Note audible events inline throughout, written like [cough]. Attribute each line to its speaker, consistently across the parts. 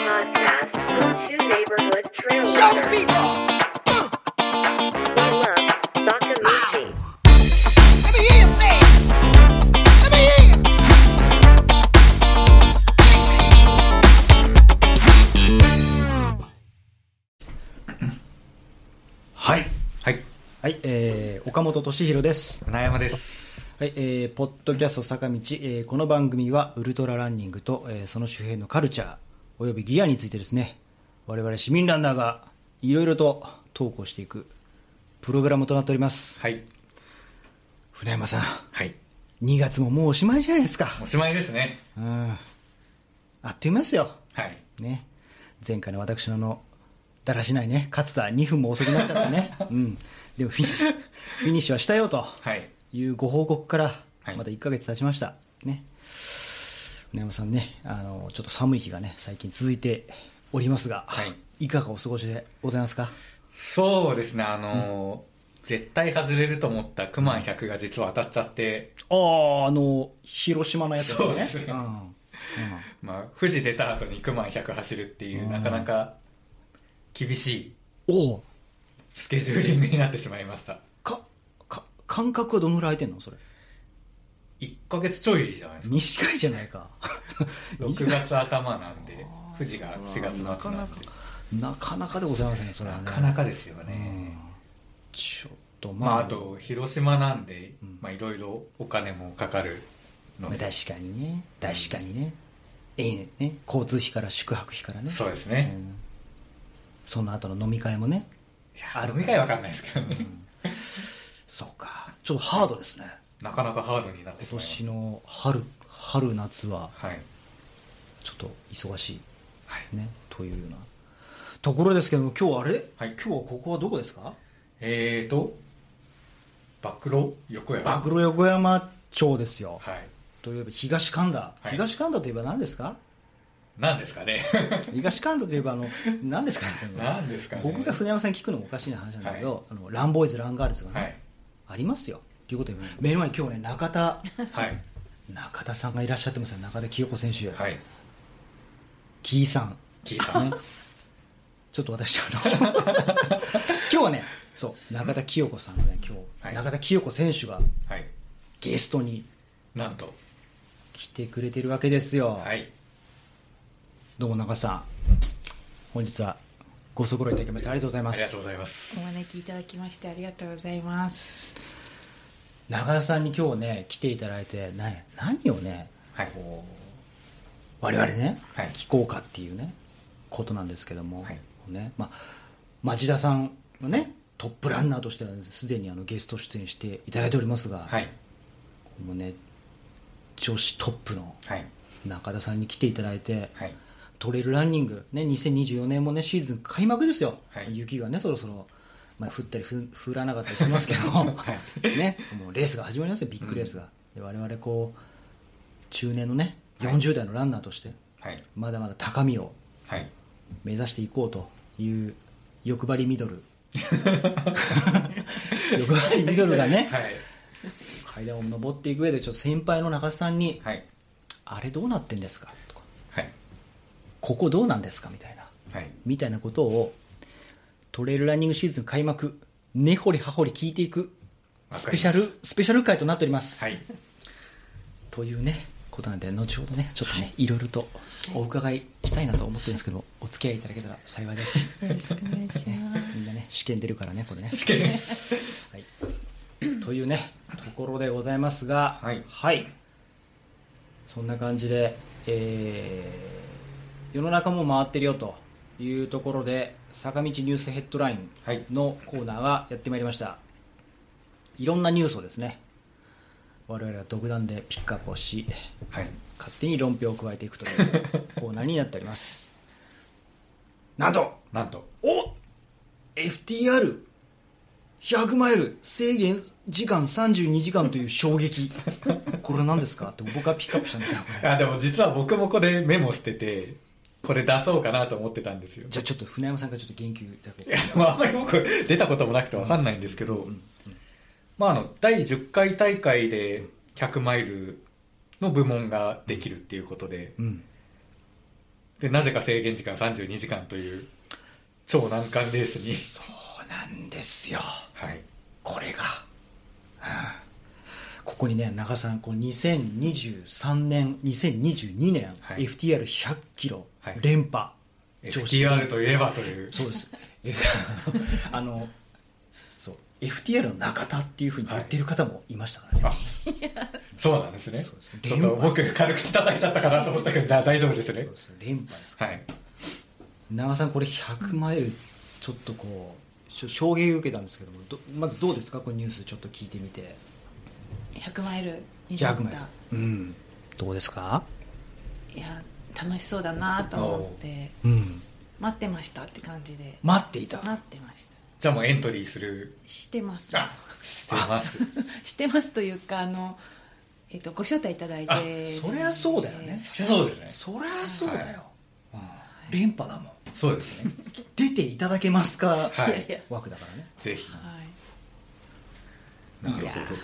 Speaker 1: West Hill 2 neighborhood trail
Speaker 2: Show
Speaker 1: runner.
Speaker 2: people! Uh,
Speaker 1: One love, Sakaguchi.
Speaker 2: Let me hear you say it! Let me hear you!
Speaker 3: はい。
Speaker 4: はい。
Speaker 3: はい、えー、岡本敏弘です。
Speaker 4: 花山です。
Speaker 3: はい、えー、ポッドキャスト坂道、えー、この番組はウルトラランニングと、えーその周辺のカルチャー、およびギアについてですね、我々市民ランナーがいろいろと投稿していくプログラムとなっております。
Speaker 4: はい。
Speaker 3: 船山さ
Speaker 4: はい。
Speaker 3: ん、2月ももうおしまいじゃないですか。
Speaker 4: おしまいですね。
Speaker 3: うん。あっという間ですよ。
Speaker 4: はい。
Speaker 3: ね、前回の私のあのだらしないね勝田2分も遅くなっちゃった
Speaker 4: [laughs]
Speaker 3: ね、うん、でもフィニッフィニッシュはしたよと
Speaker 4: はい。
Speaker 3: いうご報告から
Speaker 4: はい
Speaker 3: まだ1ヶ月経ちました、ね船山さんねあのちょっと寒い日がね最近続いておりますが、、
Speaker 4: はい
Speaker 3: かがお過ごしでございますか
Speaker 4: そうですね、あのー絶対外れると思ったクマン100が実は当たっちゃって、
Speaker 3: あああの広島のやつですね
Speaker 4: そうですね
Speaker 3: んうん
Speaker 4: まあ、富士出た後にクマン100走るっていう、なかなか厳しい
Speaker 3: おお
Speaker 4: スケジューリングになってしまいました。
Speaker 3: かか間隔はどのぐらい空いてんのそれ
Speaker 4: 1ヶ月ちょいじゃないですか。
Speaker 3: 短いじゃないか
Speaker 4: 6月頭なんで、富士が4月末なんで。なかなか。
Speaker 3: なかなかでございませんねそれはね
Speaker 4: ですよね。
Speaker 3: ちょっとま
Speaker 4: ま
Speaker 3: あ、
Speaker 4: あ、あと、広島なんで、まあ、いろいろお金もかかるの
Speaker 3: まあ
Speaker 4: で。
Speaker 3: 確かにね確かにね,、ええね交通費から宿泊費からね
Speaker 4: そうですね。
Speaker 3: うんその後の飲み会もね
Speaker 4: いやあるみたいわかんないですけどね、
Speaker 3: そうかちょっとハードですね
Speaker 4: なかなかハードになって
Speaker 3: 今
Speaker 4: しまいます
Speaker 3: 年の春春夏は
Speaker 4: はい、
Speaker 3: ちょっと忙し
Speaker 4: はい、
Speaker 3: いねというようなところですけども今日あれ、
Speaker 4: はい
Speaker 3: 今日はここはどこですか
Speaker 4: えーと暴露横山
Speaker 3: 暴露横山町ですよ、
Speaker 4: はい
Speaker 3: といえば東神田、
Speaker 4: はい
Speaker 3: 東神田といえば何ですか
Speaker 4: なんですか [laughs] ね
Speaker 3: 東神田といえばあの何ですかねその
Speaker 4: なんですかね
Speaker 3: 僕が船山さんに聞くのもおかしいな話なんだけど、あのランボーイズランガールズがね、
Speaker 4: はい
Speaker 3: ありますよということで目の前に今日ね中田 [laughs]
Speaker 4: はい
Speaker 3: 中田さんがいらっしゃってますよ中田清子選手、
Speaker 4: はい
Speaker 3: キーさん
Speaker 4: キーさん
Speaker 3: ねちょっと私あの [laughs] 今日はねそう中田清子さんがね今日、
Speaker 4: はい
Speaker 3: 中田清子選手が
Speaker 4: はい
Speaker 3: ゲストに
Speaker 4: なんと
Speaker 3: 来てくれてるわけですよ、
Speaker 4: はい
Speaker 3: どうも中田さん本日はご足労いただきましてありがとうございま
Speaker 4: ありが
Speaker 3: す
Speaker 4: とうございます
Speaker 5: お招きいただきましてありがとうございます。
Speaker 3: 中田さんに今日ね来ていただいてな何をね
Speaker 4: はい
Speaker 3: こう我々ね、
Speaker 4: はい
Speaker 3: 聞こうかっていうねことなんですけども、
Speaker 4: はい
Speaker 3: ねまあ、町田さんのねトップランナーとしてはすでにあのゲスト出演していただいておりますが、
Speaker 4: はい
Speaker 3: もうね、女子トップの
Speaker 4: はい
Speaker 3: 中田さんに来ていただいて、
Speaker 4: はい
Speaker 3: トレイルランニング、ね、2024年もねシーズン開幕ですよ、
Speaker 4: はい
Speaker 3: 雪がねそろそろ、まあ、降ったりふ降らなかったりしますけど、
Speaker 4: [laughs]
Speaker 3: ね、もうレースが始まりますよビッグレースが、で我々こう中年のね40代のランナーとして、
Speaker 4: はい
Speaker 3: まだまだ高みを
Speaker 4: はい
Speaker 3: 目指していこうという欲張りミド
Speaker 4: [laughs]
Speaker 3: ル欲張りミドルがね、
Speaker 4: はい
Speaker 3: 階段を上っていく上でちょっと先輩の中田さんに、
Speaker 4: はい
Speaker 3: あれどうなってんですかとか
Speaker 4: はい
Speaker 3: ここどうなんですかみたいな
Speaker 4: はい
Speaker 3: みたいなことをトレイルランニングシーズン開幕根掘り葉掘り聞いていく
Speaker 4: わ
Speaker 3: ス
Speaker 4: かりました
Speaker 3: ペシャルスペシャル回となっております、
Speaker 4: はい
Speaker 3: というねことなんで後ほどねちょっとね、い、ろいろとお伺いしたいなと思ってるんですけどお付き合いいただけたら幸いです、
Speaker 5: よろしくお願いし
Speaker 3: ね
Speaker 5: ます。
Speaker 3: みんなね試験出るからねこれね
Speaker 4: 試験
Speaker 3: はい、というねところでございますが
Speaker 4: はい
Speaker 3: そんな感じで、えー世の中も回ってるよというところで坂道ニュースヘッドライ
Speaker 4: はい
Speaker 3: ンのコーナーがやってまいりました、い、ろんなニュースをですね我々が独断でピックアップをし
Speaker 4: はい
Speaker 3: 勝手に論評を加えていくというコーナーになっておりますなんと
Speaker 4: なんと
Speaker 3: お FTR100 マイル制限時間32時間という衝撃 [laughs] これは何ですかって僕がピックアップしたんだけどこれ
Speaker 4: あでも実は僕もこれメモしててこれ出そうかなと思ってたんですよ
Speaker 3: じゃあちょっと船山さんからちょっと言及いただこう
Speaker 4: いや [laughs] まああんまり僕出たこともなくて分かんないんですけど、まあ、あの第10回大会で100マイルの部門ができるっていうことで、
Speaker 3: うん
Speaker 4: で、なぜか制限時間32時間という、超難関レースに。
Speaker 3: そうなんですよ
Speaker 4: はい。
Speaker 3: これが、うんここにね中田さんこの2023年2022年、
Speaker 4: はい
Speaker 3: FTR100 キロ
Speaker 4: はい
Speaker 3: 連覇、
Speaker 4: FTR といえばという。
Speaker 3: そうです。えあの、そう、FTR の中田っていうふうに言ってる方もいましたからね。
Speaker 4: あそうなんですね。
Speaker 3: そうですね
Speaker 4: ちょっと僕、軽口叩いちゃったかなと思ったけど、じゃあ大丈夫ですね
Speaker 3: そう。そう連覇ですから。
Speaker 4: はい。
Speaker 3: 長さん、これ100マイル、ちょっとこう、しょ衝撃を受けたんですけども、どまずどうですか、このニュースちょっと聞いてみて。
Speaker 5: 100マイルになっ
Speaker 3: 100マイ
Speaker 5: た
Speaker 3: ル。うん。どうですか
Speaker 5: いや楽しそうだなと思って
Speaker 3: うん。
Speaker 5: 待ってましたって感じで
Speaker 3: 待っていた。
Speaker 5: 待ってました
Speaker 4: じゃあもうエントリーする。
Speaker 5: してます
Speaker 4: あ、してます。
Speaker 5: [laughs] してますというかあの、えっとご招待いただいて
Speaker 3: あそりゃそうだよね
Speaker 4: そうですね。
Speaker 3: そりゃそうだよ。うん連覇だもん。
Speaker 4: そうですね。
Speaker 3: 出ていただけますか、
Speaker 4: はい
Speaker 5: いやいや
Speaker 3: 枠だからね。
Speaker 4: ぜひ。
Speaker 5: はい
Speaker 4: なる
Speaker 3: いや
Speaker 4: ほど。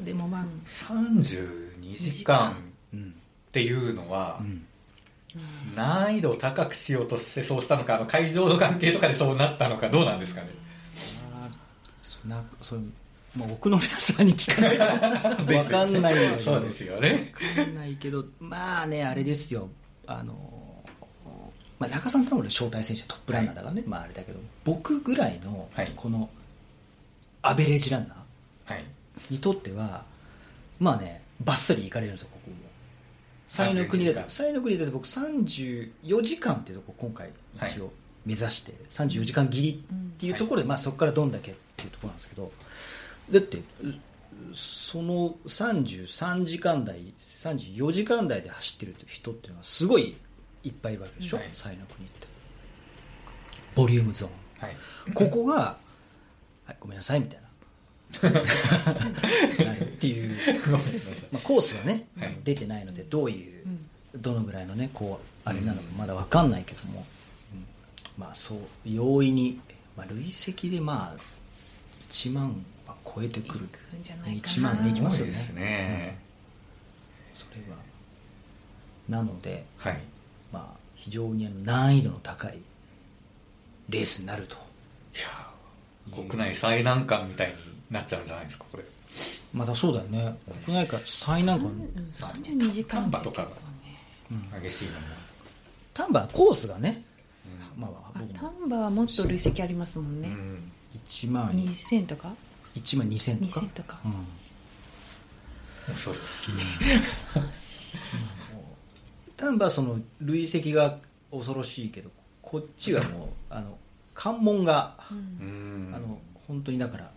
Speaker 3: ーでもまあ、
Speaker 4: 32時間
Speaker 3: うん。
Speaker 4: っていうのは
Speaker 3: う、ん
Speaker 4: 難易度を高くしようとしてそうしたのか、あの会場の関係とかでそうなったのか、どうなんですかね。
Speaker 3: そんなそれ、まあ、奥の皆さんに聞かないと [laughs] わかんないんだけど
Speaker 4: そうですよね。
Speaker 3: わかんないけどまあねあれですよあの、まあ、中さん多分俺招待選手トップランナーだからね、まああれだけど僕ぐらいの
Speaker 4: はい
Speaker 3: このアベレージランナー
Speaker 4: はい。
Speaker 3: にとってはまあねバッサリ行かれるんですよここも才の国
Speaker 4: 32
Speaker 3: で
Speaker 4: 時間
Speaker 3: 才の国で僕34時間っていうとこ今回一応目指して、34時間切りっていうところで、まあ、そこからどんだけっていうところなんですけどだってうその33時間台34時間台で走ってる人っていうのはすごいいっぱいいるわけでしょ、
Speaker 4: はい
Speaker 3: 才の国ってボリュームゾーン
Speaker 4: はい。
Speaker 3: ここが、はい、ごめんなさいみたい
Speaker 4: [laughs]
Speaker 3: ななるっていう、まあ、コースがね、
Speaker 4: はい
Speaker 3: 出てないのでどういう、どのぐらいのねこうあれなのかまだ分かんないけども、うんまあそう容易に、まあ、累積でまあ1万は超えてくる
Speaker 5: いくんじゃないか
Speaker 3: 1
Speaker 5: な
Speaker 3: 万ねいきます
Speaker 4: そ
Speaker 3: よ
Speaker 4: う
Speaker 3: ね
Speaker 4: ですね。
Speaker 3: それはなので、
Speaker 4: はい。
Speaker 3: まあ、非常にあの難易度の高いレースになると。
Speaker 4: 国内最難関みたいになっちゃうんじゃないですか、これ。
Speaker 3: まだそうだよね国内から最難関
Speaker 5: うん32時間っ
Speaker 4: 丹
Speaker 5: て
Speaker 4: 波とかが
Speaker 5: 結構ね
Speaker 4: 激しいのも。
Speaker 3: 丹波はコースがね、まあ
Speaker 5: あ
Speaker 3: 僕も
Speaker 5: 丹波はもっと累積ありますもん
Speaker 4: う
Speaker 5: ね、
Speaker 4: ん。
Speaker 3: 1万
Speaker 5: 2000とか
Speaker 3: 1万2000とか
Speaker 5: 2000とか
Speaker 3: うん、
Speaker 4: そうです。
Speaker 3: 丹波はその累積が恐ろしいけどこっちはもうあの関門が、
Speaker 4: うん。
Speaker 3: あの本当にだから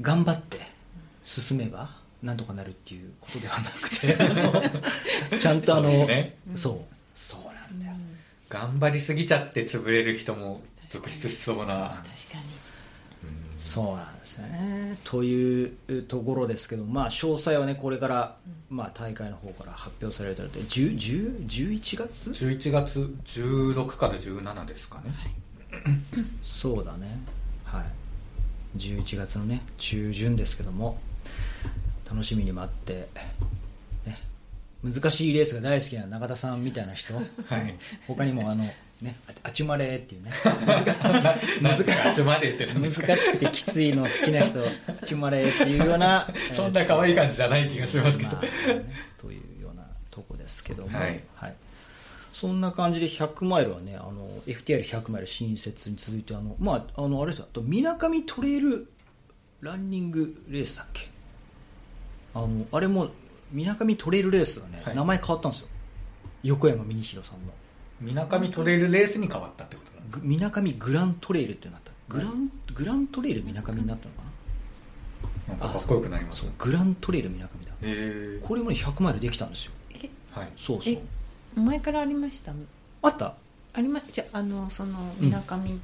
Speaker 3: 頑張って進めばなんとかなるっていうことではなくてあ
Speaker 5: [laughs]
Speaker 3: のちゃんとあの
Speaker 4: そ
Speaker 3: そ
Speaker 4: う,、
Speaker 3: う
Speaker 4: ね
Speaker 3: そうなんだよ、
Speaker 4: 頑張りすぎちゃって潰れる人も続出しそうな
Speaker 5: 確かに
Speaker 3: そうなんですよね。というところですけど、まあ、詳細はねこれから、まあ、大会の方から発表されるということで10 10 11月
Speaker 4: 11月16から17ですかね
Speaker 3: そうだね、はい、11月のね中旬ですけども楽しみに待って、ね、難しいレースが大好きな中田さんみたい
Speaker 4: [laughs]
Speaker 3: な人、
Speaker 4: い
Speaker 3: 他にもあの、ね、ああちまれって
Speaker 4: [laughs]
Speaker 3: いうね難しい
Speaker 4: い集まれてるんで
Speaker 3: 難
Speaker 4: す
Speaker 3: し
Speaker 4: か
Speaker 3: くてきついの好きな人あちまれっていうよ
Speaker 4: [laughs]
Speaker 3: うな
Speaker 4: そんな可愛い感じじゃない気がしますけど、
Speaker 3: まあね [laughs] というようなとこですけども、
Speaker 4: はい
Speaker 3: そんな感じで100マイルはねあの FTR100 マイル新設に続いてあのまああのあれですよあとみなかみトレイルランニングレースだっけあのあれもみなかみトレイルレースがね、
Speaker 4: はい
Speaker 3: 名前変わったんですよ横山峰弘さんの
Speaker 4: みなかみトレイルレースに変わったってことなんで
Speaker 3: ぐみなかみグラントレイルってなったグラングラントレイルみなかみになったのかな
Speaker 4: すなんかかっこよくなります
Speaker 3: そう
Speaker 4: へ
Speaker 3: グラントレイルみなかみだ
Speaker 4: え
Speaker 3: これもね100マイルできたんですよ
Speaker 5: え
Speaker 4: はい
Speaker 3: そうそう
Speaker 5: え前からありました
Speaker 3: あった
Speaker 5: ありまじゃああのそのみなかみっ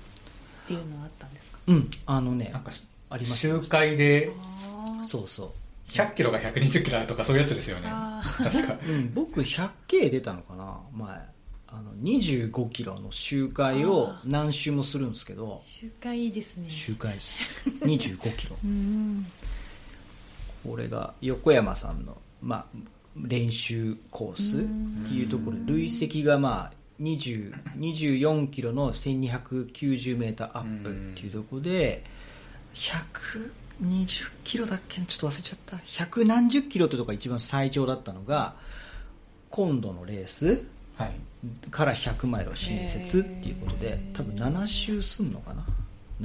Speaker 5: ていうのはあったんですか、
Speaker 3: うんあのね
Speaker 4: なんかし
Speaker 3: ありました
Speaker 4: 周回で
Speaker 5: あー
Speaker 3: そうそ
Speaker 4: 100キロが120キロあるとかそういうやつですよね
Speaker 5: あ
Speaker 4: 確 [laughs] か
Speaker 3: う、うん、僕 100K 出たのかな前あの25キロの周回を
Speaker 5: あ
Speaker 3: 何周もするんですけど
Speaker 5: 集会いいですね
Speaker 3: 周回です25キロ
Speaker 5: うん
Speaker 3: これが横山さんの、まあ、練習コースっていうところで累積がまあ20 24キロの1290メーターアップっていうとこで120キロだっけなちょっと忘れちゃった100何十キロってとこが一番最長だったのが今度のレース
Speaker 4: はい
Speaker 3: から100マイルを新設っていうことで多分7周すんのかな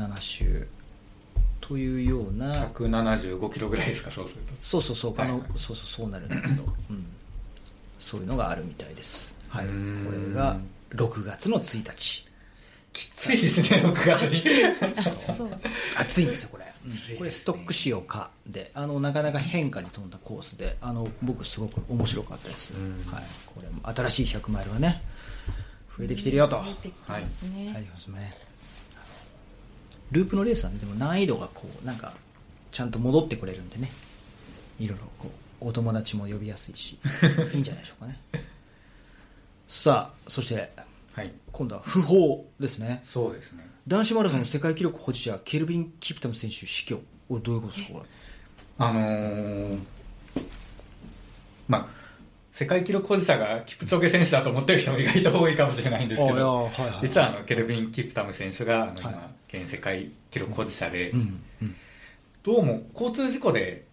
Speaker 3: 7周というような
Speaker 4: 175キロぐらいですかそうすると
Speaker 3: そうそうそう、
Speaker 4: はい
Speaker 3: あのそうそうそうなるんだけど、うん、そういうのがあるみたいです、はい、
Speaker 4: う
Speaker 3: こ
Speaker 4: ーん
Speaker 3: れが6月の1日
Speaker 4: きついですね6月に
Speaker 5: あそう
Speaker 3: 暑いんですよこれ、うん
Speaker 4: 暑いですね
Speaker 3: これストックしようかであのなかなか変化に富んだコースであの僕すごく面白かったです、
Speaker 4: ん
Speaker 3: はい、これも新しい100マイルがね増えてきてるよと、
Speaker 5: 出てきてますね、
Speaker 3: ありますねループのレースはねでも難易度がこうなんかちゃんと戻ってこれるんでねいろいろこうお友達も呼びやす
Speaker 4: [laughs]
Speaker 3: いしいいんじゃないでしょうかねさあそして
Speaker 4: [laughs] はい
Speaker 3: 今度は不法ですね
Speaker 4: そうですね
Speaker 3: 男子マラソンの世界記録保持者ケルビン・キプタム選手死去これどういうことですかこ
Speaker 4: あのーまあ世界記録保持者がキプチョゲ選手だと思ってる人も意外と多いかもしれないんですけ
Speaker 3: あいや
Speaker 4: ど、
Speaker 3: はいはい
Speaker 4: 実はあのケルビン・キプタム選手があの今、
Speaker 3: は
Speaker 4: 現世界記録保持者で、
Speaker 3: れうんうん
Speaker 4: どうも交通事故で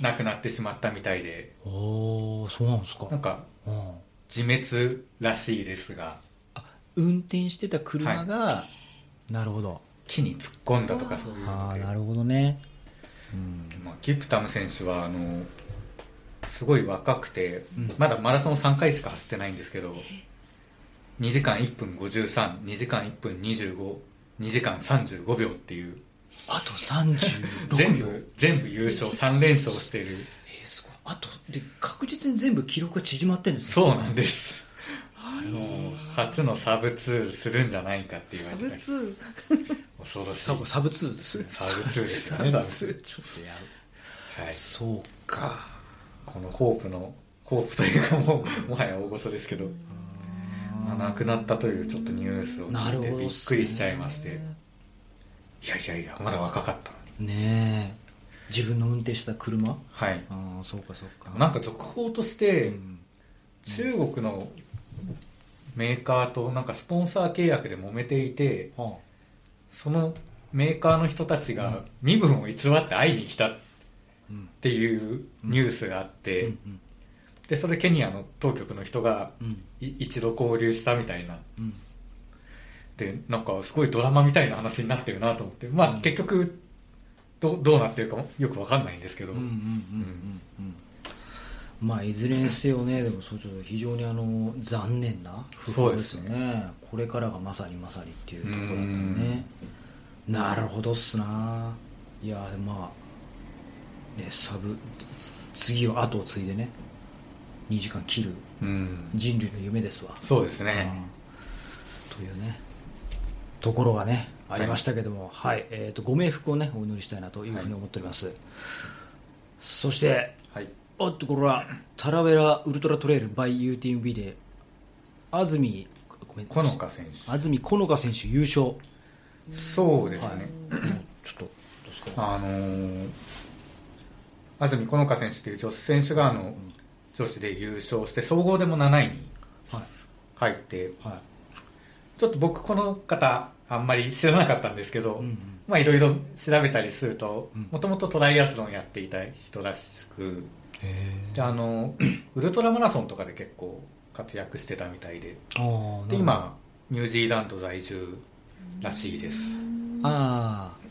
Speaker 4: 亡くなってしまったみたいで
Speaker 3: おーそうなんですか
Speaker 4: なんか
Speaker 3: うん
Speaker 4: 自滅らしいですが
Speaker 3: 運転してた車が、なるほど
Speaker 4: 木に突っ込んだとかそういう
Speaker 3: あ
Speaker 4: の
Speaker 3: あ
Speaker 4: で
Speaker 3: なるほどねうん
Speaker 4: まあ、キプタム選手はあのすごい若くて、まだマラソン3回しか走ってないんですけど2時間1分532時間1分252時間35秒っていう
Speaker 3: あと36
Speaker 4: 全
Speaker 3: 秒
Speaker 4: 部全部優勝3連勝してる
Speaker 3: えーすごいあとで確実に全部記録が縮まってるんですね
Speaker 4: そうなんですあの初のサブ2するんじゃないかって言われ
Speaker 5: ブ
Speaker 4: たり
Speaker 5: ツ
Speaker 4: 恐ろしい
Speaker 3: サブサブ2ですね
Speaker 4: サブ2ですよ
Speaker 3: サブ
Speaker 4: ね多分
Speaker 3: 2ちょっとや
Speaker 4: はい
Speaker 3: る、そうか
Speaker 4: このホープのホープというかもうもはや大御所ですけどまあ亡くなったというちょっとニュースを
Speaker 3: な
Speaker 4: 聞
Speaker 3: るほ
Speaker 4: いて
Speaker 3: ど
Speaker 4: びっくりしちゃいまして、いやいやいやまだ若かったのに
Speaker 3: ねえ自分の運転してた車あ
Speaker 4: はい
Speaker 3: あそうかそうか
Speaker 4: なんか続報として
Speaker 3: うん
Speaker 4: 中国のメーカーとなんかスポンサー契約で揉めていて
Speaker 3: は
Speaker 4: そのメーカーの人たちが身分を偽って会いに来たっ
Speaker 3: あうん
Speaker 4: ていうニュースがあっ
Speaker 3: う
Speaker 4: て
Speaker 3: ん
Speaker 4: でそれケニアの当局の人が
Speaker 3: うん
Speaker 4: い一度交流したみたいな
Speaker 3: うん
Speaker 4: でなんかすごいドラマみたいな話になってるなと思ってまあ、
Speaker 3: うん
Speaker 4: 結局どどうなってるかもよくわかんないんですけど、
Speaker 3: うんうんうんうんうんまあいずれにせよねでもそうちょっと非常にあの残念な不法ですよねこれからがまさにまさにっていうところだったよねなるほどっすないやでまあねサブつ次は後を継いでね2時間切る
Speaker 4: うん
Speaker 3: 人類の夢ですわ、
Speaker 4: そうです
Speaker 3: うん
Speaker 4: ね、
Speaker 3: というねところがねありましたけども、はいえー、とご冥福をねお祈りしたいなというふうに思っております、そして
Speaker 4: はい
Speaker 3: おっとこれはタラベラウルトラトレイル by UTMB で安住ごめん
Speaker 4: 好花選
Speaker 3: 安住このか選手優勝
Speaker 4: 手そうですね、
Speaker 3: はいちょっとどうですか
Speaker 4: あのー安住好花選手という女子選手があの、女子で優勝して総合でも7位に
Speaker 3: はい
Speaker 4: 入って
Speaker 3: はい
Speaker 4: ちょっと僕この方あんまり知らなかったんですけど、
Speaker 3: うんうん
Speaker 4: まあいろいろ調べたりすると
Speaker 3: うん
Speaker 4: もともとトライアスロンやっていた人らしく
Speaker 3: へえ
Speaker 4: であの [clears throat] ウルトラマラソンとかで結構活躍してたみたいで
Speaker 3: あーなるほ
Speaker 4: で
Speaker 3: ど
Speaker 4: 今ニュージーランド在住らしいです
Speaker 3: ああ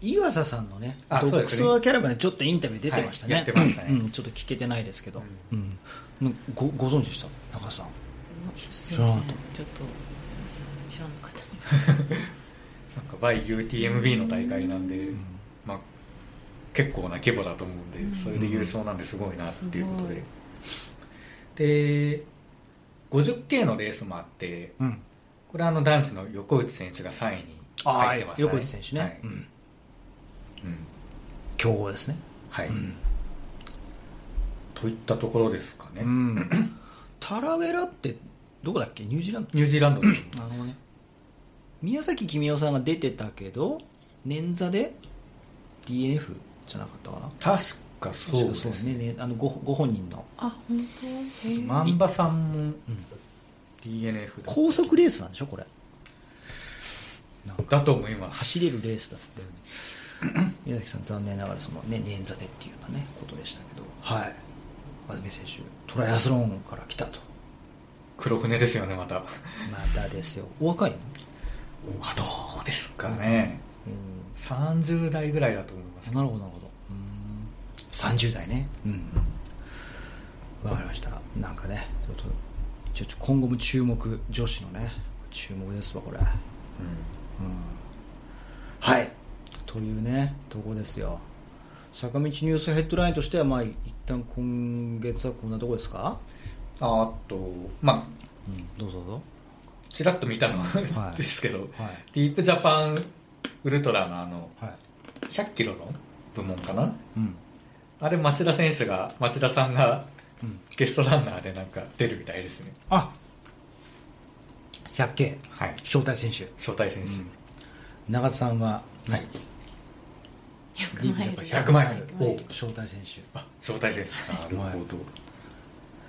Speaker 3: 岩佐さんのね
Speaker 4: あそう
Speaker 3: 独
Speaker 4: ですね
Speaker 3: 創キャラバンでちょっとインタビュー出てましたね、
Speaker 4: はいやってましたね
Speaker 3: うんうんちょっと聞けてないですけど、うんなんかごご存知でした中田さん
Speaker 5: 知
Speaker 3: 知らなかった
Speaker 5: ちょっと知らなかった
Speaker 4: なんか byUTMB の大会なんで、まあ、結構な規模だと思うんで、それで優勝なんですごいなっていうことで、で 50K のレースもあって
Speaker 3: うん
Speaker 4: これはあの男子の横内選手が3位に入ってました、
Speaker 3: 横内選手ね、
Speaker 4: はい
Speaker 3: うん
Speaker 4: うん
Speaker 3: 強豪ですね
Speaker 4: はいといったところですかね、
Speaker 3: んタラベラってどこだっけニュージーラン
Speaker 4: ニュージーランドです
Speaker 3: ドなるほどね宮崎公夫さんが出てたけど捻挫で DNF じゃなかったかな
Speaker 4: 確かそうです
Speaker 3: そう
Speaker 4: ね
Speaker 3: ねねあのごご本人の
Speaker 5: あ本当へえ
Speaker 4: マンバさんも DNF だ
Speaker 3: 高速レースなんでしょこれ
Speaker 4: だと思います
Speaker 3: 走れるレースだって宮崎さん残念ながらそのね捻挫でっていうようなねことでしたけどはい安住選手トライアスロンから来たと
Speaker 4: 黒船ですよねまた
Speaker 3: またですよお若いの
Speaker 4: あどうですかね、
Speaker 3: う
Speaker 4: 30代ぐらいだと思います
Speaker 3: んなるほどなるほどうん30代ねうんわかりましたなんかねちょっとちょっと今後も注目女子のね注目ですわこれはいというねとこですよ坂道ニュースヘッドラインとしてはまあ一旦今月はこんなとこですか
Speaker 4: あとまあ
Speaker 3: うんどうぞどうぞ
Speaker 4: ちらっと見たの
Speaker 3: は
Speaker 4: で
Speaker 3: い
Speaker 4: すけど、
Speaker 3: はい
Speaker 4: ディープジャパンウルトラのあの
Speaker 3: はい
Speaker 4: 100キロの部門かな
Speaker 3: うん
Speaker 4: あれ町田選手が町田さんが
Speaker 3: うん
Speaker 4: ゲストランナーでなんか出るみたいですね
Speaker 3: あ百景
Speaker 4: はい
Speaker 3: 招待選手
Speaker 4: 招待選手、
Speaker 3: うん永田さんははい
Speaker 5: 100マイル
Speaker 4: 100マイル
Speaker 3: を招待選手
Speaker 4: あ招待選手なるほど、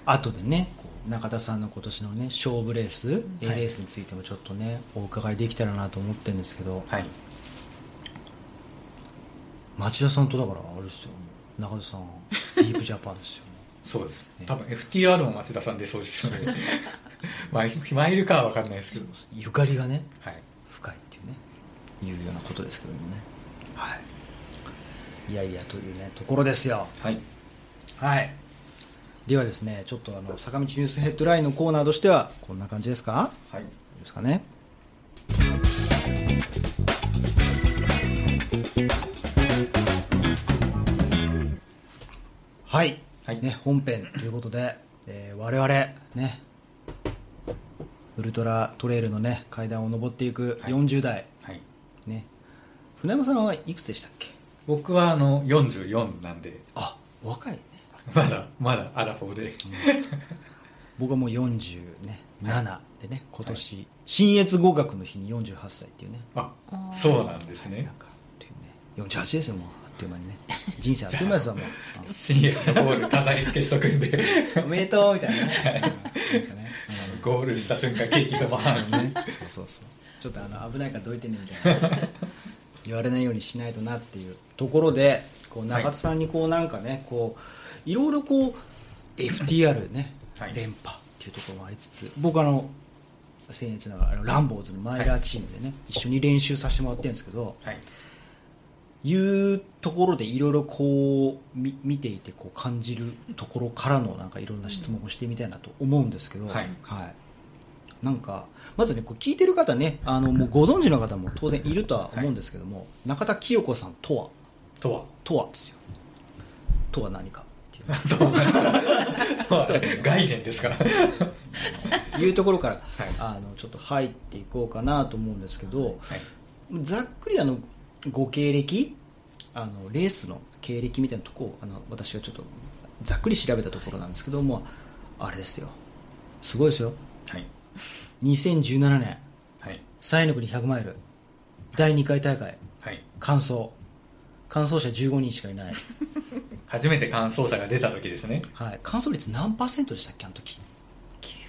Speaker 3: 後でねこう中田さんの今年のね勝負レース、A レースについてもちょっとねお伺いできたらなと思ってるんですけど、
Speaker 4: はい
Speaker 3: 町田さんとだからあれですよ中田さんはディープジャパンですよ
Speaker 4: そうです、多分 FTR も町田さんでそうですよね [laughs] マイマイルかは分かんないですけど
Speaker 3: ゆかりがね
Speaker 4: はい
Speaker 3: 深いっていうねいうようなことですけどもねはいいやいやというねところですよ
Speaker 4: はい
Speaker 3: はいではですねちょっとあの坂道ニュースヘッドラインのコーナーとしてはこんな感じですか
Speaker 4: はい
Speaker 3: いいですかねはい、
Speaker 4: はい
Speaker 3: ね、本編ということで、えー我々ねウルトラトレイルのね階段を上っていく
Speaker 4: はい
Speaker 3: 40代、
Speaker 4: はい
Speaker 3: ね船山さんはいくつでしたっけ
Speaker 4: 僕はあの44なんで
Speaker 3: あお若いね
Speaker 4: まだまだアラフォーで、
Speaker 3: 僕はもう47でね今年、新越合格の日に48歳っていうね
Speaker 4: あそうなんですね
Speaker 3: なんかっていうね48ですよもうあっという間
Speaker 4: [laughs]
Speaker 3: にね人生あっという間ですわもう
Speaker 4: 深夜のゴール飾り付けしとくんで
Speaker 3: うんおめでとうみたいなねうんなんかね
Speaker 4: ゴールした瞬間ケーキがバーン
Speaker 3: うんそうそうそうちょっとあの危ないからどいてねみたいな言われないようにしないとなっていうところでこう中田さんにこうなんかねこういろいろこう FTR ね、
Speaker 4: はい
Speaker 3: 連覇っていうところもありつつ僕あの僭越ながらあのランボーズのマイラーチームでね、一緒に練習させてもらってるんですけど、
Speaker 4: はい
Speaker 3: いうところでいろいろこうみ見ていてこう感じるところからのなんかいろんな質問をしてみたいなと思うんですけど、
Speaker 4: はい
Speaker 3: いなんかまずねこう聞いてる方ねあのもうご存知の方も当然いるとは思うんですけども、中田清子さんとは
Speaker 4: とは
Speaker 3: とはですよとは何かっていう
Speaker 4: 概念ですから
Speaker 3: いうところから、
Speaker 4: はい
Speaker 3: あのちょっと入っていこうかなと思うんですけど、ざっくりあのご経歴あのレースの経歴みたいなとこをあの私がちょっとざっくり調べたところなんですけどもあれですよすごいですよ
Speaker 4: はい
Speaker 3: 2017年
Speaker 4: はい
Speaker 3: 三陸に100マイル第2回大会
Speaker 4: はい
Speaker 3: 完走完走者15人しかいない、
Speaker 4: 初めて感想者が出た時ですね
Speaker 3: はい、完走率何パーセントでしたっけあの時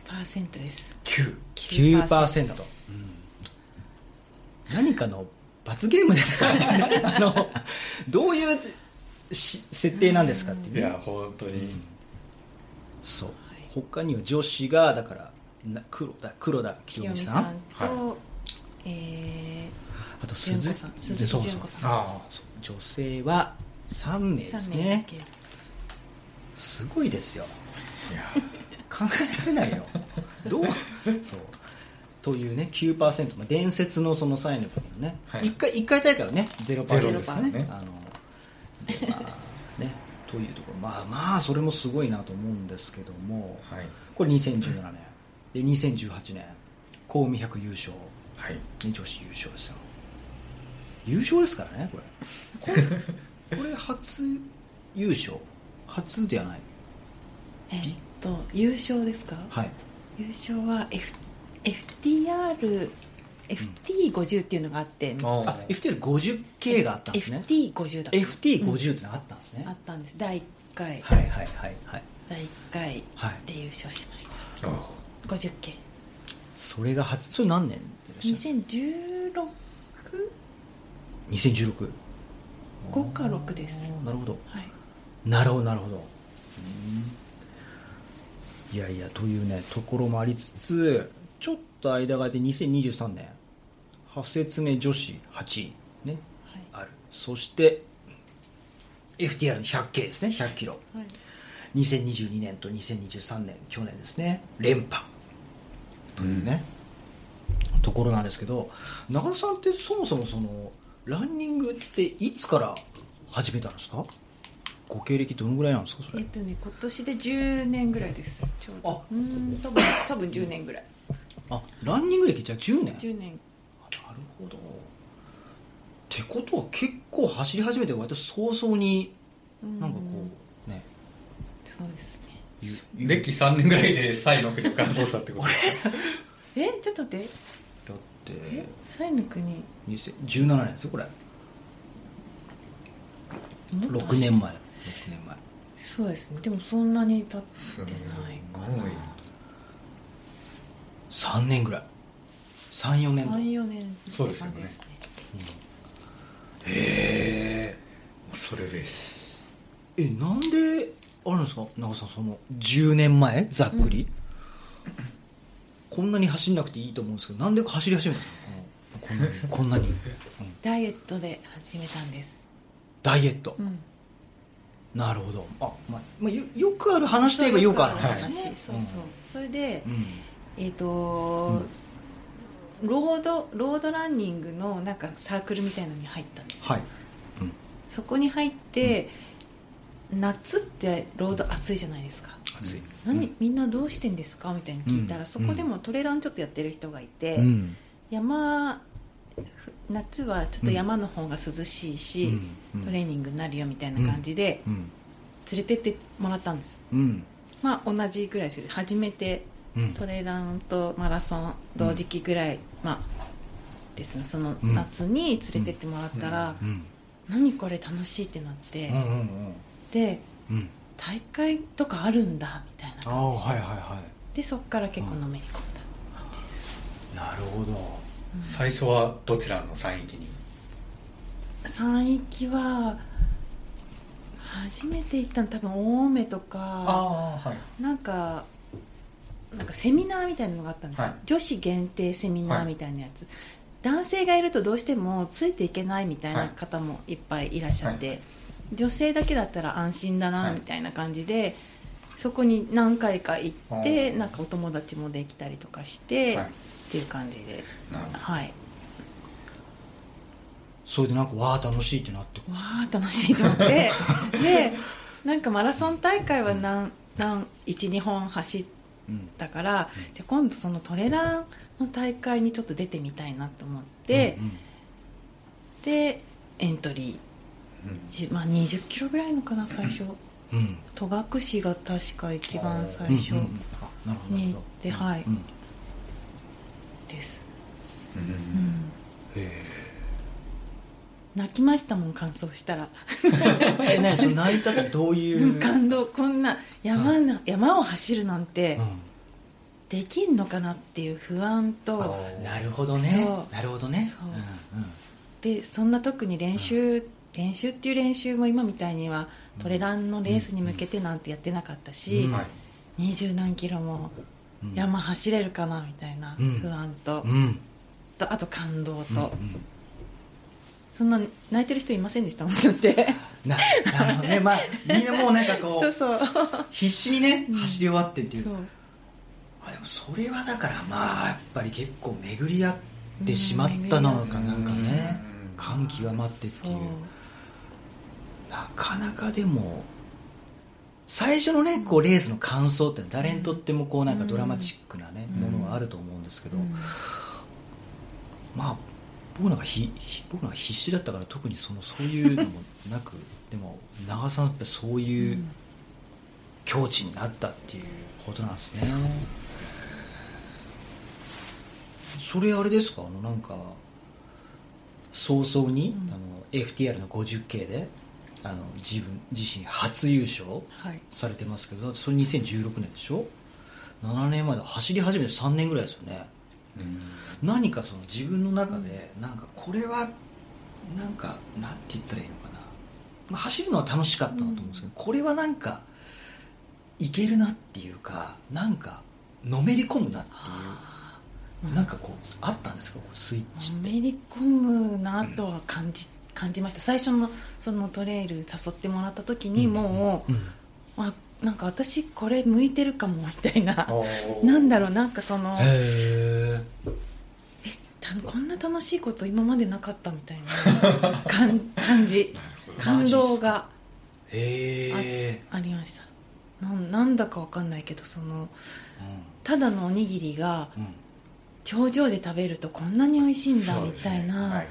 Speaker 5: 9%です
Speaker 4: 9
Speaker 3: 9%、何かの罰ゲームですかあのどういうし設定なんですかっていう
Speaker 4: いや本当に、
Speaker 3: そう他には女子がだからな黒田黒田清
Speaker 5: 清
Speaker 3: 美
Speaker 5: 美
Speaker 3: さん
Speaker 5: さんと、
Speaker 4: は
Speaker 5: え
Speaker 3: あと鈴木
Speaker 5: 純子さん鈴木
Speaker 3: そうそう
Speaker 5: 純子さん
Speaker 3: ああそう女性は3名
Speaker 5: ー、
Speaker 3: です
Speaker 5: 3名だ
Speaker 3: ね
Speaker 5: けです
Speaker 3: すごいですよ
Speaker 4: いや
Speaker 3: 考えられないよどうそうというね9%、まあ、伝説のそのサイの国のね、
Speaker 4: はい
Speaker 3: 一回一回大会はね
Speaker 4: ゼ
Speaker 3: 0%
Speaker 4: ロ
Speaker 3: で
Speaker 4: ですす
Speaker 3: よ
Speaker 4: よ
Speaker 3: ね
Speaker 4: ね
Speaker 3: あのでまあねというところまあまあそれもすごいなと思うんですけども、
Speaker 4: はい
Speaker 3: これ2017年で2018年近江100優勝
Speaker 4: はい
Speaker 3: ね女子優勝ですよ優勝ですからねこれこれこれ初優勝初ではない
Speaker 5: えーっと優勝ですか、
Speaker 3: はい
Speaker 5: 優勝は、F、FTR FT50 っていうのがあって、
Speaker 3: あ FTL50 系があったんですね
Speaker 5: FT50 だったんです
Speaker 3: FT50 ってのあったんですね、
Speaker 5: あったんです第1回、
Speaker 3: はいはいはいはい
Speaker 5: 第1回
Speaker 3: はい
Speaker 5: で優勝しました、
Speaker 4: あ
Speaker 5: 50件
Speaker 3: それが初それ何年でいらっしゃるんですか
Speaker 5: 2016?
Speaker 3: 2016
Speaker 5: 5か6です
Speaker 3: なるほど
Speaker 5: はい
Speaker 3: なるほどなるほどいやいやというねところもありつつちょっと間が空いて2023年発説目女子8位ねあるそして FTR の 100K ですね1 0 0キロ
Speaker 5: はい、はい
Speaker 3: 2022年と2023年去年ですね連覇というね、ところなんですけど中田さんってそもそもそのランニングっていつから始めたんですかご経歴どのぐらいなんですかそ
Speaker 5: え
Speaker 3: れ
Speaker 5: っとね今年で10年ぐらいですちょうど
Speaker 3: あ
Speaker 5: うー
Speaker 3: [laughs]
Speaker 5: ん多分多分10年ぐらい
Speaker 3: あランニング歴じゃあ10年
Speaker 5: 10年
Speaker 3: なるほどってことは結構走り始めて割と早々に
Speaker 5: うん
Speaker 3: なんかこうね
Speaker 5: そうですね
Speaker 3: ゆゆ
Speaker 4: 歴3年ぐらいでサイの国を完走したってこと
Speaker 5: えちょっと待って
Speaker 3: だって
Speaker 5: えサイの国
Speaker 3: 2017年ですよこれ
Speaker 5: もっと
Speaker 3: 6年前6年前
Speaker 5: そうですねでもそんなに経
Speaker 4: す
Speaker 5: っ
Speaker 4: ごい
Speaker 5: てないか
Speaker 3: 3年ぐらい34年
Speaker 5: な
Speaker 3: へ
Speaker 5: 34年
Speaker 4: そうですよね
Speaker 5: って感じですね
Speaker 4: ええ恐れです
Speaker 3: えなんであるんですか長さんその10年前ざっくり、こんなに走んなくていいと思うんですけどなんで走り始めたんですかこのこんなにこんなに、うん
Speaker 5: ダイエットで始めたんです、
Speaker 3: ダイエット、
Speaker 5: ん、
Speaker 3: なるほどあ、まあまあ、よよくある話といえばよくある
Speaker 5: そう
Speaker 3: 話ですね、
Speaker 5: そうそう、それで
Speaker 3: うん、うん
Speaker 5: えっ、と、ロードロードランニングのなんかサークルみたいなのに入ったんですよ
Speaker 3: はい
Speaker 5: そこに入って、夏ってロード暑いじゃないですか
Speaker 3: 暑い、
Speaker 5: 何みんなどうしてんですかみたいに聞いたら、
Speaker 3: うん
Speaker 5: そこでもトレランちょっとやってる人がいて、
Speaker 3: うん
Speaker 5: 山ふ夏はちょっと山の方が涼しいし、
Speaker 3: うん
Speaker 5: トレーニングになるよみたいな感じで
Speaker 3: うん
Speaker 5: 連れてってもらったんです、
Speaker 3: うん
Speaker 5: まあ、同じぐらいですよ初めて
Speaker 3: うん
Speaker 5: トレランとマラソン同時期ぐらい、まあですねその
Speaker 3: うん
Speaker 5: 夏に連れてってもらったら、
Speaker 3: うん
Speaker 5: 何これ楽しいってなって、
Speaker 3: うんうん
Speaker 5: で
Speaker 3: うんうん
Speaker 5: 大会とかあるんだみたいな
Speaker 3: あ
Speaker 5: 感
Speaker 3: あ
Speaker 5: じ
Speaker 3: はいはいは
Speaker 5: でそっから結構のめり込んだ感じです
Speaker 3: いなるほど
Speaker 4: 最初はどちらの山域に
Speaker 5: 山域は初めて行ったの多分青梅とか
Speaker 4: ああはい
Speaker 5: なんかなんかセミナーみたいなのがあったんですよ、
Speaker 4: はい
Speaker 5: 女子限定セミナーみたいなやつ、男性がいるとどうしてもついていけないみたいな方もいっぱいいらっしゃって、
Speaker 4: は
Speaker 5: 女性だけだったら安心だ
Speaker 4: は
Speaker 5: ないみたいな感じで、そこに何回か行
Speaker 4: あ
Speaker 5: って
Speaker 4: ー
Speaker 5: なんかお友達もできたりとかして、
Speaker 4: はい
Speaker 5: っていう感じで
Speaker 4: なるほど
Speaker 5: はい
Speaker 3: それでなんかわあ楽しいってなって
Speaker 5: わあ楽しいと思ってでなんかマラソン大会は何何12本走ったから、じゃあ今度そのトレランの大会にちょっと出てみたいなと思って、
Speaker 3: うん
Speaker 5: でエントリ
Speaker 4: うん
Speaker 5: ーじゅ、まあ、2 0キロぐらいのかな最初
Speaker 3: うんうん
Speaker 5: 戸隠が確か一番最
Speaker 3: う
Speaker 5: 初
Speaker 3: んうんうんあなるほどなる
Speaker 5: に
Speaker 3: ほ
Speaker 5: ではい
Speaker 3: どうん
Speaker 5: です、
Speaker 4: うん
Speaker 5: うん、泣きましたもん完走したら
Speaker 3: え何その泣いたってどういう
Speaker 5: うん [laughs] 感動こんな山な山を走るなんて
Speaker 3: う
Speaker 5: できんのかなっていう不安と、
Speaker 3: んなるほどね
Speaker 5: そう
Speaker 3: なるほどね
Speaker 5: そう
Speaker 3: うんうん
Speaker 5: でそんな特に練習、練習っていう練習も今みたいにはトレランのレースに向けてなんてやってなかったし
Speaker 3: うん
Speaker 4: はい
Speaker 5: 二十、何キロも
Speaker 3: うん
Speaker 5: 山走れるかなみたいな
Speaker 3: うん
Speaker 5: 不安と,、
Speaker 3: うんうん
Speaker 5: とあと感動と、
Speaker 3: うん
Speaker 5: そんな泣いてる人いませんでしたもんだって
Speaker 3: ななるほどねまあみんなもうなんかこ
Speaker 5: そう
Speaker 3: う
Speaker 5: そう
Speaker 3: 必死にね走り終わってっていう
Speaker 5: そう
Speaker 3: あでもそれはだからまあやっぱり結構巡り合ってしまったのかなんかね
Speaker 4: うん
Speaker 3: 感極まってってい
Speaker 5: そう
Speaker 3: なかなかでも最初のねこうレースの感想ってのは誰にとってもこうなんかドラマチックなね
Speaker 5: うん
Speaker 3: ものはあると思うんですけど
Speaker 5: うん
Speaker 3: まあ僕なんかひひ僕なんか必死だったから特にそのそういうのもなくでも長澤さんやっぱそういう境地になったっていうことなんですね。それあれですかあのなんか早々に、
Speaker 5: うん
Speaker 3: あの FTR の 50K であの自分自身初優勝
Speaker 5: はい
Speaker 3: されてますけどそれ2016年でしょ7年前で走り始めて3年ぐらいですよね何かその自分の中でなんかこれはなんかなんて言ったらいいのかな、まあ、走るのは楽しかったなと思うんですけど、これはなんかいけるなっていうかなんかのめり込むなっていう、なんかこうあったんですかこうスイッチっ
Speaker 5: の
Speaker 3: て、
Speaker 5: めり込むなとは感じ,、感じました最初のそのトレイル誘ってもらった時にもう、あなんか私これ向いてるかもみたい [laughs] ななんだろうなんかその
Speaker 3: へえ
Speaker 5: たこんな楽しいこと今までなかったみたいな感 [laughs] 感じ感動が
Speaker 3: へえ
Speaker 5: ありましたなんなんだかわかんないけどそのただのおにぎりが
Speaker 3: うんうん
Speaker 5: 頂上で食べるとこんなに美味しいんだみたいな、
Speaker 4: はい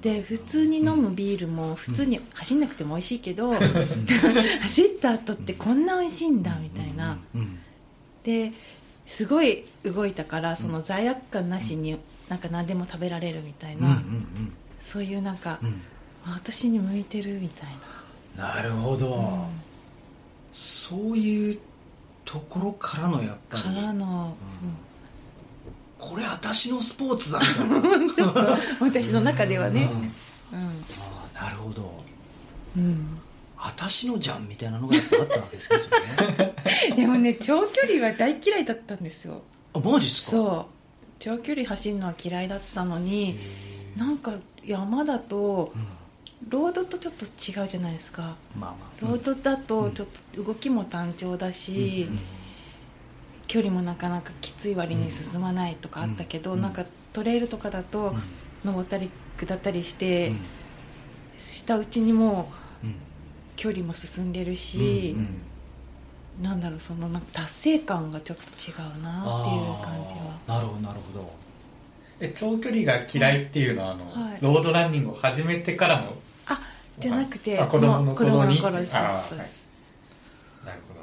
Speaker 5: で普通に飲むビールも普通に走んなくても美味しいけど、走った後ってこんな美味しいんだみたいな、
Speaker 3: うん
Speaker 5: ですごい動いたからその罪悪感なしになんか何でも食べられるみたい
Speaker 3: うんう
Speaker 5: な、
Speaker 3: ん
Speaker 5: そういうなんか、
Speaker 3: うんうん
Speaker 5: あ私に向いてるみたいな
Speaker 3: なるほど、そういうところからのやっぱ
Speaker 5: か
Speaker 3: り
Speaker 5: らの、
Speaker 3: これ私のスポーツだみ [laughs] たいな、うん
Speaker 5: そう私の中ではね、
Speaker 3: ああなるほど
Speaker 5: うんうん
Speaker 3: 私のじゃんみたいなのがやっぱあったわけですけどね
Speaker 5: でもね長距離は大嫌いだったんですよ
Speaker 3: あ [laughs] マジっすか
Speaker 5: そう長距離走るのは嫌いだったのになんか山だと
Speaker 3: うん
Speaker 5: ロードとちょっと違うじゃないですか
Speaker 3: まあまあ
Speaker 5: ロードだとちょっと動きも単調だし、距離もなかなかきつい割に進まないとかあったけど、
Speaker 3: うん
Speaker 5: なんかトレイルとかだと登ったり下ったりし
Speaker 3: う
Speaker 5: て、
Speaker 3: ん
Speaker 5: したうちにもう
Speaker 3: うん
Speaker 5: 距離も進んでる
Speaker 3: うん
Speaker 5: し、
Speaker 3: うん
Speaker 5: なんだろうそのなんか達成感がちょっと違うなっていう感じは
Speaker 3: あーなるほどなるほど
Speaker 4: え長距離が嫌いっていうのはあの、
Speaker 5: はい
Speaker 4: ロードランニングを始めてからも
Speaker 5: あじゃなくて
Speaker 4: あ子供の頃
Speaker 5: もう
Speaker 4: に
Speaker 5: 子供の頃そう
Speaker 4: あー
Speaker 5: そう
Speaker 4: はい
Speaker 5: そう
Speaker 4: なるほ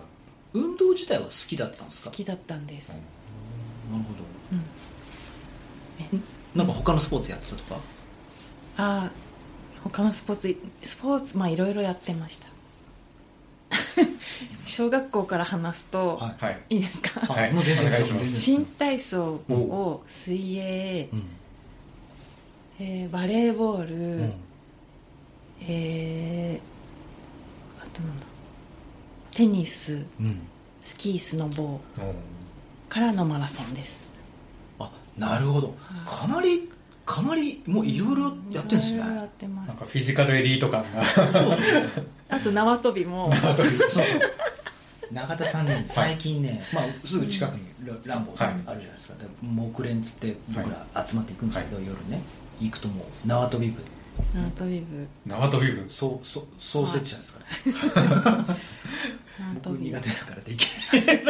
Speaker 4: ど
Speaker 3: 運動自体は好きだったんですか
Speaker 5: 好きだったんです、
Speaker 3: なるほ
Speaker 5: うん
Speaker 3: どなんか他のスポーツやってたとか
Speaker 5: ああ他のスポーツスポーツまあいろいろやってました
Speaker 3: [laughs]
Speaker 5: 小学校から話すと、
Speaker 3: はい
Speaker 4: はい
Speaker 5: い、いですか、
Speaker 4: はい
Speaker 3: もう全然
Speaker 4: お願いします
Speaker 3: 全然
Speaker 5: 新体操
Speaker 4: お
Speaker 5: を水泳
Speaker 3: う、ん
Speaker 5: えーバレーボール、
Speaker 3: うん
Speaker 5: えーあとなんだテニス
Speaker 3: うん
Speaker 5: スキースノボ
Speaker 4: うん
Speaker 5: からのマラソンです
Speaker 3: あなるほどかなりかなりもういろいろやってるんです
Speaker 5: いろいろや
Speaker 3: ね
Speaker 5: ってま
Speaker 4: なんか
Speaker 5: す
Speaker 4: フィジカルエリート感
Speaker 3: [laughs]
Speaker 4: が
Speaker 5: あと縄跳びも
Speaker 3: そうそう永田さんね最近ね、まあ、すぐ近くにラランボーあるじゃないですか、で木蓮っつって僕ら集まっていくんですけど、夜ね行くともう縄跳び部
Speaker 5: 縄跳び部
Speaker 4: 縄跳び部
Speaker 3: そうそう創設者ですから、
Speaker 5: 縄
Speaker 3: 僕
Speaker 5: 跳び
Speaker 3: 苦手だからできない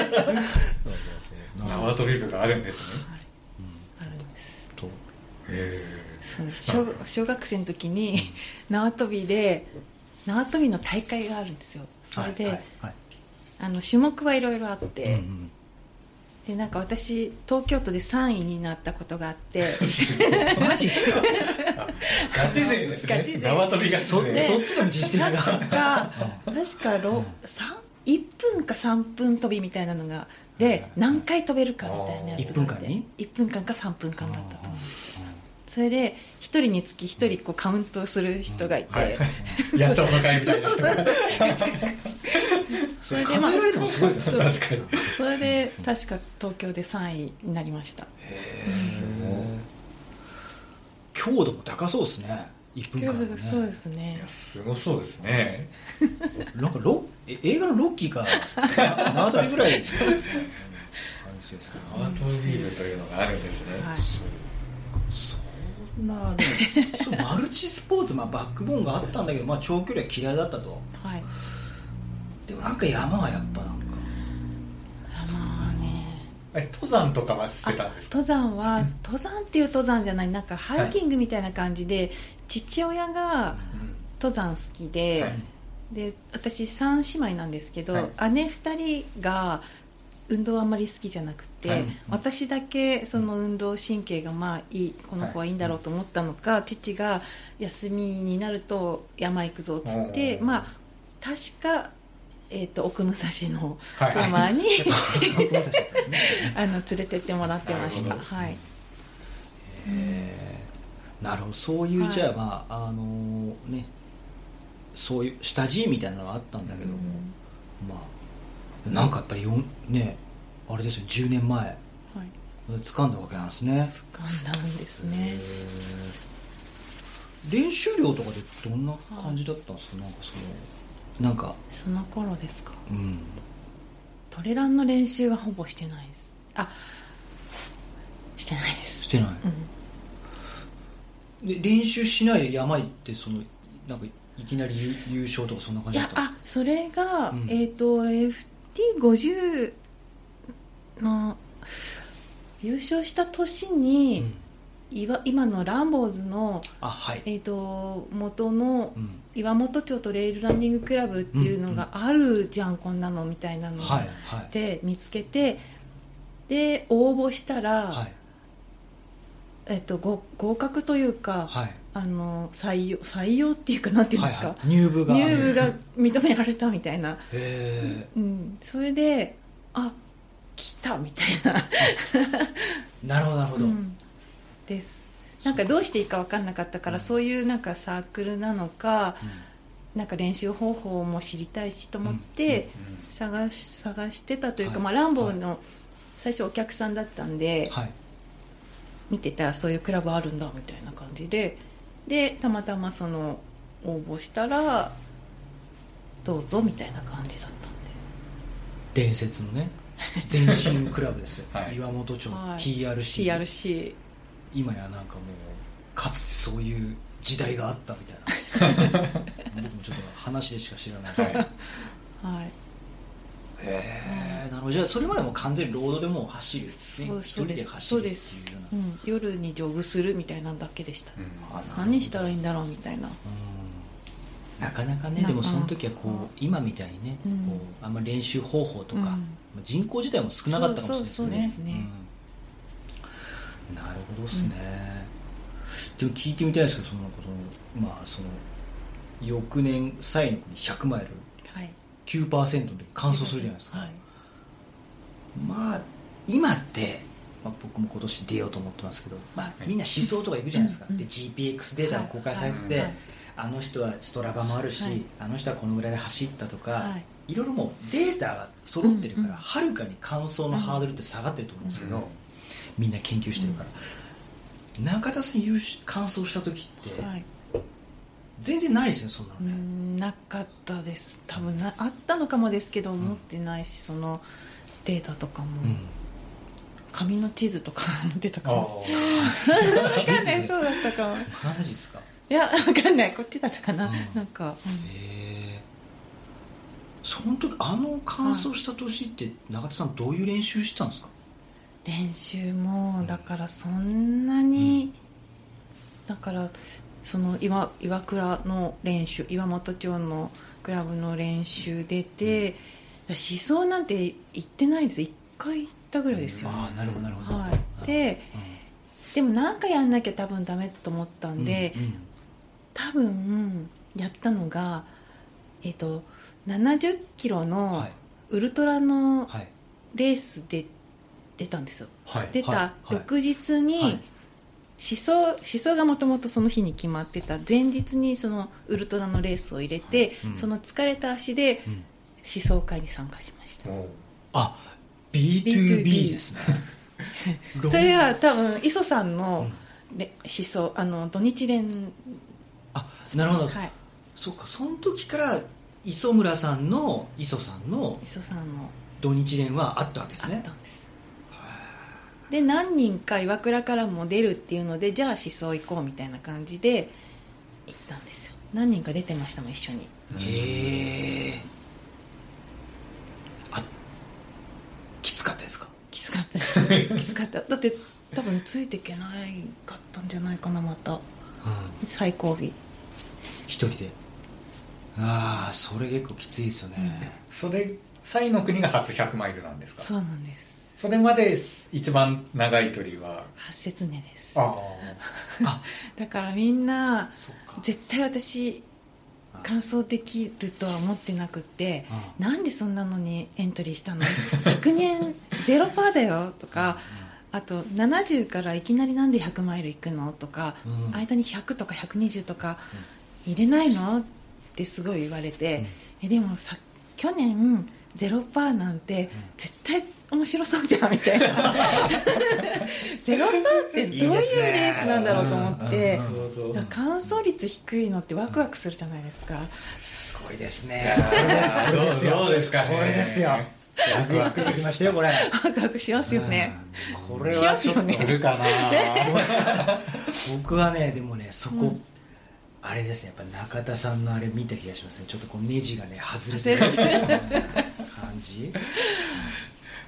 Speaker 3: 縄
Speaker 4: 縄跳び部があるんですね
Speaker 5: あるんです
Speaker 3: 跳び
Speaker 4: へ
Speaker 5: そう小小学生の時に縄跳びで縄跳びの大会があるんですよそれで、
Speaker 3: はいはい
Speaker 5: あの種目はいろいろあって、
Speaker 3: はいうん
Speaker 5: でなんか私東京都で3位になったことがあって
Speaker 3: [laughs] うんマジっすか
Speaker 4: えガチ勢です
Speaker 5: ガチ勢
Speaker 4: ね縄跳びがそ
Speaker 3: そそっ
Speaker 5: ね
Speaker 3: ちが道してるな
Speaker 5: 確か確かろ三1分か3分跳びみたいなのがで何回跳べるかみたいなや
Speaker 3: あ
Speaker 5: つがあっ
Speaker 3: ー1分間
Speaker 5: て
Speaker 3: に
Speaker 5: 1分間か3分間だったと思うんですそれで1人につき1人こうカウントする人がいて、
Speaker 4: はい野鳥の会みたいな人が
Speaker 5: それでまあ
Speaker 3: 数えられてもすごいな
Speaker 5: そう
Speaker 4: 確かに
Speaker 5: [laughs] それで確か東京で3位になりました
Speaker 3: 強度も高そうですね1分間のね
Speaker 5: そうですね
Speaker 4: いやすごそうですね
Speaker 3: なんかロえ映画のロッ [laughs] キーか縄跳びぐらいですね感じですけど
Speaker 4: 縄跳び部というのがあるんですね
Speaker 5: はい
Speaker 3: そんなねそうマルチスポーツ、まあ、バックボーンがあったんだけど、まあ、長距離は嫌いだったと
Speaker 5: はい
Speaker 3: でもなんか山はやっぱなん
Speaker 5: [laughs]
Speaker 3: か
Speaker 5: あのね
Speaker 4: え登山とかはし
Speaker 5: あ
Speaker 4: てたんですか
Speaker 5: 登山は登山っていう登山じゃないなんかハイキングみたいな感じで、父親が登山好きで、
Speaker 4: はい
Speaker 5: で私3姉妹なんですけど、
Speaker 4: は
Speaker 5: 姉2人が運動あんまり好きじゃなくて、
Speaker 4: はい
Speaker 5: 私だけその運動神経がまあいいこの子はいいんだろうと思ったのか、父が休みになると山行くぞっつって
Speaker 4: おー
Speaker 5: まあ確か、えー、と奥武蔵の
Speaker 4: はい [laughs]
Speaker 5: 山に、
Speaker 3: ごめんなさい
Speaker 5: あの連れてってもらってまし
Speaker 4: なる
Speaker 5: た
Speaker 4: ほど
Speaker 5: はい
Speaker 3: えーなるほどそういう、
Speaker 5: はい
Speaker 3: じゃあまああのーねそういう下地みたいなのはあったんだけども、まあなんかやっぱりよんねあれですよね10年前
Speaker 5: はい
Speaker 3: 掴んだわけなんですね
Speaker 5: 掴んだんですね
Speaker 3: へー練習量とかでどんな感じだったんですか、なんかそのなんか
Speaker 5: その頃ですか
Speaker 3: うん
Speaker 5: トレランの練習はほぼしてないですあしてないです
Speaker 3: してない、
Speaker 5: うん
Speaker 3: で練習しないで病ってそのなんかいきなり優優勝とかそんな感
Speaker 5: い
Speaker 3: じだっ
Speaker 5: や
Speaker 3: た
Speaker 5: あそれが、
Speaker 3: うん
Speaker 5: えっ、と FT50 の優勝した年
Speaker 3: う
Speaker 5: に
Speaker 3: ん、
Speaker 5: いわ今のランボーズの、
Speaker 3: あはい、
Speaker 5: えー、と元の
Speaker 3: うん、
Speaker 5: 岩本町トレイルランニングクラブっていうのがあるじゃん、こんなのみたいなの
Speaker 3: はいはい
Speaker 5: で見つけてで応募したら、
Speaker 3: はい
Speaker 5: えっとご合格というか、
Speaker 3: はい
Speaker 5: あの採用採用っていうかなんていうんですか、
Speaker 3: はいはい、入部が
Speaker 5: 入部が認められたみたいな
Speaker 3: え
Speaker 5: うん、それであ来たみたいな、
Speaker 3: ー、なるほどなるほど、
Speaker 5: うんですなんかどうしていいか分かんなかったからそういうなんかサークルなのかなんか練習方法も知りたいしと思って探し探してたというか、
Speaker 3: はい
Speaker 5: まあ、ランボーの最初お客さんだったんで、
Speaker 3: はい
Speaker 5: 見てたらそういうクラブあるんだみたいな感じででたまたまその応募したらどうぞみたいな感じだったんで。
Speaker 3: 伝説のね全身クラブですよ、
Speaker 4: [laughs] はい
Speaker 3: 岩本町の
Speaker 5: はい
Speaker 3: TRC、
Speaker 5: TRC
Speaker 3: 今やなんかもうかつてそういう時代があったみたいな僕もちょっと話でしか知らないですけど
Speaker 4: はい
Speaker 5: はい
Speaker 3: へえなるほどじゃあそれまでも完全にロードでもう走る、ね、
Speaker 5: そう
Speaker 3: 一人で走
Speaker 5: そう
Speaker 3: るってい
Speaker 5: で
Speaker 3: う
Speaker 5: す
Speaker 3: よ
Speaker 5: う、
Speaker 3: うなん
Speaker 5: 夜にジョグするみたいなんだけでした、
Speaker 4: うん
Speaker 3: あなるほど
Speaker 5: 何したらいいんだろうみたいな
Speaker 3: うんなかなかねでも
Speaker 5: なか
Speaker 3: その時はこう、
Speaker 5: うん
Speaker 3: 今みたいにね、
Speaker 5: うん
Speaker 3: こうあんまり練習方法とか、
Speaker 5: うん
Speaker 3: まあ人口自体も少なかったかもし
Speaker 5: そ
Speaker 3: れ
Speaker 5: う
Speaker 3: ない
Speaker 5: そうそう
Speaker 3: で
Speaker 5: ですす
Speaker 3: ね
Speaker 5: ね
Speaker 3: うんなるほどですね、でも聞いてみたいんですけどそのことのまあその翌年最後に100マイル
Speaker 5: はい
Speaker 3: 9%の時完走するじゃないですか、
Speaker 5: はい、
Speaker 3: まあ今って、まあ、僕も今年出ようと思ってますけど、まあ、みんな思想とか行くじゃないですか、
Speaker 5: うん
Speaker 3: で GPX データが公開されてて、
Speaker 4: はい
Speaker 5: はい
Speaker 3: あの人はストラバもあるし、
Speaker 5: はい
Speaker 3: あの人はこのぐらいで走ったとか、、
Speaker 5: はい
Speaker 3: ろいろもうデータが揃ってるから、
Speaker 5: うんうん
Speaker 3: はるかに乾燥のハードルって下がってると思うんですけど、
Speaker 4: うん
Speaker 3: みんな研究してるから、中田さん優勝乾燥した時って、
Speaker 5: はい、
Speaker 3: 全然ないですよそんなの
Speaker 5: う
Speaker 3: ね、
Speaker 5: んなかったです多分なあったのかもですけど持ってないしそのデータとかも、
Speaker 3: うん
Speaker 5: 紙の地図とか持ってたか
Speaker 4: あ
Speaker 5: も
Speaker 3: 知
Speaker 5: 分
Speaker 3: ら
Speaker 5: かん
Speaker 3: ず
Speaker 5: ない
Speaker 3: ね
Speaker 5: [laughs] そうだったかも
Speaker 3: マジですか
Speaker 5: いや分かんないこっちだったかな、
Speaker 3: うん
Speaker 5: なんか、うん
Speaker 3: へえその時あの乾燥した年って中田さんどういう練習してたんですか
Speaker 5: 練習もだからそんなに、だからその岩岩倉の練習岩本町のクラブの練習出て、思想なんて行ってないです1回行ったぐらいですよ、
Speaker 3: ああなるほどなるほど、
Speaker 5: はい、ででも何かやんなきゃ多分ダメと思った
Speaker 3: うん
Speaker 5: んで、
Speaker 3: うん
Speaker 5: 多分やったのがえっ、と70キロ
Speaker 3: うん
Speaker 5: の
Speaker 3: はい
Speaker 5: ウルトラの
Speaker 3: はい
Speaker 5: レースで出たんですよ、
Speaker 4: はい
Speaker 5: 出
Speaker 3: はい
Speaker 5: た翌日に、
Speaker 3: はい
Speaker 5: 思想思想がもともとその日に決まってた前日にそのウルトラのレースを入れて、
Speaker 3: うん
Speaker 5: その疲れた足で
Speaker 3: うん
Speaker 5: 思想会に参加しました、
Speaker 4: も
Speaker 3: あ B2B ですねロン
Speaker 5: それは多分磯さんの
Speaker 3: う
Speaker 5: れ思想あの土日連
Speaker 3: あなるほど、
Speaker 5: はい
Speaker 3: そっかその時から磯村さんの磯さんの
Speaker 5: 磯さんの
Speaker 3: 土日連はあったわけです
Speaker 5: あっ
Speaker 3: ね
Speaker 5: たんですで何人か岩倉からも出るっていうのでじゃあ思想行こうみたいな感じで行ったんですよ何人か出てましたもん一緒に
Speaker 4: う
Speaker 3: へえあきつかったですか
Speaker 5: きつかったですね [laughs] きつかっただって多分ついていけないかったんじゃないかなまた
Speaker 3: うん
Speaker 5: 最後尾
Speaker 3: 一人でああそれ結構きついですよね、
Speaker 4: それ西の国が初100マイルなんですか
Speaker 5: そうなんです
Speaker 4: それまで一番長い距離は
Speaker 5: 八節根です
Speaker 4: あ
Speaker 5: だからみんな
Speaker 3: そっか
Speaker 5: 絶対私完走できるとは思ってなくってなんでそんなのにエントリーしたの昨年ゼロパーだよとかあと70からいきなりなんで100マイル行くのとか、
Speaker 3: うん
Speaker 5: 間に100とか120とか入れないのってすごい言われて、えでもさ去年ゼロパーなんて絶対面白そうじゃんみ [laughs] たいなゼロパーってどういうレースなんだろうと思って
Speaker 4: なるほど
Speaker 5: だから完走率低いのってワクワクするじゃないですか、
Speaker 3: すごいです
Speaker 4: い
Speaker 3: ね
Speaker 4: や
Speaker 3: これですよ
Speaker 4: どうですかね
Speaker 3: これですよワクワクできましたよこれ
Speaker 5: ワクワクしますよね、
Speaker 3: これはちょっと
Speaker 5: しますよ
Speaker 4: するかな
Speaker 3: 僕はねでもねそこ、あれですねやっぱ中田さんのあれ見た気がしますねちょっとこうネジがね外れてる感じ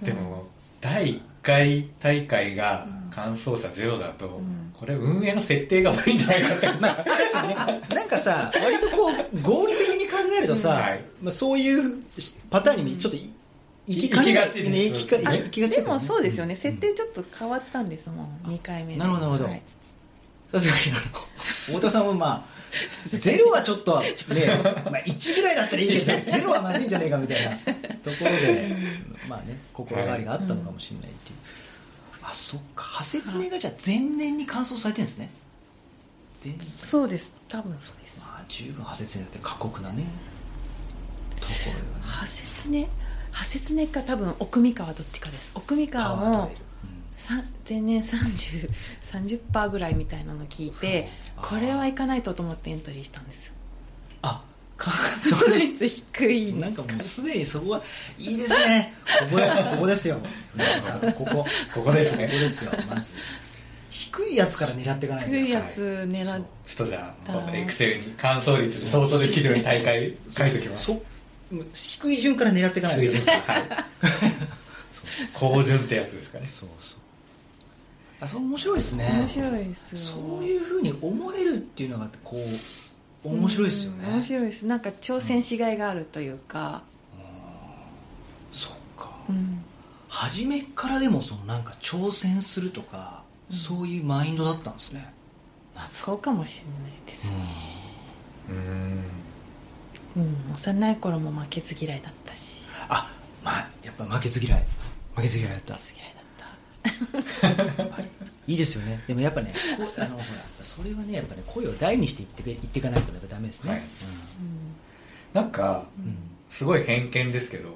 Speaker 4: でも第1回大会が完走者ゼロだと、これ運営の設定が悪いんじゃないかってな
Speaker 3: なんかさ割とこう合理的に考えるとさ、
Speaker 4: はい
Speaker 3: まあ、そういうパターンにちょっとい行き
Speaker 4: 行き
Speaker 3: が
Speaker 4: が
Speaker 3: ち
Speaker 4: ち
Speaker 3: ね
Speaker 4: です
Speaker 3: 行きか
Speaker 4: あ
Speaker 3: 行きがち
Speaker 5: で
Speaker 3: だから
Speaker 5: も
Speaker 3: ね
Speaker 5: そうですよね、設定ちょっと変わったんですもん2回目で
Speaker 3: なるほどなるほど
Speaker 5: はい
Speaker 3: さすがにあの太田さんもまあゼロはちょっとねまあ、1ぐらいだったらいいけ
Speaker 4: [laughs]
Speaker 3: どゼロはまずいんじゃねえかみたいなところでまあね心変わりがあったのかもしれないっていう、あそっか破節根がじゃあ前年に乾燥されてるんですね前年
Speaker 5: そうです多分そうです
Speaker 3: まあ十分破節根だって過酷なねところよね
Speaker 5: 破節ね破節ねか多分奥三河どっちかです奥三河もさ前年3030% 30%ぐらいみたいなの聞いて
Speaker 3: あー
Speaker 5: これは行かないとと思ってエントリーしたんです
Speaker 3: あか
Speaker 5: [laughs] 確率低い
Speaker 3: なんかもうすでにそこはいいですねここやここですよここ
Speaker 4: ここですね
Speaker 3: ここですよまず低いやつから狙っていかないと
Speaker 5: 低いやつ狙っ
Speaker 4: ちょっとじゃあ今度エクセルに完走率で相当できるように大会書いておきます
Speaker 3: そ低い順から狙っていかない
Speaker 4: 低い
Speaker 3: と
Speaker 4: 順はい高順ってやつですかね
Speaker 3: そうそうあそう面白いですね
Speaker 5: 面白いですよ
Speaker 3: そういうふうに思えるっていうのがこう面白いですよね
Speaker 5: うん面白いですなんか挑戦しがいがあるというか、
Speaker 3: そっか
Speaker 5: うん
Speaker 3: 初めからでもそのなんか挑戦するとか、そういうマインドだったんですね
Speaker 5: まあ、そうかもしれないです、
Speaker 4: うん
Speaker 5: うん、幼い頃も負けず嫌いだったし
Speaker 3: あまあやっぱ負けず嫌い負けず嫌いだった
Speaker 5: 負けず嫌いだっ
Speaker 3: いいですよねでもやっぱねこうあのほらそれはねやっぱね声を大にして言ってけ言っていかないとやっぱダメですね、
Speaker 4: はいなんかすごい偏見ですけど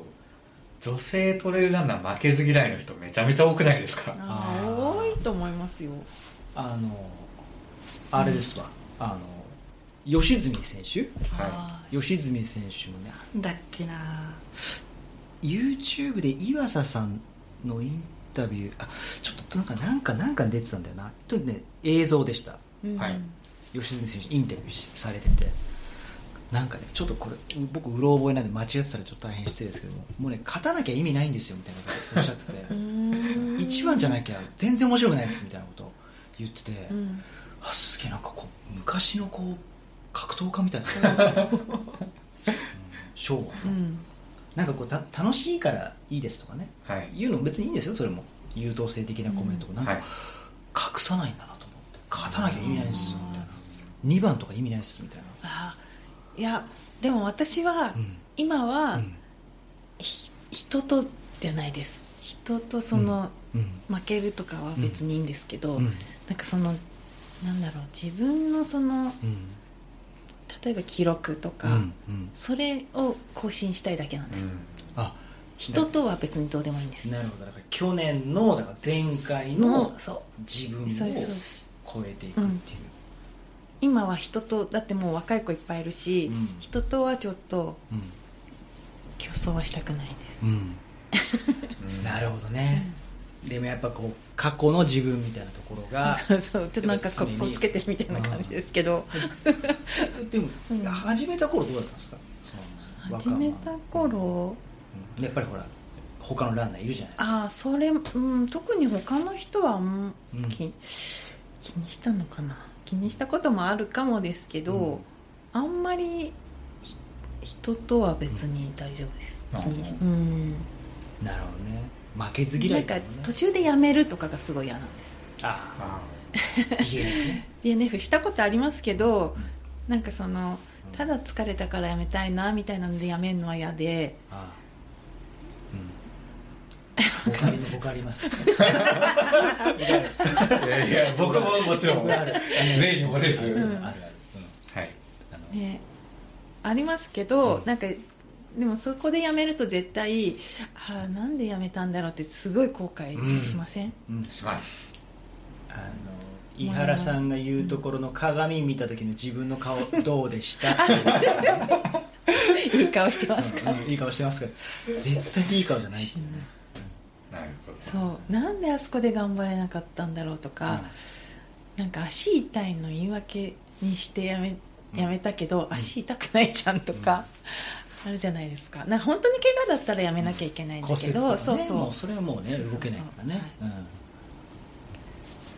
Speaker 4: 女性トレイルランナー負けず嫌いの人めちゃめちゃ多くないですか
Speaker 5: た
Speaker 3: あー
Speaker 5: あー多いと思いますよ
Speaker 3: あのあれですわ、あの吉住選手
Speaker 5: は
Speaker 3: 吉住選手もねなんだっけな YouTube で岩佐さんのインタビューあちょっとなんかなんかなんかに出てたんだよなちょっとね映像でした
Speaker 5: い、
Speaker 4: はい
Speaker 3: 吉住選手インタビューしされててなんかねちょっとこれ僕うろ覚えなんで間違ってたらちょっと大変失礼ですけどももうね勝たなきゃ意味ないんですよみたいなことをおっしゃって [laughs] て
Speaker 5: うん
Speaker 3: 一番じゃなきゃ全然面白くないですみたいなことを言ってて、
Speaker 5: うん
Speaker 3: あすげえなんかこう昔のこう格闘家みたいな、うん、昭和の
Speaker 5: うん
Speaker 3: なんかこうた楽しいからいいですとかね
Speaker 4: はい
Speaker 3: 言うの別にいいんですよそれも優等生的なコメントもなんか
Speaker 4: はい
Speaker 3: 隠さないんだなと思って勝たなきゃ意味ないですよみたいな
Speaker 5: うん
Speaker 3: 2番とか意味ないですみたいな
Speaker 5: あーいやでも私は、
Speaker 3: うん
Speaker 5: 今は、
Speaker 3: うん
Speaker 5: ひ人とじゃないです人とその、
Speaker 3: うん
Speaker 5: 負けるとかは別にいいんですけど、
Speaker 3: うん
Speaker 5: なんかそのなんだろう自分のその
Speaker 3: うん
Speaker 5: 例えば記録と
Speaker 3: う
Speaker 5: か、
Speaker 3: んうん
Speaker 5: それを更新したいだけなんです、
Speaker 3: あ
Speaker 5: 人とは別にどうでもいいんです
Speaker 3: なるほどだから去年のだから前回
Speaker 5: そ
Speaker 3: の
Speaker 5: うそ
Speaker 3: 自分
Speaker 5: うそう
Speaker 3: を
Speaker 5: ですそうです
Speaker 3: 超えていくっていう
Speaker 5: 今は人とだってもう若い子いっぱいいるし、
Speaker 3: うん
Speaker 5: 人とはちょっと
Speaker 3: うん
Speaker 5: 競争はしたくないです、
Speaker 4: うん
Speaker 3: なるほどね、でもやっぱこう過去の自分みたいなところ
Speaker 5: [laughs]
Speaker 3: が
Speaker 5: そうちょっとなんか
Speaker 3: 常
Speaker 5: こ
Speaker 3: に
Speaker 5: こつけてるみたいな感じですけど
Speaker 3: でも、
Speaker 5: うん
Speaker 3: 始めた頃どうだったんですかその
Speaker 5: 始めた
Speaker 3: 若
Speaker 5: 頃
Speaker 3: 者やっぱりほら他のランナーいるじゃないですか
Speaker 5: ああそれ、うん、特に他の人は、うん
Speaker 3: うん
Speaker 5: き気にしたのかな気にしたこともあるかもですけど、
Speaker 3: うん
Speaker 5: あんまりひ人とは別に大丈夫で
Speaker 4: う
Speaker 5: す、
Speaker 4: ん
Speaker 5: 気にうん
Speaker 3: なるほどね負けず嫌い
Speaker 5: な
Speaker 3: か
Speaker 5: ん
Speaker 3: も
Speaker 5: か
Speaker 3: ね
Speaker 5: 途中でやめるとかがすごい嫌なんです
Speaker 3: あ
Speaker 4: あ
Speaker 3: あ DNF
Speaker 5: [laughs]
Speaker 3: ね
Speaker 5: DNF したことありますけどなんかそのただ疲れたからやめたいなみたいなのでやめるのは嫌で
Speaker 3: ああ僕あり僕あり
Speaker 5: [laughs]
Speaker 3: ます
Speaker 4: いやいや僕ももちろん
Speaker 3: 僕ある
Speaker 4: 例にもです
Speaker 3: あるあるある
Speaker 4: はい
Speaker 5: ね、ありますけど、なんかでもそこでやめると絶対あーなんでやめたんだろうってすごい後悔しません、
Speaker 3: うんうん
Speaker 4: します
Speaker 3: あの井原さんが言うところの鏡見た時の自分の顔どうで
Speaker 5: [laughs]
Speaker 3: した
Speaker 5: いい顔してますか、
Speaker 3: うんいい顔してますけど絶対にいい顔じゃないっていうね
Speaker 4: なるほど
Speaker 5: そうなんであそこで頑張れなかったんだろうとか、なんか足痛いの言い訳にしてやめやめたけど、足痛くないじゃんとか、あるじゃないですかなんか本当に怪我だったらやめなきゃいけないんだ
Speaker 3: 骨
Speaker 5: け
Speaker 3: 折
Speaker 5: ど、
Speaker 3: とかね
Speaker 5: そうそう
Speaker 3: もうそれはもうね動けないからね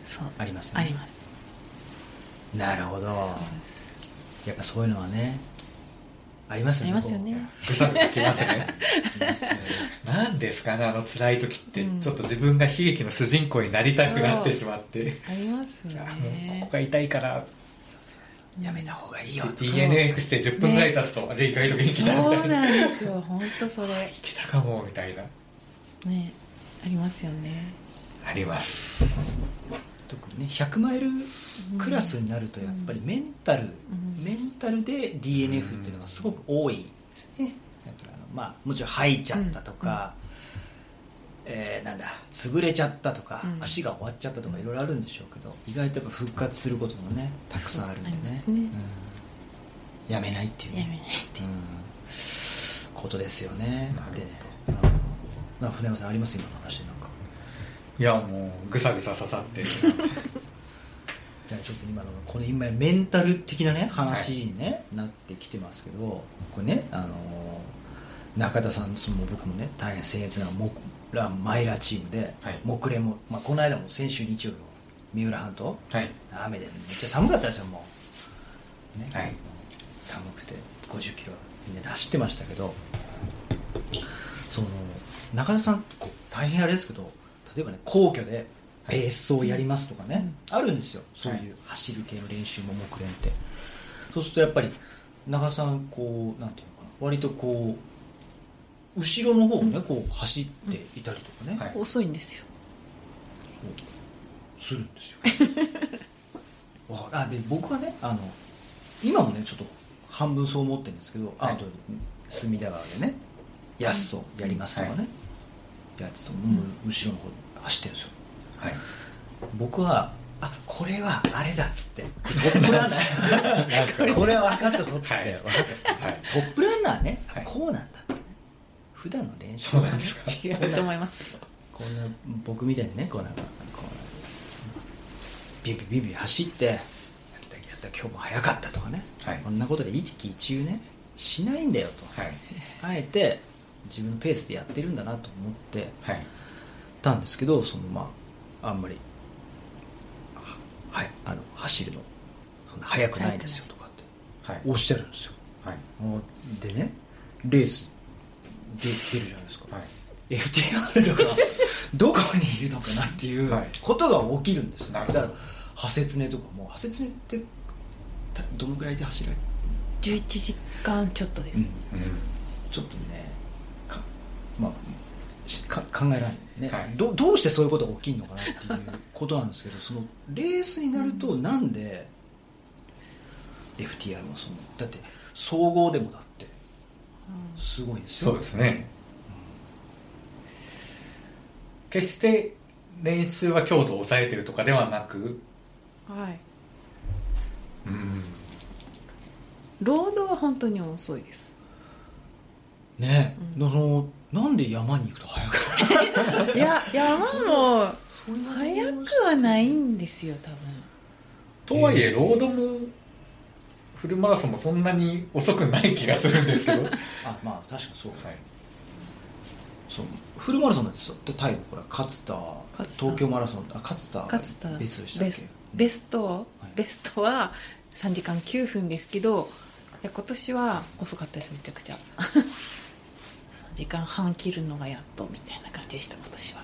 Speaker 5: そうそう
Speaker 3: ありますね
Speaker 5: あります
Speaker 3: うんなるほど
Speaker 5: そうです
Speaker 3: やっぱそういうのはねありますよね
Speaker 5: ありますよね
Speaker 4: ぐさぐさきますね
Speaker 3: こう
Speaker 5: [laughs]
Speaker 3: ありますよね
Speaker 4: なんですかねあの辛い時って、
Speaker 5: うん
Speaker 4: ちょっと自分が悲劇の主人公になりたくなってしまって
Speaker 5: あります
Speaker 4: い
Speaker 5: よ
Speaker 4: やもうこ
Speaker 5: ね
Speaker 4: こが痛いから
Speaker 3: やめた方がいいよと
Speaker 4: DNF して10分ぐらい経つと、あれ意外と元気
Speaker 5: そ
Speaker 4: だみた
Speaker 5: う
Speaker 4: いな
Speaker 5: なんですよ本当そ
Speaker 4: い
Speaker 5: れ
Speaker 4: けたかもみたいな
Speaker 5: ねありますよね
Speaker 4: あります
Speaker 3: 特にね100マイルクラスになるとやっぱりメンタル、
Speaker 5: ん
Speaker 3: メンタルで DNF っていうのがすごく多いですよねだからあのまあもちろん吐いちゃったとか、えーなんだ潰れちゃったとか、
Speaker 5: うん
Speaker 3: 足が終わっちゃったとかいろいろあるんでしょうけど意外とやっぱ復活することもねたくさんあるんでね
Speaker 5: あります
Speaker 3: う
Speaker 5: ね
Speaker 3: ん、やめないっていうね
Speaker 5: やめない
Speaker 3: うん、ことですよね
Speaker 4: なる
Speaker 3: でねあの船山さんあります今の話でなんか
Speaker 4: いやもうぐさぐさ刺さって
Speaker 3: じゃあちょっと今のこの今メンタル的なね話に、ねなってきてますけどこれねあのー中田さんその僕もね大変僭越なモラマイラチームで、
Speaker 4: はい
Speaker 3: 木蓮も、まあ、この間も先週日曜日も三浦半島
Speaker 4: はい
Speaker 3: 雨でめっちゃ寒かったですよもう、ね
Speaker 4: はい
Speaker 3: 寒くて5 0キロみんなで走ってましたけどその中田さんこう大変あれですけど例えばね皇居でベースをやりますとかね、あるんですよそういう走る系の練習も目練ってそうするとやっぱり中田さんこうなんていうのかな割とこう後ろの方をね、こう走っていたりとかね、
Speaker 4: はい
Speaker 5: 遅いんですよ
Speaker 3: するんですよ [laughs] わあで僕はねあの今もねちょっと半分そう思ってるんですけど、
Speaker 4: はい
Speaker 3: あと隅田川でねやっそやりますとかね、
Speaker 4: は
Speaker 3: やつともう後ろの方走ってるんですよ
Speaker 4: はい
Speaker 3: 僕はあこれはあれだっつってトップランナーこれは分かったぞっつって、
Speaker 4: はい
Speaker 3: 分かった、
Speaker 4: はい
Speaker 3: トップランナーね、
Speaker 4: はい
Speaker 3: こうなんだってね普段の練習
Speaker 4: そうなんですか
Speaker 5: 違うと思いますよ
Speaker 3: こんな僕みたいにねこうなんかこうビンビンビンビン走ってやったやった今日も早かったとかね、
Speaker 4: はい
Speaker 3: こんなことで一喜一憂ねしないんだよと、
Speaker 4: はい
Speaker 3: あえて自分のペースでやってるんだなと思って
Speaker 4: はい
Speaker 3: たんですけどそのまああんまりははいあの走るのそんな速くないですよとかって
Speaker 4: はい
Speaker 3: おっしゃるんですよ
Speaker 4: はい
Speaker 3: でねレースで出るじゃないですか、
Speaker 4: はい
Speaker 3: FTR とかどこにいるのかなっていう
Speaker 4: はい
Speaker 3: ことが起きるんですよ、
Speaker 4: なるほ
Speaker 3: だ
Speaker 4: ど
Speaker 3: からハセツネとかもハセツネってたどのぐらいで走られる、
Speaker 5: 11時間ちょっとです、
Speaker 4: うん
Speaker 3: ちょっとねかまあしか考えられないね、
Speaker 4: はい
Speaker 3: どどうしてそういうことが起きるのかなっていうことなんですけどそのレースになるとなんで FTR もそのだって総合でもだってすごいんですよ
Speaker 4: そうですね決して練習は強度を抑えてるとかではなく
Speaker 5: はい
Speaker 4: うん
Speaker 5: 労働は本当に遅いです
Speaker 3: ね、そのなんで山に行くと早くなる
Speaker 5: いや山も早くはないんですよ多分
Speaker 4: とはい
Speaker 3: え
Speaker 4: え
Speaker 3: ー
Speaker 4: ロードもフルマラソンもそんなに遅くない気がするん [laughs] ですけどはい
Speaker 3: あまあ確かそう,、そうフルマラソンなんですよで太陽これ勝田
Speaker 5: 勝田
Speaker 3: 東京マラソンあ勝田
Speaker 5: かつた
Speaker 3: ベストでしたっ
Speaker 5: ベ
Speaker 3: け
Speaker 5: スベスト
Speaker 3: はい
Speaker 5: ベストは3時間9分ですけどいや今年は遅かったですめちゃくちゃ3時間半切るのがやっとみたいな感じでした今年は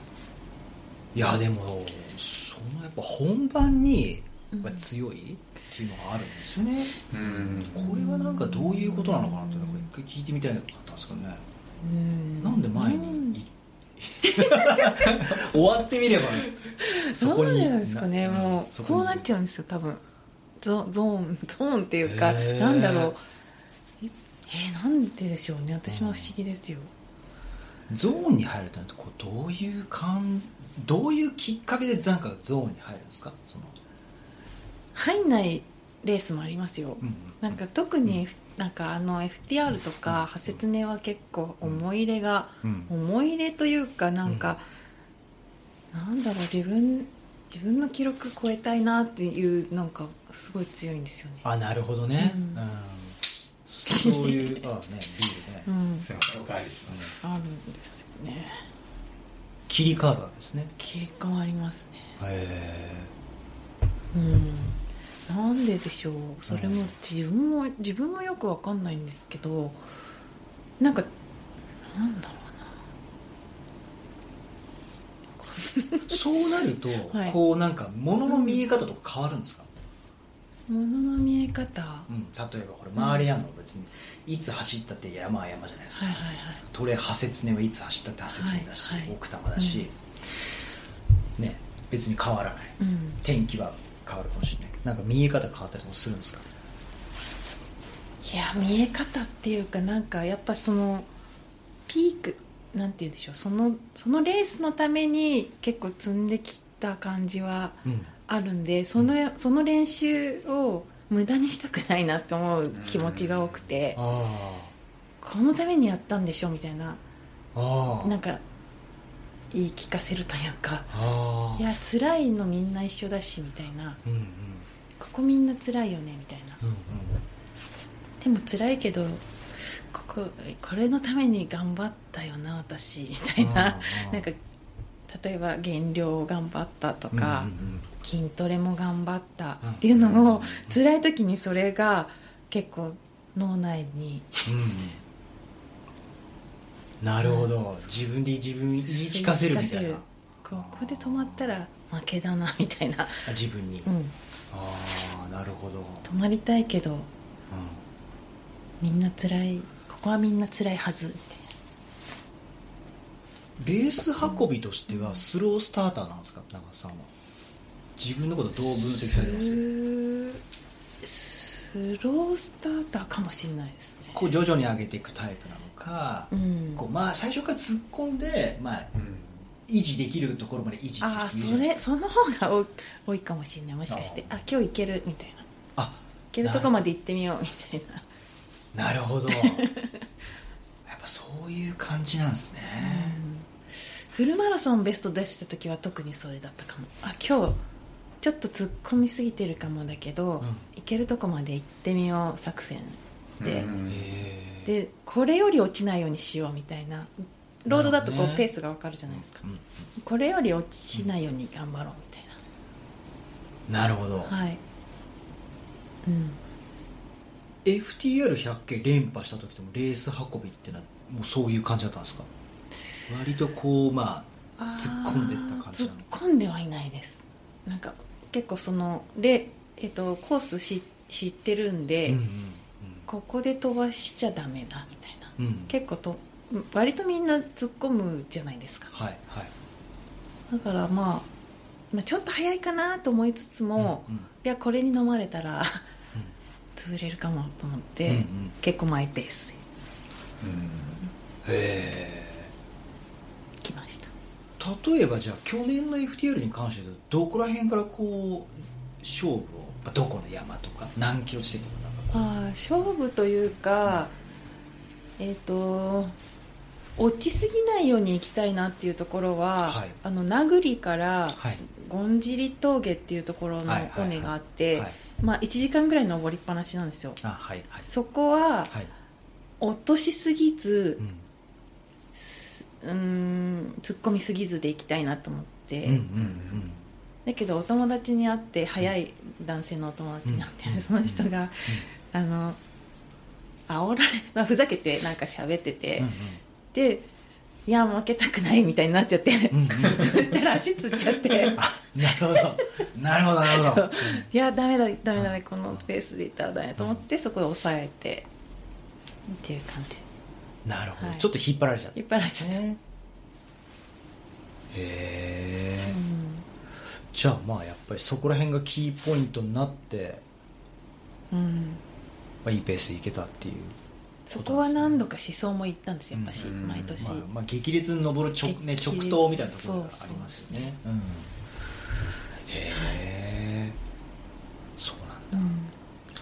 Speaker 5: い
Speaker 3: やでもそのやっぱ本番に
Speaker 5: うん
Speaker 3: やっぱ強いっていうのがあるんですよね、
Speaker 4: うん
Speaker 3: これはなんかどういうことなのかなってなんか一回聞いてみたいなかったんですけどね、
Speaker 5: うん
Speaker 3: なんで前にい [laughs] 終わってみればそ
Speaker 5: ど
Speaker 3: こ
Speaker 5: う
Speaker 3: に
Speaker 5: なんですかね
Speaker 3: な
Speaker 5: もう
Speaker 3: そこに
Speaker 5: こうなっちゃうんですよ多分ゾゾーンゾーンっていうか
Speaker 3: へー
Speaker 5: なんだろうええーなんででしょうね私も不思議ですよ、
Speaker 3: ゾーンに入るとなるとこうどういう感どういうきっかけでなんかゾーンに入るんですかその
Speaker 5: 入んないレースもありますよ、
Speaker 3: うん
Speaker 5: なんか特に、なんかあの FTR とか「ハセツネ」は結構思い入れが、
Speaker 3: うん
Speaker 5: 思い入れというかなんか、なんだろう自分自分の記録超えたいなっていうなんかすごい強いんですよね
Speaker 3: あなるほどね、う
Speaker 5: うんん
Speaker 3: そう
Speaker 5: [laughs]
Speaker 3: いうあねビールね、
Speaker 5: うん
Speaker 4: すいませんおかわりします
Speaker 5: あるんですよね
Speaker 3: 切り替わるわけですね
Speaker 5: 切り替わりますね
Speaker 3: へ
Speaker 5: うんなんででしょうそれも自分も自分もよくわかんないんですけどなんかなんだろ
Speaker 3: えそうなると、
Speaker 5: はい
Speaker 3: こうなんか物の見え方とか変わるんですか、
Speaker 5: うものの見え方は
Speaker 3: うん例えばこれ周りやんのは別にいつ走ったって山は山じゃないです
Speaker 5: い
Speaker 3: か、
Speaker 5: はいはい
Speaker 3: トレハセツネはいつ走ったってハセツネだし、
Speaker 5: はいはい
Speaker 3: 奥多摩だし、ね別に変わらない、
Speaker 5: うん
Speaker 3: 天気は変わるかもしれないけどなんか見え方変わったりもするんですか
Speaker 5: いや見え方っていうかなんかやっぱそのピークなんて言うんでしょうそのそのレースのために結構積んできた感じは
Speaker 3: うん
Speaker 5: あるんでそのその練習を無駄にしたくないなって思う気持ちが多くて
Speaker 3: あ
Speaker 5: このためにやったんでしょみたいな
Speaker 3: ああ
Speaker 5: なんか言い聞かせるというか
Speaker 3: あ
Speaker 5: いや辛いのみんな一緒だしみたいな
Speaker 3: うんうん
Speaker 5: ここみんな辛いよねみたいな
Speaker 3: うんうん
Speaker 5: でも辛いけどこここれのために頑張ったよな私みたいな
Speaker 3: あー
Speaker 5: なんか例えば減量を頑張ったとか、
Speaker 3: うんうん
Speaker 5: 筋トレも頑張った
Speaker 3: うん
Speaker 5: っていうのを辛い時にそれが結構脳内に
Speaker 3: うんうんなるほど自分で自分に言い聞かせるみたい
Speaker 5: 言
Speaker 3: ない
Speaker 5: 聞かせるこうこれで止まったら負けだなみたいな、
Speaker 3: あ自分に、
Speaker 5: うん、
Speaker 3: ああなるほど、うん、
Speaker 5: 止まりたいけどみんな辛いここはみんな辛いはずみたいな
Speaker 3: レース運びとしてはスロースターターなんですか長瀬さんは自分のことどう分析されてます
Speaker 5: スロースターターかもしれないですね
Speaker 3: こう徐々に上げていくタイプなのか、
Speaker 5: うん
Speaker 3: こうまあ最初から突っ込んで、まあ、維持できるところまで維持
Speaker 5: ああ
Speaker 3: っていう
Speaker 5: そ
Speaker 3: 人もいるじゃないで
Speaker 5: れ
Speaker 3: すか
Speaker 5: その方が多い多いかもしれないもしかして
Speaker 3: あ
Speaker 5: あ今日行けるみたいな行
Speaker 3: あ
Speaker 5: けるとこまで行ってみようみたいな
Speaker 3: なるほ
Speaker 5: [laughs]
Speaker 3: どやっぱそういう感じなんですね、
Speaker 5: フルマラソンベスト出した時は特にそれだったかもあ今日ちょっと突っ込みすぎてるかもだけど、
Speaker 3: うん
Speaker 5: 行けるとこまで行ってみよう作戦で、
Speaker 4: うん
Speaker 3: へえ
Speaker 5: でこれより落ちないようにしようみたいなロードだとこ
Speaker 3: なるほどね
Speaker 5: うペースが分かるじゃないですか、
Speaker 3: うん
Speaker 5: これより落ちないように頑張ろうみたい
Speaker 3: なるほど、
Speaker 5: なはい、うん、
Speaker 3: FTR100 系連覇した時ともレース運びってのはもうそういう感じだったんですか割とこうまあ突っ込んでった感じなの
Speaker 5: 突っ込んではいないですなんか結構そのレ、えっとコースし知ってるんで、
Speaker 3: うん
Speaker 5: ここで飛ばしちゃダメだみたいな
Speaker 3: うんうんうん
Speaker 5: 結構と割とみんな突っ込むじゃないですか
Speaker 3: はいはい
Speaker 5: だから、まあ、まあちょっと早いかなと思いつつも、
Speaker 3: うんうん
Speaker 5: いやこれに飲まれたら潰れるかもと思って、
Speaker 3: うんうん
Speaker 5: 結構マイペースで
Speaker 3: へ
Speaker 5: 来ました
Speaker 3: え例えばじゃあ去年の FTR に関して言うとどこら辺からこう勝負を、まあ、どこの山とか何キロ地点とかなんかこう
Speaker 5: ああ勝負というかえっ、と落ちすぎないように行きたいなっていうところは、
Speaker 3: はい
Speaker 5: あの名栗から
Speaker 3: はい
Speaker 5: 権尻峠っていうところの
Speaker 3: はいはい
Speaker 5: 尾
Speaker 3: はい
Speaker 5: 根があって、
Speaker 3: はい
Speaker 5: まあ1時間ぐらい登りっぱなしなんですよ
Speaker 3: あはいはい
Speaker 5: そこは
Speaker 3: はい
Speaker 5: 落としすぎず
Speaker 3: う、ん
Speaker 5: すうーん突っ込みすぎずで行きたいなと思って、
Speaker 3: うんうんうん
Speaker 5: だけどお友達に会って早い男性のお友達に会って、その人が、あの煽られ、 [laughs] まあ、ふざけてなんか喋ってて、
Speaker 3: うん
Speaker 5: でいや負けたくないみたいになっちゃって、
Speaker 3: うんうん
Speaker 5: [laughs] そしたら足つっち
Speaker 3: [laughs]
Speaker 5: ゃって
Speaker 3: なるほどなるほどなるほど
Speaker 5: いやダメだダメダメこのペースでいったらダメと思ってそこで抑えてっていう感じ
Speaker 3: なるほど、
Speaker 5: はい
Speaker 3: ちょっと引っ張られちゃった
Speaker 5: 引っ張られちゃった、
Speaker 3: ねへえ、じゃあまあやっぱりそこら辺がキーポイントになって、
Speaker 5: うん、
Speaker 3: まあ、いいペースでいけたっていう
Speaker 5: そこは何度か思想も行ったんですよやっぱし、
Speaker 4: うん
Speaker 5: 毎年、
Speaker 3: まあ、まあ激烈に登る直,、ね、
Speaker 5: 激
Speaker 3: 直
Speaker 5: 烈
Speaker 3: 投みたいなところがありますよねうん、へえそうなんだ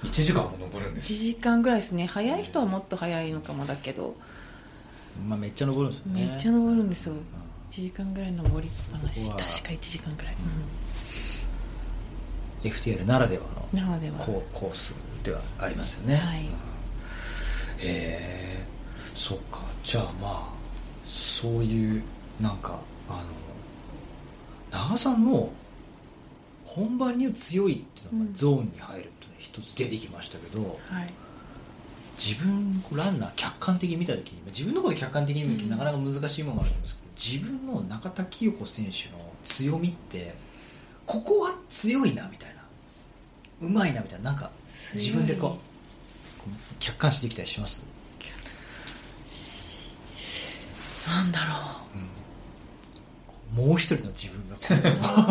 Speaker 5: うん
Speaker 4: 1時間も登るんで
Speaker 5: 1
Speaker 4: す
Speaker 5: 時間ぐらいですね早い人はもっと早いのかもだけど
Speaker 3: まあめっちゃ登るんですよね
Speaker 5: めっちゃ登るんですよ
Speaker 3: うん
Speaker 5: 1時間ぐらい登りっぱなし
Speaker 3: そこ
Speaker 5: 確
Speaker 3: は
Speaker 5: か1時間ぐらい、
Speaker 3: FTL ならでは
Speaker 5: うん、
Speaker 3: の
Speaker 5: なのでは
Speaker 3: コーコースではありますよね、
Speaker 5: はい
Speaker 3: うんへえそっかじゃあまあそういうなんかあの長さんの本番に強いっていうの
Speaker 5: う
Speaker 3: が
Speaker 5: ん
Speaker 3: ゾーンに入るとね一つ出てきましたけど
Speaker 5: はい
Speaker 3: 自分こうランナー客観的に見た時に自分のこと客観的に見るってなかなか難しいものがあると思うんですけど自分の中田清子選手の強みってここは強いなみたいなうまいなみたいななんか
Speaker 5: 強い
Speaker 3: 自分でこうこう客観視できたりします
Speaker 5: なんだろ
Speaker 3: もう一人の自分が [laughs] こ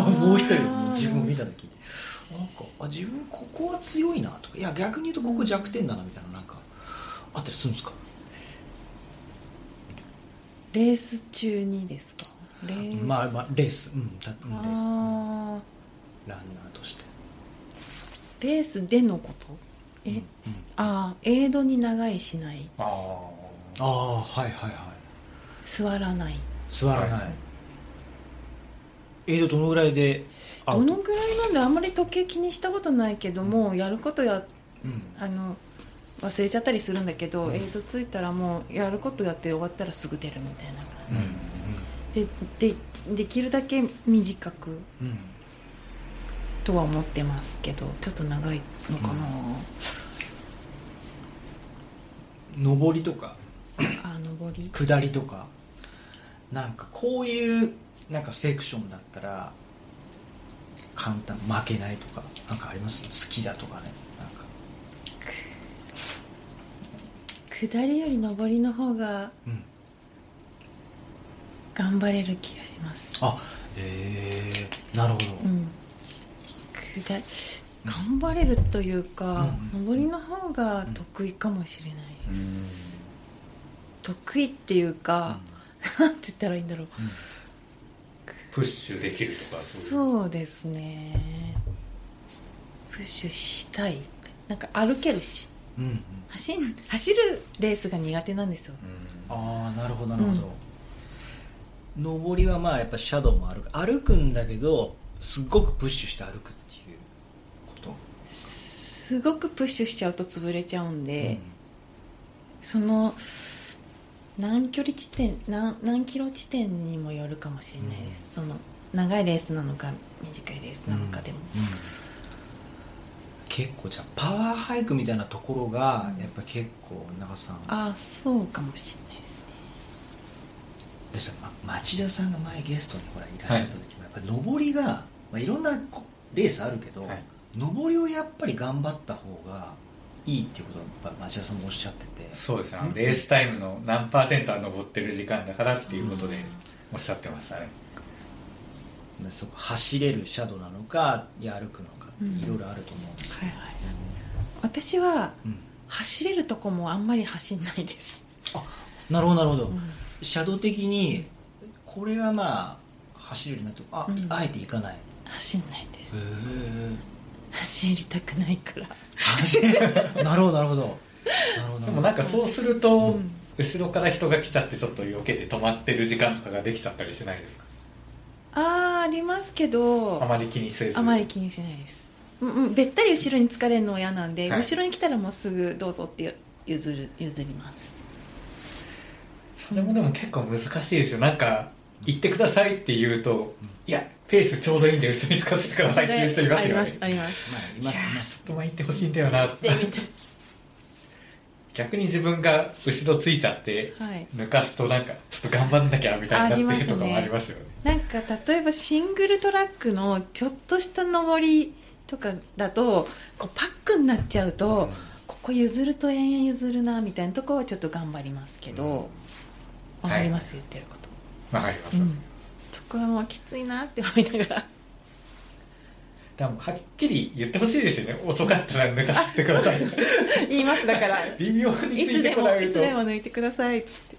Speaker 3: うもう一人の自分を見た時になんかあ自分ここは強いなとかいや逆に言うとここ弱点だなみたいななんかあったりするんですか
Speaker 5: うレース中にですかレース
Speaker 3: まあまあレースうんたうんレースうん
Speaker 5: あ
Speaker 3: ランナーとして
Speaker 5: ーレースでのことえ、
Speaker 3: うん
Speaker 5: ああエイドに長いしない
Speaker 4: ああ
Speaker 3: ああはいはいはい
Speaker 5: 座らない
Speaker 3: 座らない、
Speaker 4: はい
Speaker 3: えーとどのぐらいでア
Speaker 5: ど
Speaker 3: ウト
Speaker 5: のぐらいなんであんまり時計気にしたことないけどもやることや
Speaker 3: うん
Speaker 5: あの忘れちゃったりするんだけど、
Speaker 3: うん
Speaker 5: エイドついたらもうやることやって終わったらすぐ出るみたいな
Speaker 4: う
Speaker 5: 感
Speaker 4: ん
Speaker 5: じ、ででできるだけ短く
Speaker 3: うん
Speaker 5: とは思ってますけどちょっと長いのかな、
Speaker 3: うんうん上りとか
Speaker 5: あ上り
Speaker 3: 下りとかなんかこういうなんかセクションだったら簡単負けないとかなんかあります好きだとかねなんか
Speaker 5: 下りより上りの方が
Speaker 3: うん
Speaker 5: 頑張れる気がします
Speaker 3: あえー、なるほど、
Speaker 5: うん下り頑張れるというか、
Speaker 3: うん
Speaker 5: 上りの方が得意かもしれないです、得意っていうか、なんて言ったらいいんだろう
Speaker 4: プッシュできるとかそういう
Speaker 5: そうですねプッシュしたいなんか歩けるし
Speaker 3: うんうん
Speaker 5: 走ん走るレースが苦手なんですよ
Speaker 4: うん
Speaker 3: ああなるほどなるほど、上りはまあやっぱシャドウもある歩くんだけどすっごくプッシュして歩くっていうこと、
Speaker 5: すごくプッシュしちゃうと潰れちゃうんで、
Speaker 3: うん
Speaker 5: その何距離地点何何キロ地点にもよるかもしれないです、その長いレースなのか短いレースなのかでも、
Speaker 3: うん結構じゃあパワーハイクみたいなところがやっぱ結構長瀬さん
Speaker 5: ああそうかもしれないですね
Speaker 3: でした、ま、町田さんが前ゲストにほらいらっしゃった時もやっぱり上りが、まあ、いろんなこレースあるけど、
Speaker 4: はい
Speaker 3: 上りをやっぱり頑張った方がいいっていうことをやっぱ町田さんもおっしゃってて
Speaker 4: そうですねあのレースタイムの何パーセントは登ってる時間だからっていうことでおっしゃってましたね
Speaker 3: まあそこ走れるシャドウなのかいや歩くのか
Speaker 5: うん
Speaker 3: いろいろあると思うんですけ
Speaker 5: はいはい私は
Speaker 3: ど、
Speaker 5: 走れるとこもあんまり走んないです、
Speaker 3: うんなるほどなるほど、
Speaker 5: うん
Speaker 3: シャドウ的にこれはまあ走るようになってもあ、
Speaker 5: うん
Speaker 3: あえて行かないへ
Speaker 5: 走んないです
Speaker 3: え [laughs]
Speaker 5: 走りたくないから
Speaker 3: 走る [laughs] なるほどなるほどなるほど
Speaker 4: でもなんかそうすると、
Speaker 5: うん
Speaker 4: 後ろから人が来ちゃってちょっと避けて止まってる時間とかができちゃったりしないですか
Speaker 5: ああありますけど
Speaker 4: あまり気にせず
Speaker 5: あまり気にしないです、うんうん、べったり後ろに疲れるのは嫌なんで、
Speaker 4: はい
Speaker 5: 後ろに来たらもうすぐどうぞって譲る譲り
Speaker 4: [laughs]
Speaker 5: ます
Speaker 4: それもでも結構難しいですよなんか行ってくださいって言うと、いやペースちょうどいいんで後ろに使ってくださいっていう人いま
Speaker 5: あ
Speaker 4: す
Speaker 5: り
Speaker 4: よ
Speaker 5: ま
Speaker 4: ね
Speaker 5: すあります
Speaker 3: まあいますいます
Speaker 4: ちょっと前行ってほしいんだよな
Speaker 5: でみたい
Speaker 4: 逆に自分が後ろついちゃって、[laughs]
Speaker 5: なはい
Speaker 4: 抜かすとなんかちょっと頑張んなきゃみたいになってるとかもあ
Speaker 5: あ
Speaker 4: り
Speaker 5: り
Speaker 4: ま
Speaker 5: ます
Speaker 4: よね
Speaker 5: なんか例えばシングルトラックのちょっとした上りとかだとこうパックになっちゃうと、ここ譲ると延々譲るなみたいなとこはちょっと頑張りますけど、
Speaker 4: うん
Speaker 5: わかります、言ってること、
Speaker 4: わかります、
Speaker 5: うん、そこれもうきついなって思いながら
Speaker 4: だからもうはっきり言ってほしいですよね遅かったら抜かさせてください
Speaker 5: 言いますだから
Speaker 4: 微妙に
Speaker 5: い
Speaker 4: つ
Speaker 5: つ
Speaker 4: いて
Speaker 5: で
Speaker 4: こ
Speaker 5: も
Speaker 4: られ
Speaker 5: い
Speaker 4: る
Speaker 5: つ
Speaker 4: と
Speaker 5: でも抜いてくださいっつって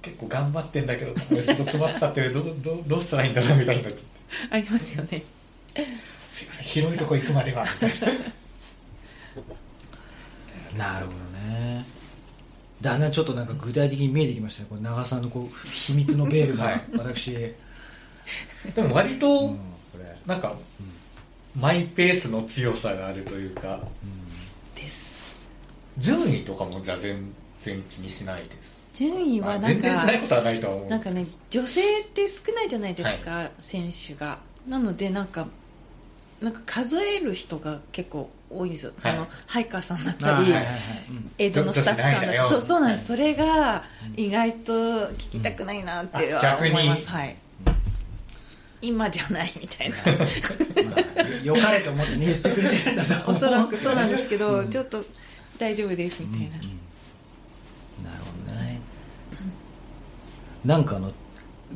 Speaker 4: 結構頑張ってんだけどちょっと詰まっちゃってるどうどうどうしたらいいんだろうみたいになっちゃって
Speaker 5: ありますよね
Speaker 4: すいません広いとこ行くまではみたいな
Speaker 3: なるほどねだんだんちょっとなんか具体的に見えてきましたねこの長さのこう秘密のベールが、
Speaker 4: はい
Speaker 3: 私、うん、
Speaker 4: でも割と
Speaker 3: これ、うん
Speaker 4: なんかマイペースの強さがあるというか
Speaker 5: です
Speaker 4: 順位とかもじゃあ全然気にしないです、
Speaker 5: 順位
Speaker 4: ま
Speaker 5: は
Speaker 4: あ、
Speaker 5: な
Speaker 4: 全
Speaker 5: んか
Speaker 4: 然しないことはないとは思う
Speaker 5: なんかね女性って少ないじゃないですか、選手がなのでなんかなんか数える人が結構多いんですよ、
Speaker 4: はい
Speaker 5: そのハイカーさんだっ
Speaker 3: あ
Speaker 5: た
Speaker 3: ーはい
Speaker 5: り
Speaker 3: はいはいうん
Speaker 5: 江戸のスタッフさん
Speaker 4: 女子ないんだ
Speaker 5: だった
Speaker 4: よ
Speaker 5: りそうそうなんです、
Speaker 4: は
Speaker 5: それが意外と聞きたくないなって
Speaker 4: うんあ
Speaker 5: は
Speaker 4: 逆に
Speaker 5: 思います、はい今じゃないみたいな
Speaker 3: まあよかれと思って言ってくれてるんだと思う
Speaker 5: おそらくそうなんですけど、
Speaker 3: うん
Speaker 5: ちょっと大丈夫ですみたいな、
Speaker 3: なるほどねなんかあの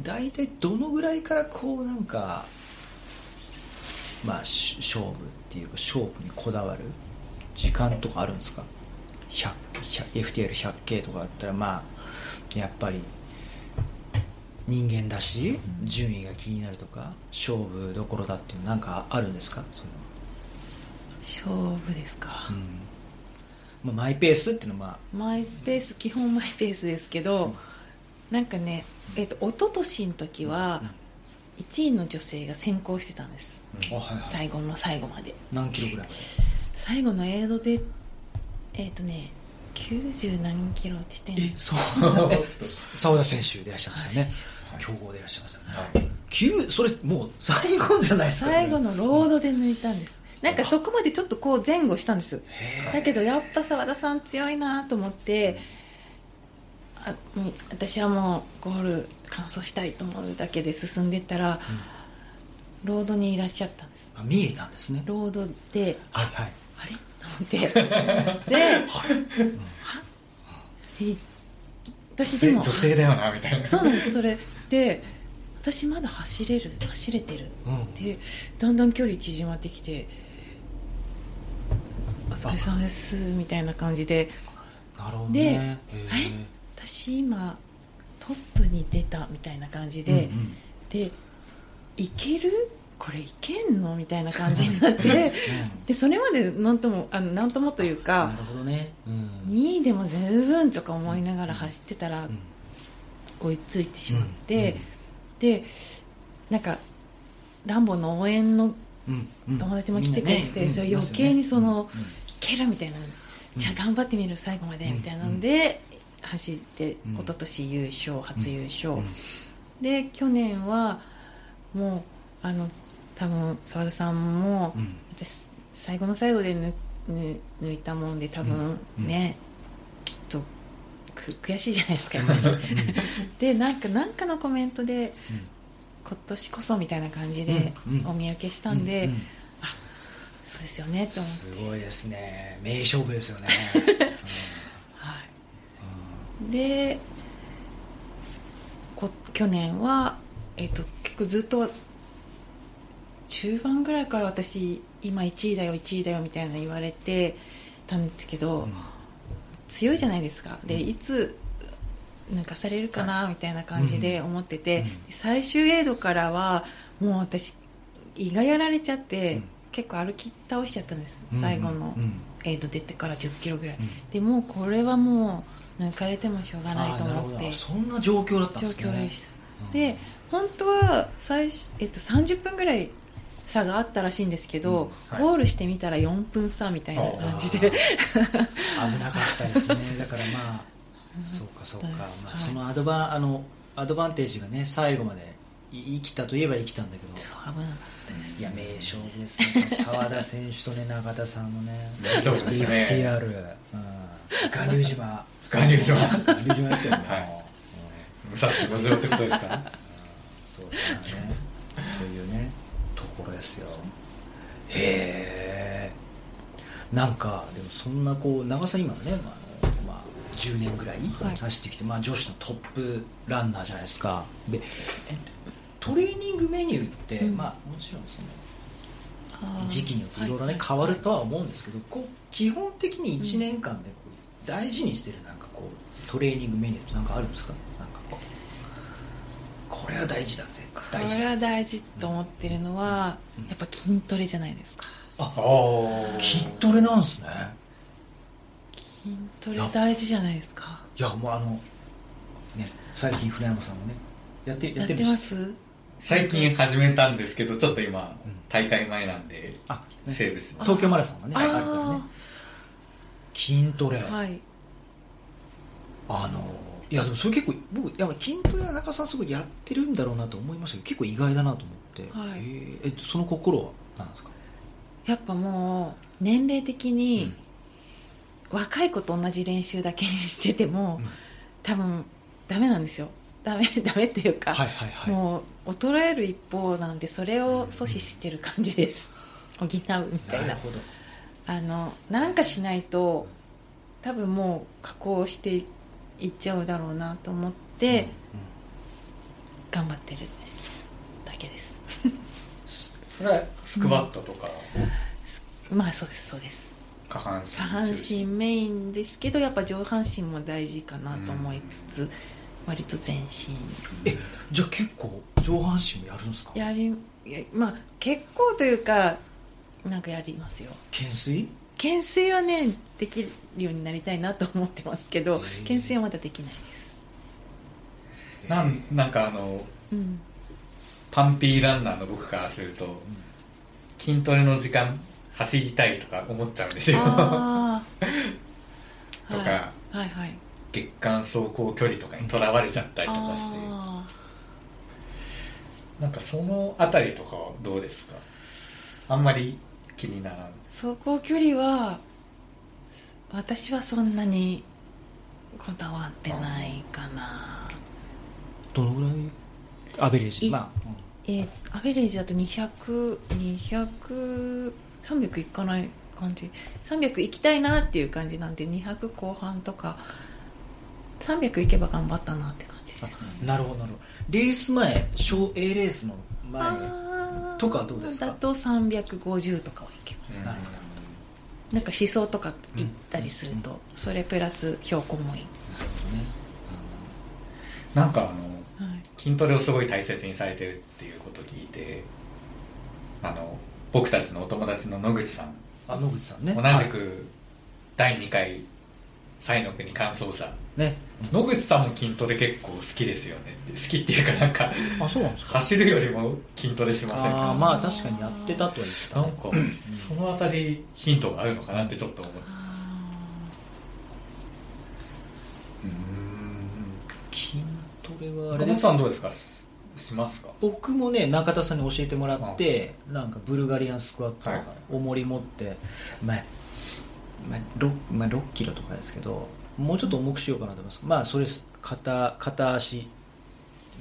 Speaker 3: 大体どのぐらいからこうなんかまあし勝負っていうか勝負にこだわる時間とかあるんですか100 100 FTL100K とかだったらまあやっぱり人間だし順位が気になるとか勝負どころだっていうのなんかあるんですかその、
Speaker 5: 勝負ですか、
Speaker 3: まあ、マイペースっていうのはまあ
Speaker 5: マイペース基本マイペースですけど、なんかね、えっと一昨年の時は1位の女性が先行してたんです、
Speaker 3: あはいはい
Speaker 5: 最後の最後まで
Speaker 3: 何キロぐらいまで
Speaker 5: 最後のエイドでえっ、とね90何キロ地点
Speaker 3: えそう [laughs] え澤田選手でいらっしゃいましたよね強豪でいらっしゃいましたよね
Speaker 4: はい
Speaker 3: 急それもう最後じゃないですか
Speaker 5: 最後のロードで抜いたんですなんかそこまでちょっとこう前後したんですだけどやっぱ澤田さん強いなと思ってあみ私はもうゴール完走したいと思うだけで進んでったら、ロードにいらっしゃったんです
Speaker 3: あ見えたんですね
Speaker 5: ロードで
Speaker 3: はいはい
Speaker 5: あ
Speaker 3: [laughs]
Speaker 5: れと思ってではえ私で
Speaker 4: で
Speaker 5: も
Speaker 4: 女性だよなみたいな
Speaker 5: そうなんですそれで私まだ走れる走れてる
Speaker 3: うん
Speaker 5: でだんだん距離縮まってきて「お疲れ様です」みたいな感じで
Speaker 3: なるほど
Speaker 5: で
Speaker 3: ねへ
Speaker 5: 「え私今トップに出た」みたいな感じで、
Speaker 3: うんうん
Speaker 5: で「いけるこれいけんの?」みたいな感じになって [laughs] でそれまで何ともあのなんともという
Speaker 3: な
Speaker 5: か
Speaker 3: るほどねうん
Speaker 5: 2位でも十分とか思いながら走ってた
Speaker 3: う
Speaker 5: ら
Speaker 3: ん
Speaker 5: 追いついてしまっ
Speaker 3: う
Speaker 5: て
Speaker 3: ん
Speaker 5: でなんかランボの応援の
Speaker 3: うんうん
Speaker 5: 友達も来てくれてて
Speaker 3: みんなね
Speaker 5: それ
Speaker 3: うん
Speaker 5: 余計にその
Speaker 3: うんうん
Speaker 5: 蹴るみたいな、じゃあ頑張ってみる最後までみたいなんで、走って
Speaker 3: うん
Speaker 5: 一昨年優勝、初優勝、
Speaker 3: うん
Speaker 5: で去年はもうあの多分澤田さんも、
Speaker 3: うん
Speaker 5: 私最後の最後で抜抜抜いたもんで多分
Speaker 3: うん
Speaker 5: ね、きっとく悔しいじゃないですか [laughs] でなんかなんかのコメントで、今年こそみたいな感じで
Speaker 3: うんうん
Speaker 5: お見受けしたんで、
Speaker 3: うんうん
Speaker 5: そうですよねと思って
Speaker 3: すごいですね名勝負です
Speaker 5: [laughs]
Speaker 3: よね
Speaker 5: はい、でこ去年は、えっと結構ずっと中盤ぐらいから私今1位だよ1位だよみたいな言われてたんですけど、
Speaker 3: うん
Speaker 5: 強いじゃないですかでいつ抜かされるかなみたいな感じで思ってて、
Speaker 3: うん
Speaker 5: 最終エイドからはもう私胃がやられちゃって、結構歩き倒しちゃったんです最後の
Speaker 3: うん
Speaker 5: エイド出てから1 0キロぐらい、
Speaker 3: うん
Speaker 5: でもうこれはもう抜かれてもしょうがないと
Speaker 3: あーなるほ
Speaker 5: 思っ
Speaker 3: ど
Speaker 5: て
Speaker 3: あそんな状況だったん
Speaker 5: 状
Speaker 3: ですね
Speaker 5: 況でした、
Speaker 3: うん
Speaker 5: で本当は最初、えっと、30分ぐらい差があったらしいんですけど、
Speaker 4: うんはい
Speaker 5: ゴールしてみたら4分差みたいな感じで
Speaker 3: あー危なかったです
Speaker 5: [laughs]
Speaker 3: ねだからまあそうかそうか、
Speaker 5: はい
Speaker 3: まあ、そのアドバンあのアドバンテージがね最後までい生きたといえば生きたんだけど
Speaker 5: そう危なかったです
Speaker 3: いや名勝負ですね澤田選手とね中田さんのね
Speaker 4: 名勝負ですね
Speaker 3: FTR、うん、巌流島
Speaker 4: 巌流島
Speaker 3: 巌流島ですよね、
Speaker 4: はい
Speaker 3: もううん
Speaker 4: 武蔵小次郎ってことですか
Speaker 3: そうですねというねところですよへえんかでもそんなこう長さん今のね、まああのまあ、10年ぐらい
Speaker 5: はい
Speaker 3: 走ってきて、まあ、女子のトップランナーじゃないですかでえトレーニングメニューって、
Speaker 5: うん
Speaker 3: まあもちろんその
Speaker 5: あー
Speaker 3: 時期によっていろいろ
Speaker 5: は
Speaker 3: ね
Speaker 5: は
Speaker 3: 変わるとは思うんですけどこう基本的に1年間でこう大事にしてるなんかこうトレーニングメニューってなんかあるんですかなんかこうこれは大事だぜ
Speaker 5: こ
Speaker 3: 大事
Speaker 5: れ
Speaker 3: だ
Speaker 5: は大事と思ってるのは、
Speaker 3: うん
Speaker 5: やっぱ筋トレじゃないですか
Speaker 4: ああ
Speaker 3: 筋トレなんですね
Speaker 5: 筋トレ大事じゃないですか
Speaker 3: いやもうあのね最近船山さんもねやってや
Speaker 5: や
Speaker 3: っ
Speaker 5: ってて
Speaker 3: るん
Speaker 5: ま
Speaker 3: です
Speaker 5: す
Speaker 4: 最近始めたんですけどちょっと今
Speaker 3: うん
Speaker 4: 大会前なんで
Speaker 3: あ、ね
Speaker 4: セーブしてます
Speaker 3: 東京マラソンがね
Speaker 5: あ
Speaker 3: あ
Speaker 5: ー
Speaker 3: るからね筋トレ、
Speaker 5: はい
Speaker 3: あのいやでもそれ結構僕やっぱ筋トレは中田さんすごいやってるんだろうなと思いましたけど結構意外だなと思って、
Speaker 5: はい
Speaker 3: えーえっとその心は何ですか
Speaker 5: やっぱもう年齢的に、若い子と同じ練習だけにしてても、
Speaker 3: うん
Speaker 5: 多分ダメなんですよダメ [laughs] ダメっていうか、
Speaker 3: はいはいはい
Speaker 5: もう衰える一方なんでそれを阻止してる感じです、補うみたい
Speaker 3: な
Speaker 5: な
Speaker 3: るほど
Speaker 5: あのなんかしないと多分もう加工していいっちゃうだろうなと思って、頑張ってるだけです
Speaker 4: それはスクワットとか
Speaker 5: まあそうですそうです
Speaker 4: 下半身
Speaker 5: 下半身メインですけどやっぱ上半身も大事かなと思いつつ、割と全身
Speaker 3: えじゃあ結構上半身もやるんですか
Speaker 5: やりいやまあ結構というかなんかやりますよ
Speaker 3: 懸垂
Speaker 5: 懸垂はねできるようになりたいなと思ってますけど
Speaker 3: へえ
Speaker 5: 懸垂はまだできないです
Speaker 4: なんなんかあの
Speaker 5: うん
Speaker 4: パンピーランナーの僕からすると、筋トレの時間走りたいとか思っちゃうんですよ
Speaker 5: ああ
Speaker 4: [laughs] とか
Speaker 5: はいはいはい
Speaker 4: [laughs] 月間走行距離とかにとらわれちゃったりとかして
Speaker 5: あ
Speaker 4: なんかそのあたりとかはどうですかあんまり気にならん
Speaker 5: ー走行距離は私はそんなにこだわってないかな
Speaker 3: どのぐらいアベレージ
Speaker 5: い
Speaker 3: まあ、うん
Speaker 5: えーアベレージだと20020030いかない感じ300いきたいなっていう感じなんで200後半とか300いけば頑張ったなって感じです
Speaker 3: あなるほどなるほどレース前小 A レースの前に
Speaker 5: あー
Speaker 3: とかはどうですか
Speaker 5: だと350とかはいけます
Speaker 3: なるほど
Speaker 5: なんか思想とか行ったりすると、それプラス標高もいい、
Speaker 4: なんかあの
Speaker 5: はい、
Speaker 4: 筋トレをすごい大切にされてるっていうことを聞いてあの僕たちのお友達の野口さん
Speaker 3: あ野口さんね
Speaker 4: 同じ
Speaker 3: はい
Speaker 4: く第2回西の国完走者
Speaker 3: ね
Speaker 4: 野口さんも筋トレ結構好きですよねって好きっていうかなんか
Speaker 3: あそうなんですか
Speaker 4: 走るよりも筋トレしませんか
Speaker 3: あーまあ確かにやってたとは言ってた
Speaker 4: なん
Speaker 3: ね
Speaker 4: かそのあたりヒントがあるのかなってちょっと思って
Speaker 3: 筋トレはあ
Speaker 4: 岡
Speaker 3: れで
Speaker 4: 本
Speaker 3: す
Speaker 4: さんどうですかししますか
Speaker 3: 僕もね中田さんに教えてもらってなんかブルガリアンスクワット
Speaker 4: はいはい
Speaker 3: 重り持って、まあまあ 6, まあ6キロとかですけどもうちょっと重くしようかなと思います、まあそれ片片足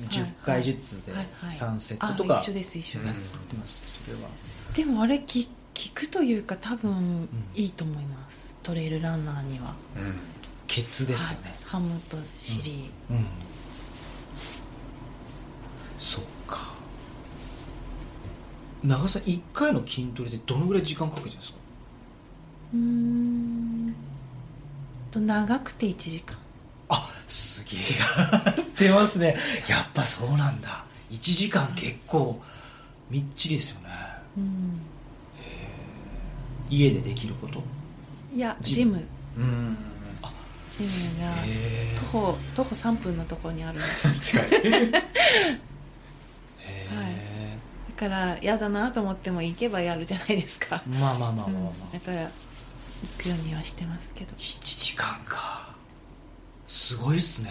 Speaker 3: 10回ずつで
Speaker 5: はいはい
Speaker 3: 3セットとか
Speaker 5: あ一緒です一緒
Speaker 4: うん
Speaker 5: です、
Speaker 3: やってますそれは
Speaker 5: でもあれき聞くというか多分いいと思います、トレイルランナーには
Speaker 4: うん
Speaker 3: ケツですよね
Speaker 5: はい、ハムとシリ
Speaker 3: うんそっか長さん1回の筋トレでどのぐらい時間かけてるんですか
Speaker 5: うーんと長くて1時間
Speaker 3: あすげえやってますねやっぱそうなんだ1時間結構みっちりですよね
Speaker 5: うん
Speaker 3: 家でできること
Speaker 5: いや
Speaker 3: ジ
Speaker 5: ジ
Speaker 3: ム
Speaker 5: ム
Speaker 4: うん
Speaker 5: ジムが
Speaker 3: へ
Speaker 5: 徒歩徒歩3分のところにあ
Speaker 3: [laughs]
Speaker 5: るんです
Speaker 4: 違う [laughs]
Speaker 3: え、
Speaker 5: だから嫌だなと思っても行けばやるじゃないですか、
Speaker 3: まあまあまあまあまあ、
Speaker 5: うんだから行くようにはしてますけど
Speaker 3: 7時間かすごいっすね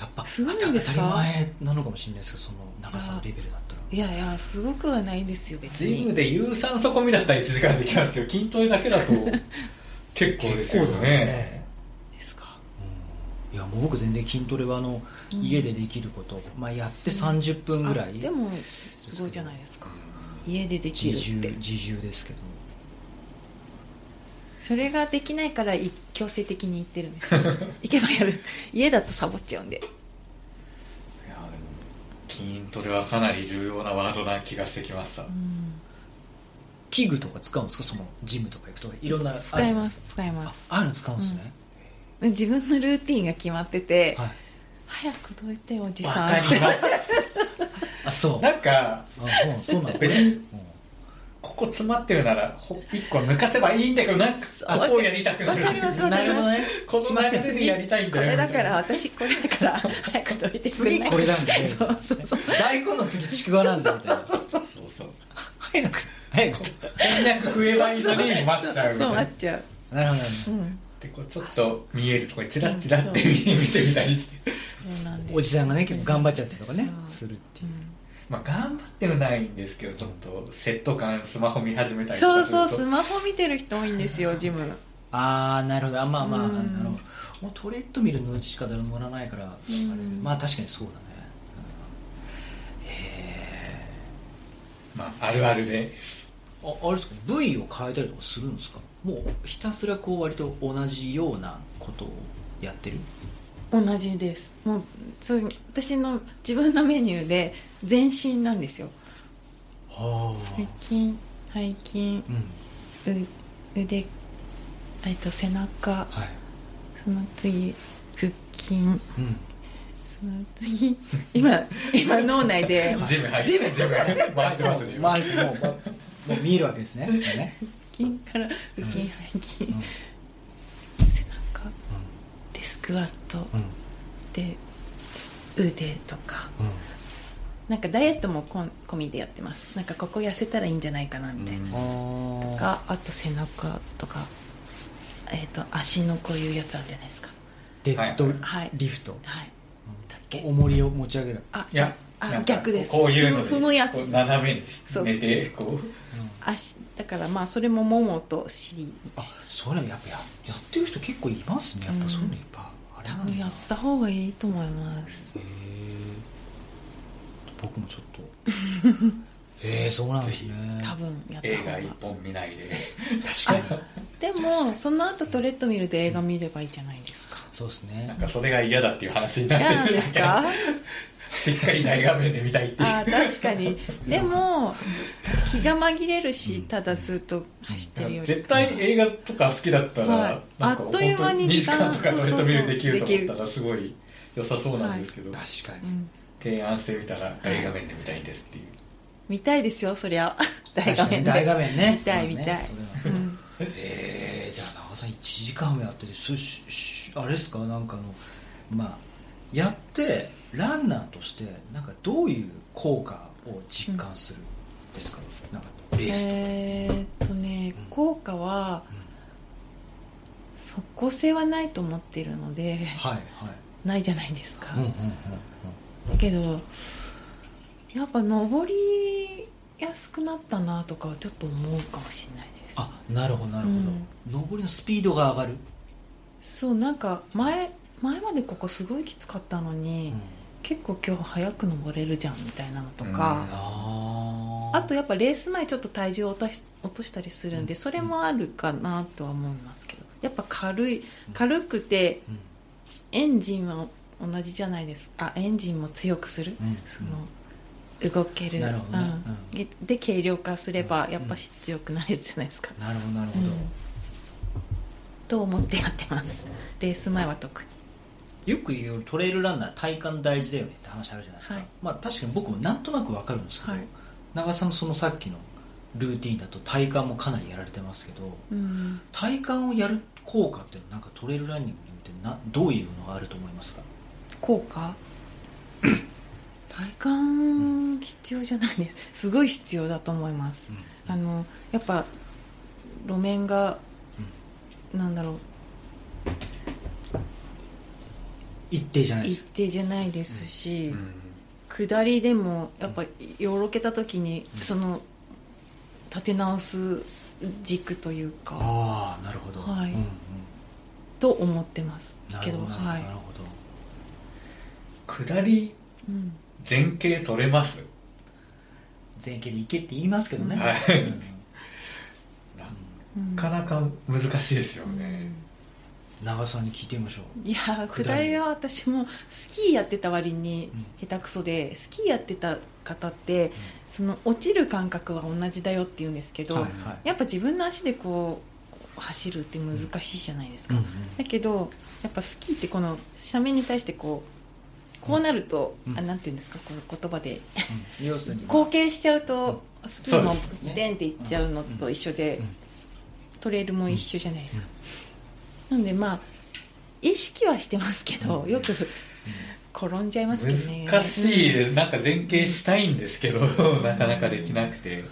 Speaker 3: やっぱ
Speaker 5: すごいんですか
Speaker 3: 当たり前なのかもしれないですけどその長さのレベルだったら
Speaker 5: いやいやすごくはないですよ別
Speaker 4: ジム
Speaker 5: に
Speaker 4: で有酸素込みだったら1時間できますけど筋トレだけだ [laughs] と結構ですよね
Speaker 5: ですか
Speaker 3: いやもう僕全然筋トレはあの、
Speaker 5: うん
Speaker 3: 家でできること、まあ、やって30分ぐらい、
Speaker 5: あでもすごいじゃないですか家ででき
Speaker 3: 自
Speaker 5: る
Speaker 3: 重
Speaker 5: って
Speaker 3: 自重ですけど
Speaker 5: それができないからい強制的に行ってるんです行けばやる家だとサボっちゃうんで
Speaker 4: いやでも筋トレはかなり重要なワードな気がしてきました、
Speaker 3: 器具とか使うんですかそのジムとか行くといろんな
Speaker 5: 使います使います
Speaker 3: あるんですかあるんですね、
Speaker 5: 自分のルーティンが決まってて、
Speaker 3: はい
Speaker 5: 早くどいておじ
Speaker 4: わ
Speaker 5: さん
Speaker 4: かります
Speaker 3: あそう
Speaker 4: [laughs] なんか
Speaker 3: あそうそうなんだ
Speaker 4: 別にここ詰まってるならほ一個抜かせばいいんだけどなんかここやりたくな
Speaker 5: わかり
Speaker 4: る
Speaker 5: ますわか
Speaker 3: な
Speaker 5: り
Speaker 3: るほ
Speaker 5: ま
Speaker 3: ど
Speaker 5: す
Speaker 3: ね
Speaker 4: この流れでやりたいん
Speaker 5: こ
Speaker 4: だよ
Speaker 5: れだから私これだから早くどいてくれ
Speaker 3: 次
Speaker 5: ない
Speaker 3: これなんだね
Speaker 5: そうそうそう
Speaker 3: 大根の次ちくわなんだみたいな
Speaker 4: そうそう
Speaker 3: 早く早く
Speaker 4: こんにゃく食えばいいのに待っちゃうみ
Speaker 5: そ
Speaker 4: た
Speaker 5: う
Speaker 4: いな
Speaker 5: 待っちゃう
Speaker 3: なるほどなるほ
Speaker 5: うん
Speaker 4: でこうちょっと見えるとこにチラッチラって見てみたりして
Speaker 5: そうなんです
Speaker 3: どおじさんがね結構頑張っちゃったりとかね
Speaker 5: そ
Speaker 3: するっていう
Speaker 4: まあ頑張ってはないんですけどちょっとセット感スマホ見始めたりと
Speaker 5: そ
Speaker 4: か
Speaker 5: う
Speaker 4: する
Speaker 5: そ
Speaker 4: と
Speaker 5: うスマホ見てる人多いんですよジム
Speaker 3: ああなるほどあまあまあ
Speaker 5: うん
Speaker 3: あのもうトレッドミルのしか乗らないからあれ
Speaker 5: ん
Speaker 3: まあ確かにそうだね
Speaker 4: まああるあるで
Speaker 3: ああれですか部位を変えたりとかするんですかもうひたすらこう割と同じようなことをやってる
Speaker 5: 同じですもうそう私の自分のメニューで全身なんですよ
Speaker 3: は
Speaker 5: 背筋背筋
Speaker 3: うん
Speaker 5: う腕えっと背中
Speaker 3: はい
Speaker 5: その次腹筋
Speaker 3: うん
Speaker 5: その次 [laughs] 今今脳内
Speaker 3: [laughs]
Speaker 5: で
Speaker 4: ジム入ってジム回って
Speaker 5: [laughs]
Speaker 4: ますね
Speaker 3: まああれですもうまもう見えるわけですねね
Speaker 5: 腹筋から腹筋背筋、
Speaker 3: ん
Speaker 5: 背中でスクワット、で腕とか
Speaker 3: うんうん
Speaker 5: なんかダイエットもこん込みでやってますなんかここ痩せたらいいんじゃないかなみたい
Speaker 3: あ
Speaker 5: な、
Speaker 3: ー
Speaker 5: があと背中とかえっ、と足のこういうやつあるじゃないですか
Speaker 3: デッド
Speaker 5: はい
Speaker 3: リフト
Speaker 5: はいだっけ
Speaker 3: 重りを持ち上げる
Speaker 5: あ
Speaker 4: いやな
Speaker 5: あ
Speaker 4: んか
Speaker 5: 逆です
Speaker 4: こういうので
Speaker 5: 踏む踏むやつ
Speaker 4: こう斜めに
Speaker 5: そう
Speaker 4: 寝てこう
Speaker 5: 足だからまあそれもももと尻
Speaker 3: あそういうのやっぱややってる人結構いますねやっぱそういうのいっぱいあれ
Speaker 5: 多
Speaker 3: なんだ
Speaker 5: 分やった方がいいと思います
Speaker 3: へえ僕もちょっとへえそうなんですね
Speaker 5: 多分やった
Speaker 4: 映
Speaker 5: 方
Speaker 4: 画
Speaker 5: が
Speaker 4: 一本見ないで
Speaker 3: 確かに
Speaker 5: でもその後トレッドミルで映画見ればいいじゃないで
Speaker 4: [laughs]
Speaker 5: すか
Speaker 3: そうです
Speaker 4: な
Speaker 3: ね
Speaker 4: んかそれが嫌だっていう話になっ
Speaker 5: じ
Speaker 4: て
Speaker 5: ゃあ
Speaker 4: るん
Speaker 5: で
Speaker 4: です
Speaker 5: す
Speaker 4: けど
Speaker 5: か
Speaker 4: しっかり大画面で見たいっていう
Speaker 5: あー確かにでも気が紛れるしただずっと走ってるより
Speaker 4: 絶対映画とか好きだったら、
Speaker 5: はい
Speaker 4: なんか
Speaker 5: あっという間に
Speaker 4: 2
Speaker 5: 時
Speaker 4: 時
Speaker 5: 間
Speaker 4: 間とかトレードミルできると
Speaker 5: そうそうそう
Speaker 4: 思ったらすごい良さそうなんですけど、
Speaker 3: 確か
Speaker 5: う
Speaker 3: に
Speaker 5: ん
Speaker 4: 提案してみたら大画面で見たいですっていう、
Speaker 5: 見たいですよそりゃ大
Speaker 3: 確
Speaker 5: 画
Speaker 3: か
Speaker 5: 面
Speaker 3: に
Speaker 5: で
Speaker 3: 大画面ね
Speaker 5: 見たい見たい
Speaker 3: そうね
Speaker 5: う
Speaker 3: それは
Speaker 5: ん
Speaker 3: えーじゃあ長さん1時間もやっててそししあれですかなんかあのまあやってランナーとしてなんかどういう効果を実感するんですか、なんかレースとか、
Speaker 5: えーっとね
Speaker 3: うん
Speaker 5: 効果は
Speaker 3: うん
Speaker 5: 即効性はないと思ってるの
Speaker 3: [laughs]
Speaker 5: で
Speaker 3: はいはい
Speaker 5: ないじゃないですか
Speaker 3: うんうんうん
Speaker 5: けどやっぱ登りやすくなったなとかはちょっと思うかもしれないです
Speaker 3: あなるほどなるほど、
Speaker 5: うん
Speaker 3: 上りのスピードが上がる、
Speaker 5: そうなんか前前までここすごいきつかったのに、結構今日早く登れるじゃんみたいなのとか、
Speaker 3: あー
Speaker 5: あとやっぱレース前ちょっと体重を落とし落としたりするんでそれもあるかなとは思いますけどやっぱ軽い軽くて
Speaker 3: うん
Speaker 5: エンジンは同じじゃないですあエンジンも強くする、
Speaker 3: うん
Speaker 5: その動ける
Speaker 3: なるほどね
Speaker 5: うんで軽量化すればやっぱし強くなれるじゃないですか、
Speaker 3: なるほどなるほど、
Speaker 5: うんと思ってやってますレース前は特に
Speaker 3: よく言うトレイルランナー体幹大事だよねって話あるじゃないですか、
Speaker 5: はい
Speaker 3: まあ確かに僕もなんとなくわかるんですけど、
Speaker 5: はい
Speaker 3: 長尾さんのそのさっきのルーティンだと体幹もかなりやられてますけど
Speaker 5: うん
Speaker 3: 体幹をやる効果っていうのはなんかトレイルランニングにおいてなどういうのがあると思いますか
Speaker 5: 効
Speaker 3: [coughs]
Speaker 5: 果体感必要じゃないねすごい必要だと思います、あのやっぱ路面が、なんだろ
Speaker 3: 一定じゃな
Speaker 5: う
Speaker 3: いで
Speaker 5: 一
Speaker 3: す
Speaker 5: 定じゃないですし、
Speaker 4: うん
Speaker 5: 下りでもやっぱよろけた時に、その立て直す軸というか
Speaker 3: ああなるほど
Speaker 5: はい
Speaker 3: うんうん、
Speaker 5: と思ってます
Speaker 3: な
Speaker 5: け
Speaker 3: る
Speaker 5: ど
Speaker 3: ほどな
Speaker 5: は
Speaker 3: る
Speaker 5: い
Speaker 3: ほどなるほど、
Speaker 4: 下り
Speaker 5: うん、
Speaker 4: 前傾取れます
Speaker 3: 前傾で行けって言いますけどね、
Speaker 4: はい
Speaker 3: うん
Speaker 4: な
Speaker 5: うん
Speaker 4: かなか難しいですよね、
Speaker 3: 長さんに聞いてみましょう
Speaker 5: いやー
Speaker 3: 下
Speaker 5: 下
Speaker 3: り
Speaker 5: りは私もスキーやってた割に下手くそで、スキーやってた方って、その落ちる感覚は同じだよって言うんですけど、
Speaker 3: はいはい
Speaker 5: やっぱ自分の足でこう走るって難しいじゃないですか、
Speaker 3: うんうん
Speaker 5: だけどやっぱスキーってこの斜面に対してこうこうなると、
Speaker 3: うん
Speaker 5: あなんて言うんですかこの言葉で
Speaker 3: うん要するに
Speaker 5: 後傾しちゃうと、スキーも
Speaker 4: そう
Speaker 3: すね
Speaker 5: ステンっていっちゃうのと一緒で、
Speaker 3: うんうん
Speaker 5: トレイルも一緒じゃないですか、なんでまあ意識はしてますけど、よく転んじゃいますけどね
Speaker 4: 難しいですなんか前傾したいんですけどなかなかできなくて
Speaker 3: でも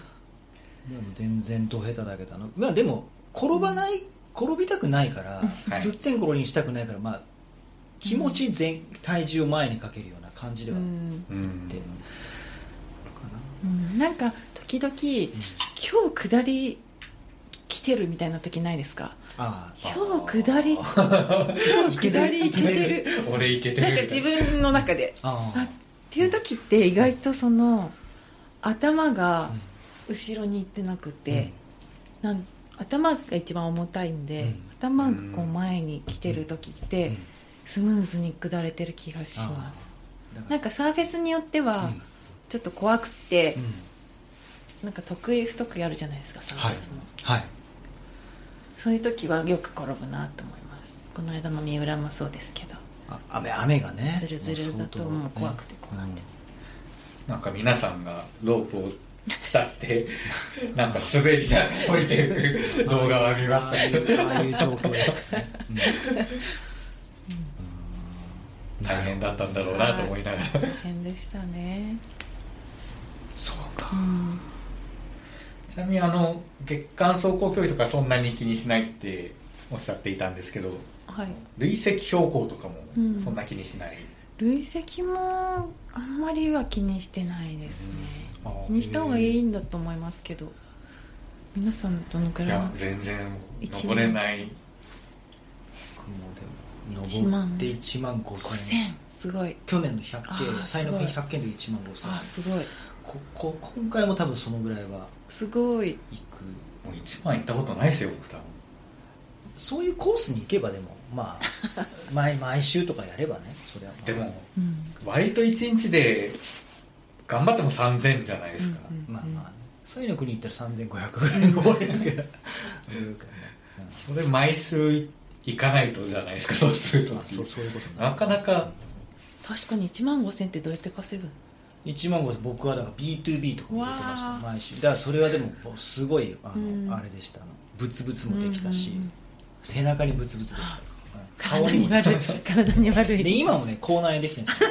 Speaker 3: 全然と下手だけどあのまあでも転ばない転びたくないから
Speaker 4: い
Speaker 3: すってんころにしたくないからまあ気持ち全体重を前にかけるような感じで
Speaker 5: う
Speaker 3: はあ
Speaker 5: ん
Speaker 4: うん
Speaker 3: ってるかな
Speaker 5: うんなんか時々、今日下り来てるみたいな時ないですか
Speaker 3: ああ
Speaker 5: 今日下り今日
Speaker 4: [laughs]
Speaker 5: 下り行けてる
Speaker 4: 俺いけてる
Speaker 5: なんか自分の中で
Speaker 3: あ
Speaker 5: あっていう時って意外とその頭が後ろに行ってなくて、なん頭が一番重たいんで、
Speaker 3: うん
Speaker 5: 頭がこう前に来てる時って、
Speaker 3: うん
Speaker 5: スムーズに下れてる気がします
Speaker 3: だか
Speaker 5: な
Speaker 3: ら
Speaker 5: んかサーフェスによっては、
Speaker 3: うん
Speaker 5: ちょっと怖くて、
Speaker 3: うん
Speaker 5: なんか得意不得意あるじゃないですかサーフェスも、
Speaker 3: はい
Speaker 5: そういう時はよく転ぶなと思いますこの間の三浦もそうですけど
Speaker 3: あ雨雨がね
Speaker 5: ズルズルだともう怖くてこうなって
Speaker 4: なんか皆さんがロープを伝って [laughs] なんか滑りながら降りていく動画は見ましたけど
Speaker 3: ああいう状況
Speaker 5: [laughs]
Speaker 3: ですね
Speaker 4: 大変だったんだろうなと思いながら
Speaker 5: 大変でしたね
Speaker 3: そうか
Speaker 4: [laughs] ちなみにあの月間走行距離とかそんなに気にしないっておっしゃっていたんですけど
Speaker 5: はい
Speaker 4: 累積標高とかも
Speaker 5: うん
Speaker 4: そんな気にしない、
Speaker 5: 累積もあんまりは気にしてないですね、
Speaker 3: あー
Speaker 5: 気にした方がいいんだと思いますけど皆さんどのく
Speaker 4: い
Speaker 5: らい
Speaker 4: や
Speaker 5: なんですか
Speaker 4: 全然
Speaker 5: 一
Speaker 4: 登れない
Speaker 3: 僕もでも
Speaker 5: 1万
Speaker 3: 登って1万5000
Speaker 5: 5000すごい
Speaker 3: 去年の100
Speaker 5: あー
Speaker 3: 件最の
Speaker 5: すごい
Speaker 3: 100件で1万
Speaker 5: あー
Speaker 3: 5000
Speaker 5: すごい
Speaker 3: ここ今回も多分そのぐらいは
Speaker 5: すごい
Speaker 3: 行く
Speaker 4: もう一番行ったことないですよ僕多分
Speaker 3: そういうコースに行けばでも
Speaker 5: [laughs]
Speaker 3: まあ毎毎週とかやればねそれは、
Speaker 4: でも
Speaker 5: うん
Speaker 4: 割と一日で頑張っても3000じゃないですか、
Speaker 5: うんうん
Speaker 3: まあまあねそういうの国行ったら3500ぐらいで登れるけど登れ
Speaker 5: [laughs]
Speaker 3: るからね、
Speaker 4: それ毎週行かないとじゃないですかそうする
Speaker 3: うん、あ
Speaker 4: と
Speaker 3: そうそういうことにな
Speaker 4: なかなか
Speaker 5: 確かに1万5000ってどうやって稼ぐの
Speaker 3: 1万5000僕はだから B2B とかも入れてました
Speaker 5: わあ
Speaker 3: 毎週だからそれはでももうすごいあの、
Speaker 5: うん
Speaker 3: あれでしたあのブツブツもできたし、
Speaker 5: うんうんうん
Speaker 3: 背中にブツブツでした、うん顔
Speaker 5: [laughs] 体
Speaker 3: に
Speaker 5: に
Speaker 3: も
Speaker 5: 悪い体に悪
Speaker 3: で
Speaker 5: い
Speaker 3: 今もね口内炎できてるんですよ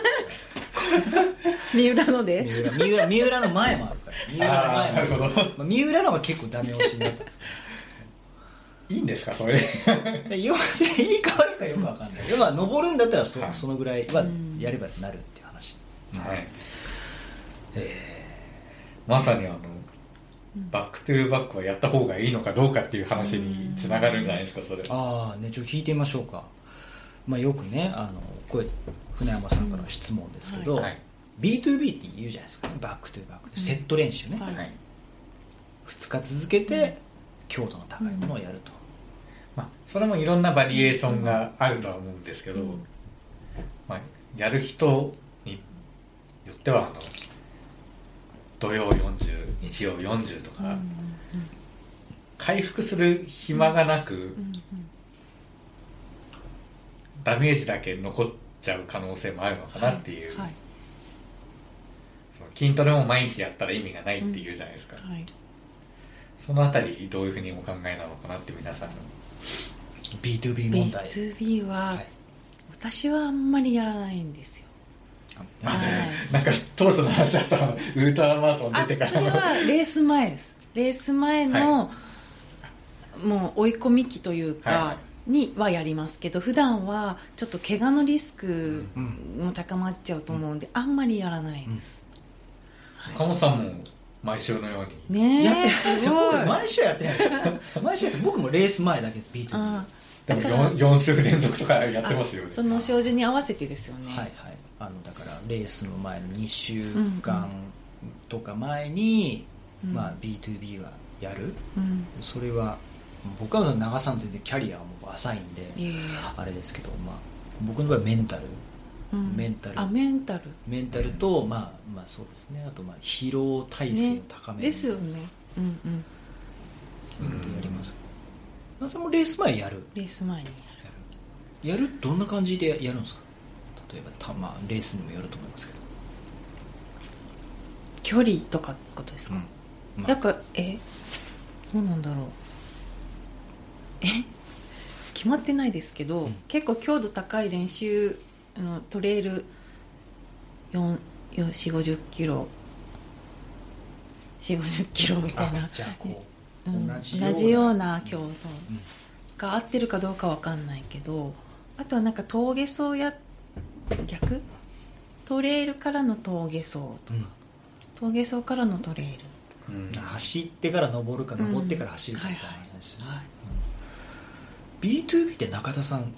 Speaker 5: 三浦ので
Speaker 3: 三浦三浦三浦の前もあるから三浦の前も
Speaker 4: あ
Speaker 3: ある
Speaker 4: ーなるほど
Speaker 3: まあ、三浦のは結構ダメ押しになったんですけ
Speaker 4: いいんですかそれで
Speaker 3: どでよくいいか悪いかよくわかんない要は登るんだったらそ,、
Speaker 4: はい
Speaker 3: そのぐらいは
Speaker 5: ん
Speaker 3: やればなるっていう話、
Speaker 4: はいまさにあのバックトゥーバックはやった方がいいのかどうかっていう話につながるんじゃないですかそれ
Speaker 3: ああねちょっと聞いてみましょうか、まあ、よくねあのこれ船山さんからの質問ですけど、
Speaker 4: はいはい
Speaker 3: B2B って言うじゃないですかバックトゥーバックでセット練習ね、
Speaker 5: はい
Speaker 4: はい
Speaker 3: 2日続けて強度の高いものをやると、
Speaker 4: まあ、それもいろんなバリエーションがあるとは思うんですけど、
Speaker 5: うん
Speaker 4: まあ、やる人によってはあの土曜40日曜40とか、回復する暇がなく、ダメージだけ残っちゃう可能性もあるのかなっていう、
Speaker 5: はい
Speaker 4: その筋トレも毎日やったら意味がないっていうじゃないですか、
Speaker 5: はい
Speaker 4: そのあたりどういうふうにお考えなのかなって皆さんの
Speaker 3: B2B 問題
Speaker 5: B2B は
Speaker 3: はい
Speaker 5: 私はあんまりやらないんですよ
Speaker 3: あ
Speaker 5: はい
Speaker 4: なんか当初の話だとあのウルトラマラソン出
Speaker 5: あ
Speaker 4: てから
Speaker 5: それはレース前ですレース前の、もう追い込み期というか、
Speaker 4: は
Speaker 5: にはやりますけど普段はちょっと怪我のリスクも高まっちゃうと思うんで、あんまりやらないです、
Speaker 4: 岡本さんも毎週のように
Speaker 5: ねえ
Speaker 3: やってないです
Speaker 5: す
Speaker 3: よ
Speaker 5: ごい
Speaker 3: 僕毎週やってない [laughs] ですよ毎週やって僕もレース前だけです B2B
Speaker 5: うん
Speaker 4: でも 4, 4週連続とかやってますよ
Speaker 5: その照準に合わせてですよね、
Speaker 3: はいはいあのだからレースの前の2週間とか前に、
Speaker 5: うん
Speaker 3: まあ、B2B はやる
Speaker 5: うん
Speaker 3: それは僕は長さん全然キャリアはもう浅いんで
Speaker 5: いえいえ
Speaker 3: あれですけど、まあ、僕の場合はメンタル
Speaker 5: うん
Speaker 3: メンタル
Speaker 5: あメンタル
Speaker 3: メンタルと、まあ、まあそうですねあとまあ疲労耐性を高める
Speaker 5: ですよねうんうん
Speaker 3: やりますなぜもレース前やる
Speaker 5: レース前に
Speaker 3: やるやるどんな感じでやるんですか例えばた、まあ、レースにもよると思いますけど、
Speaker 5: 距離とかってことですか、
Speaker 3: ま
Speaker 5: や
Speaker 3: あ
Speaker 5: っ、ぱえどうなんだろうえ決まってないですけど、
Speaker 3: うん
Speaker 5: 結構強度高い練習あのトレイル4 4 4 5 0キロ4 5 0キロみたい
Speaker 3: あ
Speaker 5: な
Speaker 3: じゃあこう、
Speaker 5: うん
Speaker 3: 同
Speaker 5: 同
Speaker 3: じような
Speaker 5: じような強度
Speaker 3: うん
Speaker 5: が合ってるかどうかわかんないけどあとはなんか峠走や逆トレイルからの峠走と
Speaker 3: うん
Speaker 5: 峠走からのトレイル
Speaker 4: うん
Speaker 3: 走ってから登るか
Speaker 5: うん
Speaker 3: 登ってから走るかみたいな
Speaker 5: はい
Speaker 3: 話ですね、
Speaker 5: はい
Speaker 3: B2B って中田さん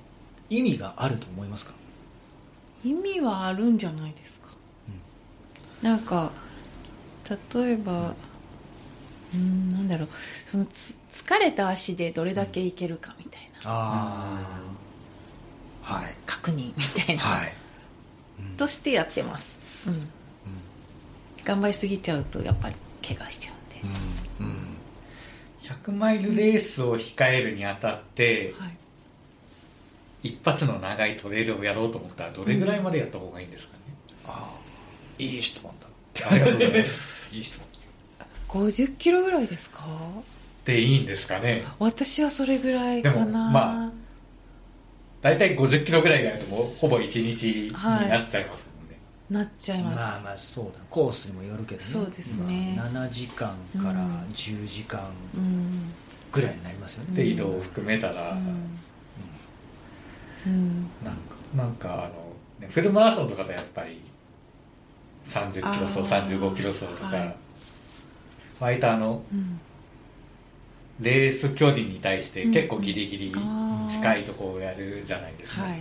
Speaker 3: 意味があると思いますか
Speaker 5: 意味はあるんじゃないですか、なんか例えばうんなんだろうそのつ疲れた足でどれだけいけるかみたいな、
Speaker 3: ああはい
Speaker 5: 確認みたいな、
Speaker 3: はい
Speaker 5: としてやってます、うん頑張りすぎちゃうとやっぱり怪我しちゃうんで、
Speaker 3: うんうん
Speaker 4: 100マイルレースを控えるにあたって
Speaker 5: はい、
Speaker 4: 一発の長いトレードをやろうと思ったらどれぐらいまでやった方がいいんですかね、
Speaker 3: あーいい質問だ
Speaker 4: ありがとうございます
Speaker 3: いい質
Speaker 5: [laughs]
Speaker 3: 問
Speaker 5: 50キロぐらいですか
Speaker 4: でいいんですかね
Speaker 5: 私はそれぐらいか
Speaker 4: でも
Speaker 5: な、
Speaker 4: ま大体50キロぐらいがやるともうほぼ1日になっちゃいますもんね、
Speaker 5: なっちゃいます、
Speaker 3: まあまあそうだコースにもよるけどね
Speaker 5: そうですね
Speaker 3: まあ7時間から
Speaker 5: うん
Speaker 3: 10時間
Speaker 5: うん
Speaker 3: ぐらいになりますよね、
Speaker 4: で移動を含めたら、
Speaker 5: うんうん
Speaker 4: なんかなんかあの、ね、フルマラソンとかとやっぱり30キロ走
Speaker 5: あー
Speaker 4: 35キロ走とか、
Speaker 5: はい
Speaker 4: 割とあの
Speaker 5: うん
Speaker 4: レース距離に対して結構
Speaker 5: うん
Speaker 4: ギリギリ
Speaker 5: あー
Speaker 4: 近いところをやるじゃないですか、
Speaker 5: はい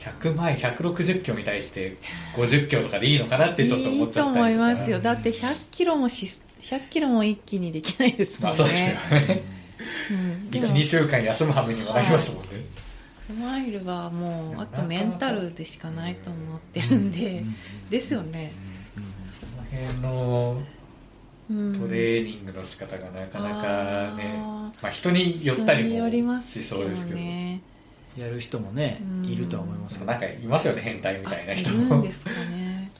Speaker 4: 100マイル160キロに対して50キロとかでいいのかなってちょっと思っちゃったり
Speaker 5: い
Speaker 4: と
Speaker 5: いと
Speaker 4: か
Speaker 5: 思いますよだって100キロもし100キロも一気にできないですも
Speaker 4: ま
Speaker 5: ん
Speaker 4: あ
Speaker 5: ね、
Speaker 4: そうですよね
Speaker 5: うん [laughs] でも
Speaker 4: 12週間休むはめにもなりますもんね、
Speaker 5: 100マイルはもうあとメンタルでしかないと思ってるんで、ですよね、
Speaker 4: この辺の
Speaker 5: うん、
Speaker 4: トレーニングの仕方がなかなかね、
Speaker 5: あ
Speaker 4: まあ、人によったり
Speaker 5: 人によりま
Speaker 4: も
Speaker 5: す
Speaker 4: し
Speaker 5: け
Speaker 4: そう
Speaker 5: ど
Speaker 4: ですけど
Speaker 5: ね
Speaker 3: やる人もね
Speaker 5: うん
Speaker 3: いるとは思いますけど
Speaker 4: なんかいますよね変態みたいな人
Speaker 5: あいるん
Speaker 4: も
Speaker 5: ですかね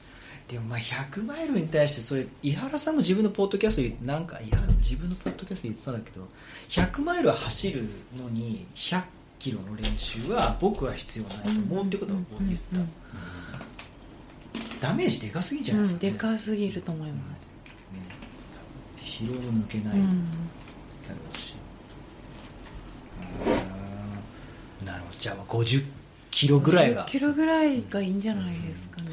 Speaker 3: でもまあ100マイルに対してそれ井原さんも自分のポッドキャストでなんか井原自分のポッドキャストで言ってたんだけど100マイルは走るのに100キロの練習は僕は必要ないと思うってことを僕は言った、
Speaker 5: うんうん
Speaker 3: ダメージでかすぎんじゃ
Speaker 5: う
Speaker 3: ない
Speaker 5: ん、
Speaker 3: ですか、ね
Speaker 5: でかすぎると思います、
Speaker 3: 疲労も抜けないだ
Speaker 5: う
Speaker 3: ろ
Speaker 5: ん
Speaker 3: うし、うんなるほどじゃあまあ50キロぐらいが
Speaker 5: 10キロぐらいがいいんじゃないですかね、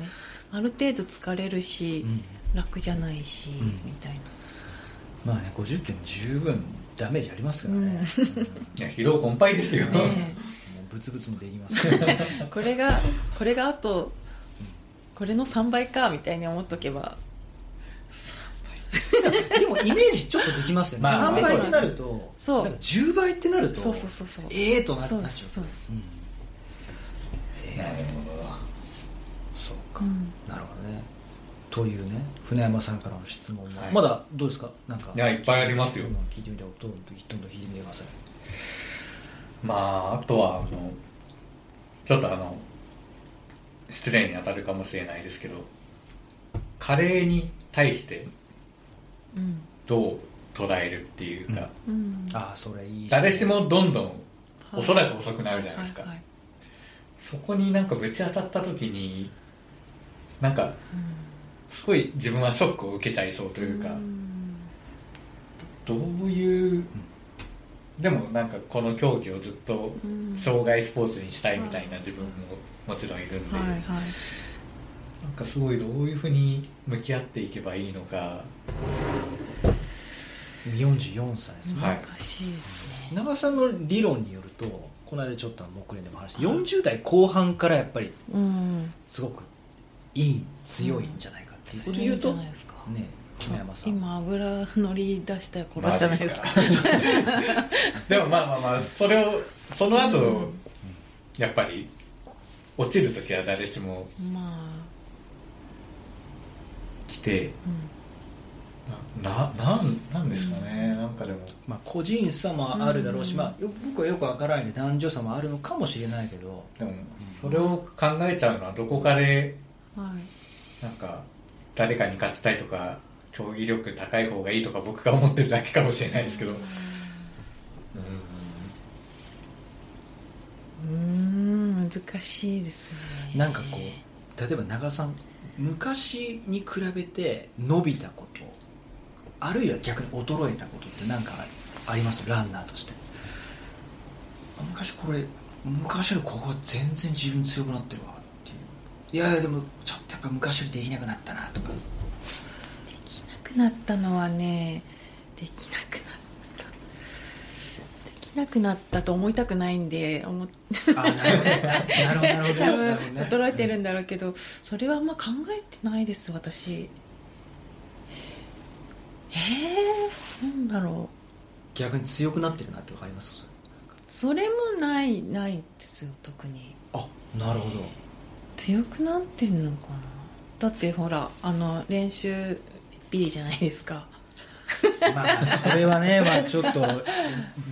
Speaker 5: ある程度疲れるし、
Speaker 3: うん
Speaker 5: 楽じゃないし、
Speaker 3: ん
Speaker 5: みたいな
Speaker 3: まあね50キロも十分ダメージありますからね、うんも
Speaker 4: いや疲労困憊ですよ、
Speaker 5: ね
Speaker 3: うブツブツもできます [laughs] からね
Speaker 5: えこれがこれがあとこれの3倍かみたいに思っとけば
Speaker 3: でもイメージちょっとできますよね、
Speaker 4: まあ
Speaker 3: 3倍ってなると
Speaker 5: そう
Speaker 3: なんか10倍ってなると
Speaker 5: そうそうそうそう
Speaker 3: ええとななっちゃ
Speaker 5: そう
Speaker 3: う
Speaker 5: ですそうです
Speaker 3: う
Speaker 4: [laughs]
Speaker 3: ん
Speaker 4: なる
Speaker 3: そうか、
Speaker 5: うん
Speaker 3: なるほどねというね船山さんからの質問も、
Speaker 4: はい
Speaker 3: まだどうですかなんか
Speaker 4: いやいっぱいありますよ
Speaker 3: うん聞いてみてどんどんどんどん聞いてみてください
Speaker 4: まああとはあのちょっとあの失礼に当たるかもしれないですけどカレーに対して
Speaker 5: うん
Speaker 4: どう捉えるっていうか、
Speaker 5: うん
Speaker 3: ああそれいい
Speaker 4: 誰しもどんどん
Speaker 5: はい
Speaker 4: おそらく遅くなるじゃないですか、
Speaker 5: はいはい
Speaker 4: そこになんかぶち当たった時になんかすごい自分はショックを受けちゃいそうというか、
Speaker 5: うん
Speaker 4: どういうでもなんかこの競技をずっと
Speaker 5: うん
Speaker 4: 障害スポーツにしたいみたいな自分ももちろんいるんで、
Speaker 5: はいはい
Speaker 4: なんかすごいどういうふうに向き合っていけばいいのか
Speaker 3: 44歳です、
Speaker 4: はい
Speaker 5: 難しいですね
Speaker 3: 長さんの理論によるとこの間ちょっと木蓮でも話して40代後半からやっぱり
Speaker 5: うん
Speaker 3: すごくいい強いんじゃないかっていうことを言うと、
Speaker 5: 強いんじゃないですか
Speaker 3: ね絹山さん
Speaker 5: 今油乗り出した頃じゃないですか
Speaker 4: [laughs] でもまあまあまあそれをその後、やっぱり落ちる時は誰しも
Speaker 5: ま
Speaker 4: 来て、なななんなんですかね、なんかでも
Speaker 3: まあ、個人差もあるだろうし、まあ、よ僕はよくわからないで男女差もあるのかもしれないけど
Speaker 4: でもそれを考えちゃうのはどこかで
Speaker 5: あはい
Speaker 4: なんか誰かに勝ちたいとか競技力高い方がいいとか僕が思ってるだけかもしれないですけど、
Speaker 5: うーん難しいですね
Speaker 3: なんかこう例えば長さん昔に比べて伸びたことあるいは逆に衰えたことって何かありますランナーとしてあ昔これ昔よりここ全然自分強くなってるわっていういやいやでもちょっとやっぱ昔よりできなくなったなとか
Speaker 5: できなくなったのはねできなくなったできなくなったと思いたくないんで思っ [laughs]
Speaker 3: あなるほどなるほどなる
Speaker 5: 多分
Speaker 3: ほど、ね、
Speaker 5: 衰えてるんだろうけどそれはあんま考えてないです私えー、なんだろう
Speaker 3: 逆に強くなってるなって分かりますそれ
Speaker 5: それもないないですよ特に
Speaker 3: あなるほど
Speaker 5: 強くなってんのかなだってほらあの練習ビリじゃないですか
Speaker 3: まあ [laughs] それはねまあちょっと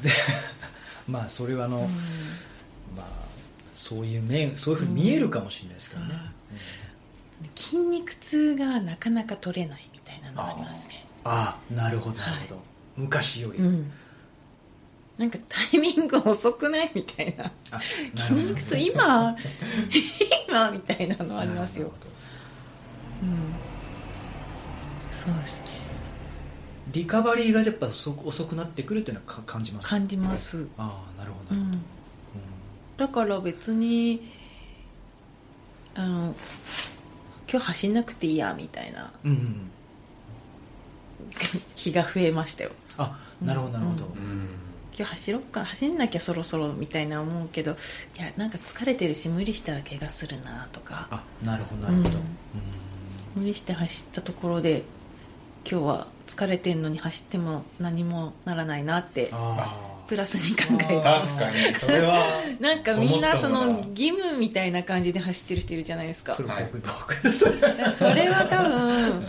Speaker 3: [laughs] まあそれはあの、まあそういう面そういうふうに見えるかもしれないですからね、うん
Speaker 5: 筋肉痛がなかなか取れないみたいなのがありますね
Speaker 3: ああなるほどなるほど、昔より、
Speaker 5: うんなんかタイミング遅くないみたいな [laughs]
Speaker 3: あなる
Speaker 5: 筋
Speaker 3: ほど
Speaker 5: 肉痛今今みたいなのあります
Speaker 3: な
Speaker 5: よ
Speaker 3: るほど
Speaker 5: うんそうですね
Speaker 3: リカバリーがやっぱ遅く遅くなってくるっていうのはか感じます
Speaker 5: 感じます、
Speaker 3: ああなるほど
Speaker 5: う
Speaker 3: なるほど、
Speaker 5: ん、だから別にあの今日走んなくていいやみたいな [laughs]
Speaker 3: うん、うんうん
Speaker 5: 日が増えましたよ
Speaker 3: あなるほどなるほど、
Speaker 5: 今日走ろっか走んなきゃそろそろみたいな思うけどいやなんか疲れてるし無理したら怪我するなとか
Speaker 3: あなるほどなるほど、
Speaker 5: うん
Speaker 3: うん
Speaker 5: 無理して走ったところで今日は疲れてんのに走っても何もならないなって
Speaker 3: ああ
Speaker 5: プラスに考えて
Speaker 3: あー
Speaker 5: ます
Speaker 4: 確かにそれは
Speaker 5: [laughs] なんかみんなそ
Speaker 4: 思
Speaker 5: の
Speaker 4: ったのが
Speaker 5: 義務みたいな感じで走ってる人いるじゃないですか
Speaker 3: それ
Speaker 4: はい
Speaker 3: 僕、僕です
Speaker 5: だからそれは
Speaker 3: [laughs]
Speaker 5: 多分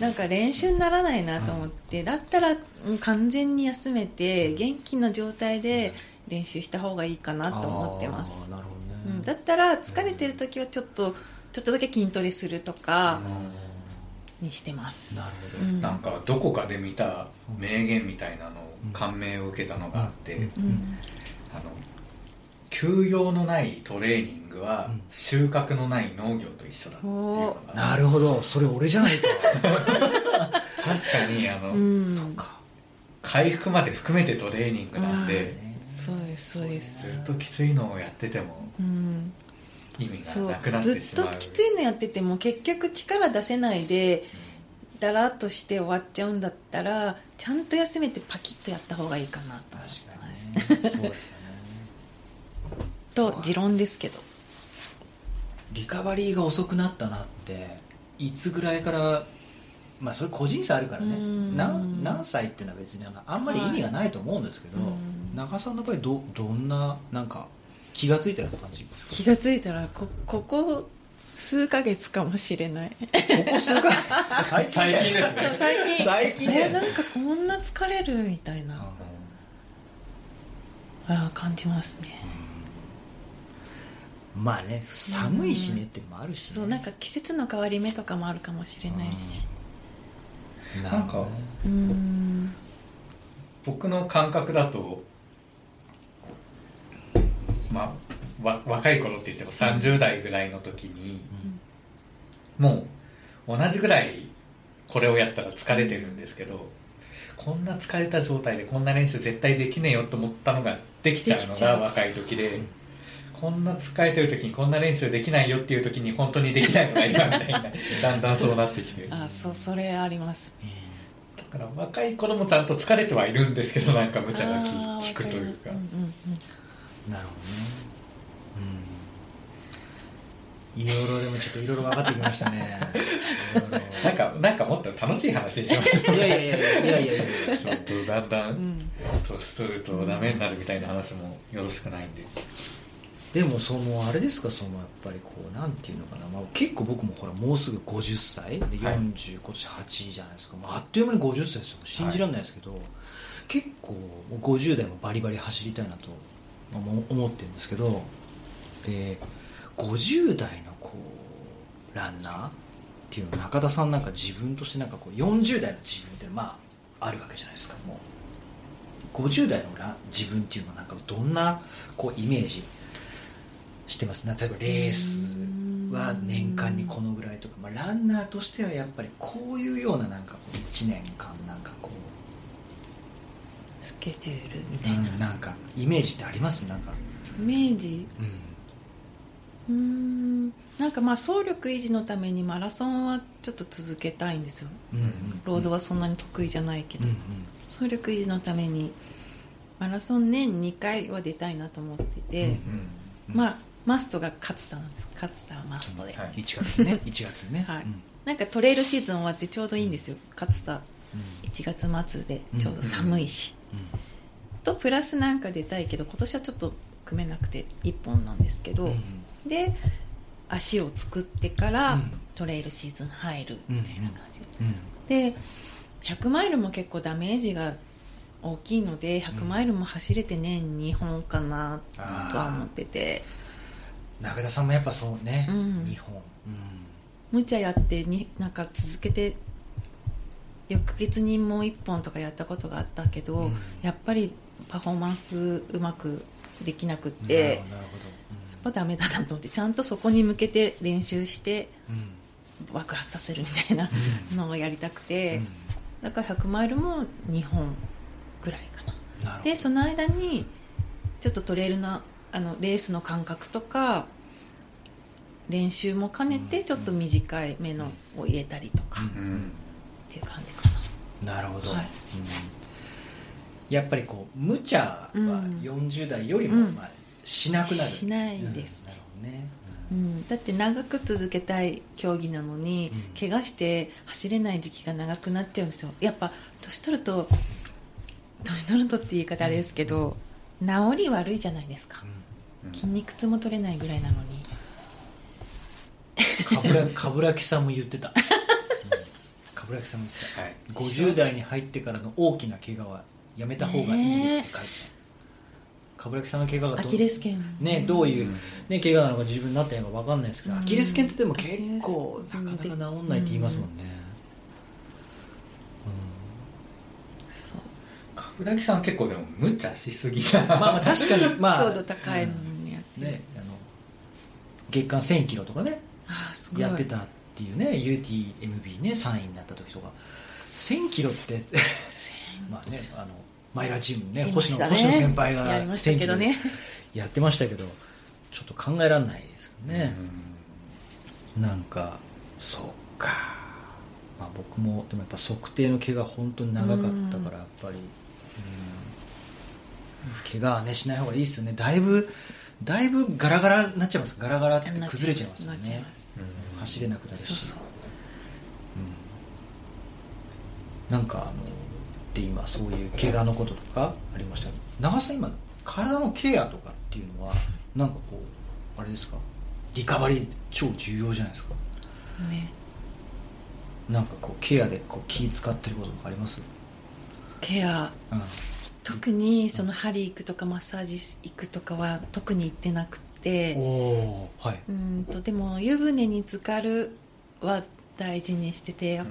Speaker 5: なんか練習にならないなと思って、だったらうん完全に休めて元気な状態で練習した方がいいかなと思ってます
Speaker 3: あーなるほ
Speaker 5: う
Speaker 3: どね、
Speaker 5: ん、だったら疲れてる時はちょっとちょっとだけ筋トレするとかにしてます、
Speaker 3: なるほど、
Speaker 5: うん
Speaker 4: なんかどこかで見た名言みたいなのを感銘を受けたのがあって、
Speaker 5: うん
Speaker 4: あの休養のないトレーニングは
Speaker 3: うん
Speaker 4: 収穫のない農業と一緒だっていうのが、
Speaker 3: なるほどそれ俺じゃないか
Speaker 4: 確かにあの、
Speaker 5: うん
Speaker 3: そっか
Speaker 4: 回復まで含めてトレーニングなんで、
Speaker 5: そうですそうです
Speaker 4: ずっときついのをやってても
Speaker 5: うん
Speaker 4: 意味
Speaker 5: そ
Speaker 4: が
Speaker 5: う
Speaker 4: なくなっ
Speaker 5: ず
Speaker 4: て
Speaker 5: っ
Speaker 4: しま
Speaker 5: と
Speaker 4: う
Speaker 5: きついのやってても結局力出せないでだらっとして終わっちゃうんだったらちゃんと休めてパキッとやった方がいいかなと思って
Speaker 3: 確か
Speaker 5: ます
Speaker 3: にねそうですよね
Speaker 5: と持論ですけど
Speaker 3: リカバリーが遅くなったなっていつぐらいからまあそれ個人差あるからね
Speaker 5: うん
Speaker 3: 何何歳っていうのは別にあのあんまり意味がないと思うんですけど、
Speaker 5: はいうん
Speaker 3: 長さんの場合どどんななんか気が付いたような感じですか
Speaker 5: 気がついたらこここ数ヶ月かもしれない
Speaker 3: ここ数回
Speaker 5: [laughs]
Speaker 3: 最近
Speaker 4: 最近
Speaker 3: じ
Speaker 4: で
Speaker 3: ゃ
Speaker 4: す
Speaker 3: ない
Speaker 4: ね
Speaker 5: 最近
Speaker 3: 最
Speaker 5: [laughs]
Speaker 3: 近
Speaker 5: え
Speaker 3: ね
Speaker 5: なんかこんな疲れるみたい
Speaker 3: あ
Speaker 5: な
Speaker 3: の
Speaker 5: あー感じますね
Speaker 3: まあね寒いしねっていうのもあるし、ね、
Speaker 5: そうなんか季節の変わり目とかもあるかもしれないし
Speaker 3: なんか
Speaker 5: うん
Speaker 4: 僕の感覚だとまあわ若い頃って言っても30代ぐらいの時に、もう同じぐらいこれをやったら疲れてるんですけどこんな疲れた状態でこんな練習絶対できねえよと思ったのができちゃう
Speaker 5: で
Speaker 4: の
Speaker 5: きちゃ
Speaker 4: が
Speaker 5: う
Speaker 4: 若い時で。こんな疲れてる時にこんな練習できないよっていう時に本当にできないのが今みたいな [laughs] だんだんそうなってきて
Speaker 5: あーそうそれあります
Speaker 4: だから若い頃もちゃんと疲れてはいるんですけどなんか無茶が
Speaker 5: あ
Speaker 4: き
Speaker 5: ー
Speaker 4: 聞くというか
Speaker 5: わりますうんうんうん
Speaker 3: なるほどねうんいろいろでもちょっといろいろ分かってきましたねいろいろ
Speaker 4: なんかなんかもっとょっと楽しい話にしまし
Speaker 3: いやいやいやいやいやいや
Speaker 4: ょうちょっとだんだん年取るとダメになるみたいな話もよろしくないんで
Speaker 3: でもそのあれですかそのやっぱりこうなんていうのかな、まあ、結構僕もほらもうすぐ50歳で40、
Speaker 4: はい
Speaker 3: 今年8じゃないですか、まあ、あっという間に50歳ですよ信じられないですけど、結構50代もバリバリ走りたいなと思思ってるんですけどで50代のこうランナーっていうの中田さんなんか自分としてなんかこう40代の自分っていうのはまああるわけじゃないですかもう50代のラ自分っていうのはなんかどんなこうイメージしてますな例えばレースは年間にこのぐらいとか、まあ、ランナーとしてはやっぱりこういうようななんかこう1年間なんかこう、
Speaker 5: スケジュールみたいな、
Speaker 3: うんなんかイメージってありますなんか、
Speaker 5: イメージ
Speaker 3: うん、
Speaker 5: うーんなんかまあ総力維持のためにマラソンはちょっと続けたいんですよ
Speaker 3: うんうん
Speaker 5: ロードはそんなに得意じゃないけ
Speaker 3: う
Speaker 5: ど、
Speaker 3: んうん
Speaker 5: 総力維持のためにマラソン年2回は出たいなと思ってて、
Speaker 4: うん
Speaker 5: まあマストが勝田なんです勝田はマストで、
Speaker 4: はい
Speaker 3: 1月ね1月ね
Speaker 5: はい
Speaker 3: うん
Speaker 5: なんかトレイルシーズン終わってちょうどいいんですよ勝田
Speaker 3: う
Speaker 5: 1月末でちょうど寒いし、
Speaker 3: んうん
Speaker 5: とプラスなんか出たいけど今年はちょっと組めなくて1本なんですけど、
Speaker 3: うん
Speaker 5: で足を作ってから、
Speaker 3: うん
Speaker 5: トレイルシーズン入るみたいな感じ、
Speaker 3: うん
Speaker 5: で100マイルも結構ダメージが大きいので100マイルも走れて年2本かなとは思ってて
Speaker 3: 中田さんもやっぱそうね、
Speaker 5: うん
Speaker 3: 日本、
Speaker 5: 無茶やってになんか続けて翌月にもう1本とかやったことがあったけど、
Speaker 3: うん
Speaker 5: やっぱりパフォーマンスうまくできなくっ
Speaker 3: うん、
Speaker 5: てやっ
Speaker 3: なるほどなるほ
Speaker 5: ぱダメだなと思ってちゃんとそこに向けて練習して
Speaker 3: ど、うんうん
Speaker 5: 爆発させるみたいなのをやりたくて、
Speaker 3: うん
Speaker 5: だから100マイルも2本ぐらいかな
Speaker 3: なるほど
Speaker 5: でその間にちょっとトレイルのあのレースの感覚とか練習も兼ねてちょっと短い目のを入れたりとか
Speaker 3: う
Speaker 4: う
Speaker 3: ん
Speaker 4: ん
Speaker 5: っていう感じかな、
Speaker 3: なるほど、
Speaker 5: はい
Speaker 3: うん、やっぱりこう無茶は
Speaker 5: うん
Speaker 3: 40代よりも、
Speaker 5: うん
Speaker 3: まあ、しなくなる
Speaker 5: しないです
Speaker 3: うんなるほどね、
Speaker 5: うん、だって長く続けたい競技なのに、
Speaker 3: うん
Speaker 5: 怪我して走れない時期が長くなっちゃうんですよやっぱ年取ると年取るとって言い方あれですけど治り悪いじゃないですか
Speaker 3: うん
Speaker 5: 筋肉痛も取れないぐらいなのに
Speaker 3: かぶら冠 [laughs] 城さんも言ってた、うん、かぶらきさんも言ってた
Speaker 4: はい
Speaker 3: 50代に入ってからの大きな怪我はやめた方がいいですって書いてた冠城さんの怪我が
Speaker 5: ア
Speaker 3: ど
Speaker 5: キレス腱
Speaker 3: ね、どういう、
Speaker 4: うん
Speaker 3: ね、怪我なのか自分になったのか分かんないですけど、
Speaker 5: うん
Speaker 3: アキレス腱ってでも結構
Speaker 5: アキレス
Speaker 3: な
Speaker 5: 腱
Speaker 3: かなか治んないって言いますもんね、
Speaker 5: そう
Speaker 4: 冠城さんは結構でも無茶しすぎな
Speaker 3: まあまあ確かにまあ
Speaker 5: 強度高いのにやってる、
Speaker 3: ねあの月間1 0 0 0キロとかね
Speaker 5: ああすごい
Speaker 3: やってたっていうね UTMB ね3位になった時とか1 0 0 0キロってまあねあのマイラーチームね
Speaker 5: いま
Speaker 3: 星
Speaker 5: し
Speaker 3: 野
Speaker 5: たね
Speaker 3: 星野先輩
Speaker 5: や
Speaker 3: が
Speaker 5: りまし
Speaker 3: 1000キ
Speaker 5: たけ
Speaker 3: ロ
Speaker 5: どね
Speaker 3: やってましたけどちょっと考えられないですよね、なんかそっか、まあ、僕もでもやっぱ測定の毛が本当に長かったからやっぱり、うん、怪我はねしない方がいいですよねだいぶだいぶガラガラになっちゃいますガラガラって崩れちゃいますよ
Speaker 5: なっちゃい
Speaker 3: ね
Speaker 5: ます
Speaker 3: 走れなくなるし
Speaker 5: そうそう
Speaker 3: なんかあので今そういう怪我のこととかありましたけど長瀬さん今体のケアとかっていうのはなんかこうあれですかリカバリー超重要じゃないですか
Speaker 5: ね
Speaker 3: なんかこうケアでこう気使ってることとかあります、
Speaker 5: ケア
Speaker 3: うん
Speaker 5: 特にその針行くとかマッサージ行くとかは特に行ってなくて
Speaker 3: おおはい、
Speaker 5: うんとでも湯船に浸かるは大事にしてて、なん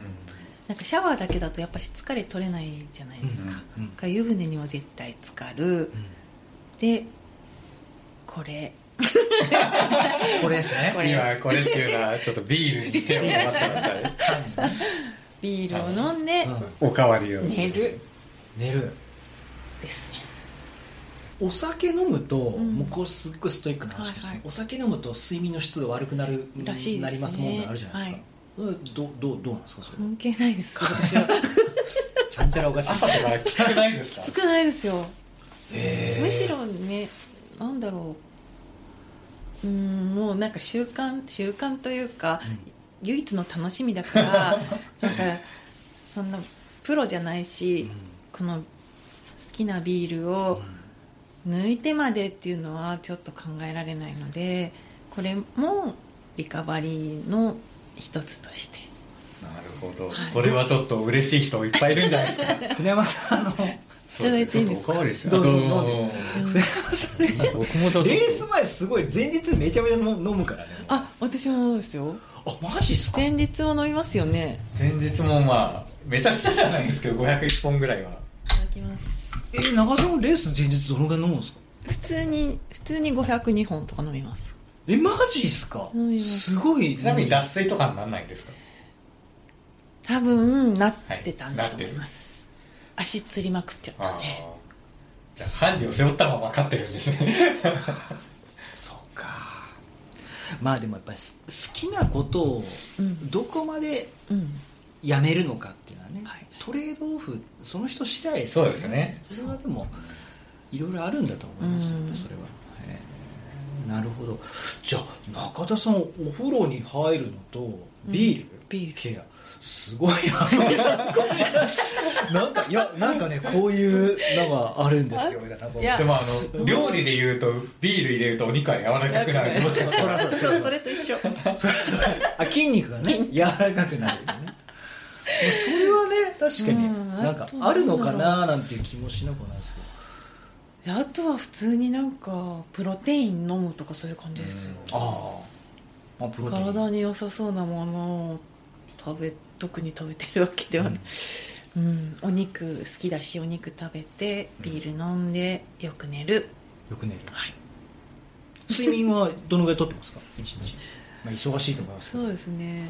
Speaker 5: かシャワーだけだとやっぱし疲れ取れないじゃないですか,、
Speaker 3: うんうん
Speaker 5: だから湯船には絶対浸かるでこれ
Speaker 3: これですね
Speaker 5: これ
Speaker 4: 今これっていうのはちょっとビールに手を伸ばしてましたね
Speaker 5: ビールを飲んで
Speaker 4: [laughs]
Speaker 3: うん
Speaker 4: おかわりを
Speaker 5: 寝る
Speaker 3: 寝る
Speaker 5: ですね
Speaker 3: お酒飲むと、
Speaker 5: ん
Speaker 3: もうこうすっごいストイックな話ですね、
Speaker 5: はいはい
Speaker 3: お酒飲むと睡眠の質が悪くなる
Speaker 5: らしいですね
Speaker 3: なりますもんがあるじゃないですか
Speaker 5: はい、
Speaker 3: それどうどうどうなんですかそれ
Speaker 5: 関係ないです私は
Speaker 3: ちゃんちゃらおかしい
Speaker 4: 朝とかきつくないですか
Speaker 5: 少ないですよ
Speaker 3: へー
Speaker 5: むしろねなんだろううんもうなんか [laughs] 習慣習慣というか、唯一の楽しみだからなんかそんなプロじゃないし、この好きなビールを抜いてまでっていうのはちょっと考えられないのでこれもリカバリーの一つとして
Speaker 4: なるほどこれはちょっと嬉しい人いっぱいいるんじゃないですか
Speaker 3: 船山さんあの
Speaker 5: [laughs] いただいていいですか
Speaker 4: そうですねち
Speaker 3: ど
Speaker 4: ょ
Speaker 3: う
Speaker 4: っ
Speaker 3: ぞ
Speaker 4: とおか
Speaker 3: どう
Speaker 4: わり
Speaker 3: ぞ
Speaker 4: ですよ
Speaker 3: 船山さんね
Speaker 4: どう僕もちょっと
Speaker 3: レース前すごい前日めちゃめちゃ飲む飲むからね
Speaker 5: あ私もですよ
Speaker 3: あマジっす
Speaker 5: 前日も飲みますよね
Speaker 4: 前日もまあめちゃくちゃじゃないんですけど501本ぐらいはい
Speaker 5: ただきます
Speaker 3: え長瀬のレース前日どのぐらい飲むんですか
Speaker 5: 普通に普通に502本とか飲みます
Speaker 3: えマジっすか
Speaker 5: 飲みます
Speaker 3: すごい
Speaker 4: ちなみに脱水とかにならないんですか
Speaker 5: 多分なってたんだと思います、足つりまくっちゃった
Speaker 4: あ
Speaker 5: ん
Speaker 4: あ
Speaker 5: で
Speaker 4: じゃあ犯人を背負ったのは分かってるんですね
Speaker 3: そうかまあでもやっぱりす好きなことを
Speaker 5: うん
Speaker 3: どこまで
Speaker 5: うん
Speaker 3: やめるのかっていうのはね、
Speaker 5: はい
Speaker 3: トレードオフ [laughs] その人次第です
Speaker 4: そうですね
Speaker 3: それはでもいろいろあるんだと思いますよ、
Speaker 5: うん
Speaker 3: それはへえなるほどじゃあ中田さんお風呂に入るのとビール、
Speaker 5: ビール
Speaker 3: ケアすごい
Speaker 5: [laughs]
Speaker 3: ななんかいやなんかねこういうのがあるんですよみたいななんか
Speaker 5: いや
Speaker 4: でもあの料理で言うとビール入れるとお肉は柔らかくなる
Speaker 5: 柔らかくな
Speaker 4: そう
Speaker 5: る
Speaker 4: そうそう
Speaker 3: そらそらそ
Speaker 5: そ
Speaker 3: ら
Speaker 5: うそれと一緒
Speaker 3: あ筋肉がね柔らかくなるよねまあそれはね確か
Speaker 5: うん
Speaker 3: になんか
Speaker 5: あと
Speaker 3: あるのかななんていう気もしなくはないですけど
Speaker 5: あとは普通になんかプロテイン飲むとかそういう感じですよ
Speaker 3: ああ、まあ、プロテイン
Speaker 5: 体に良さそうなものを食べ特に食べてるわけではない、うんお肉好きだしお肉食べてビール飲んでよく寝る、
Speaker 3: よく寝る
Speaker 5: はい
Speaker 3: 睡眠はどのぐらいとってますか一日、まあ、忙しいと思いますけ
Speaker 5: そ
Speaker 3: ど
Speaker 5: うですね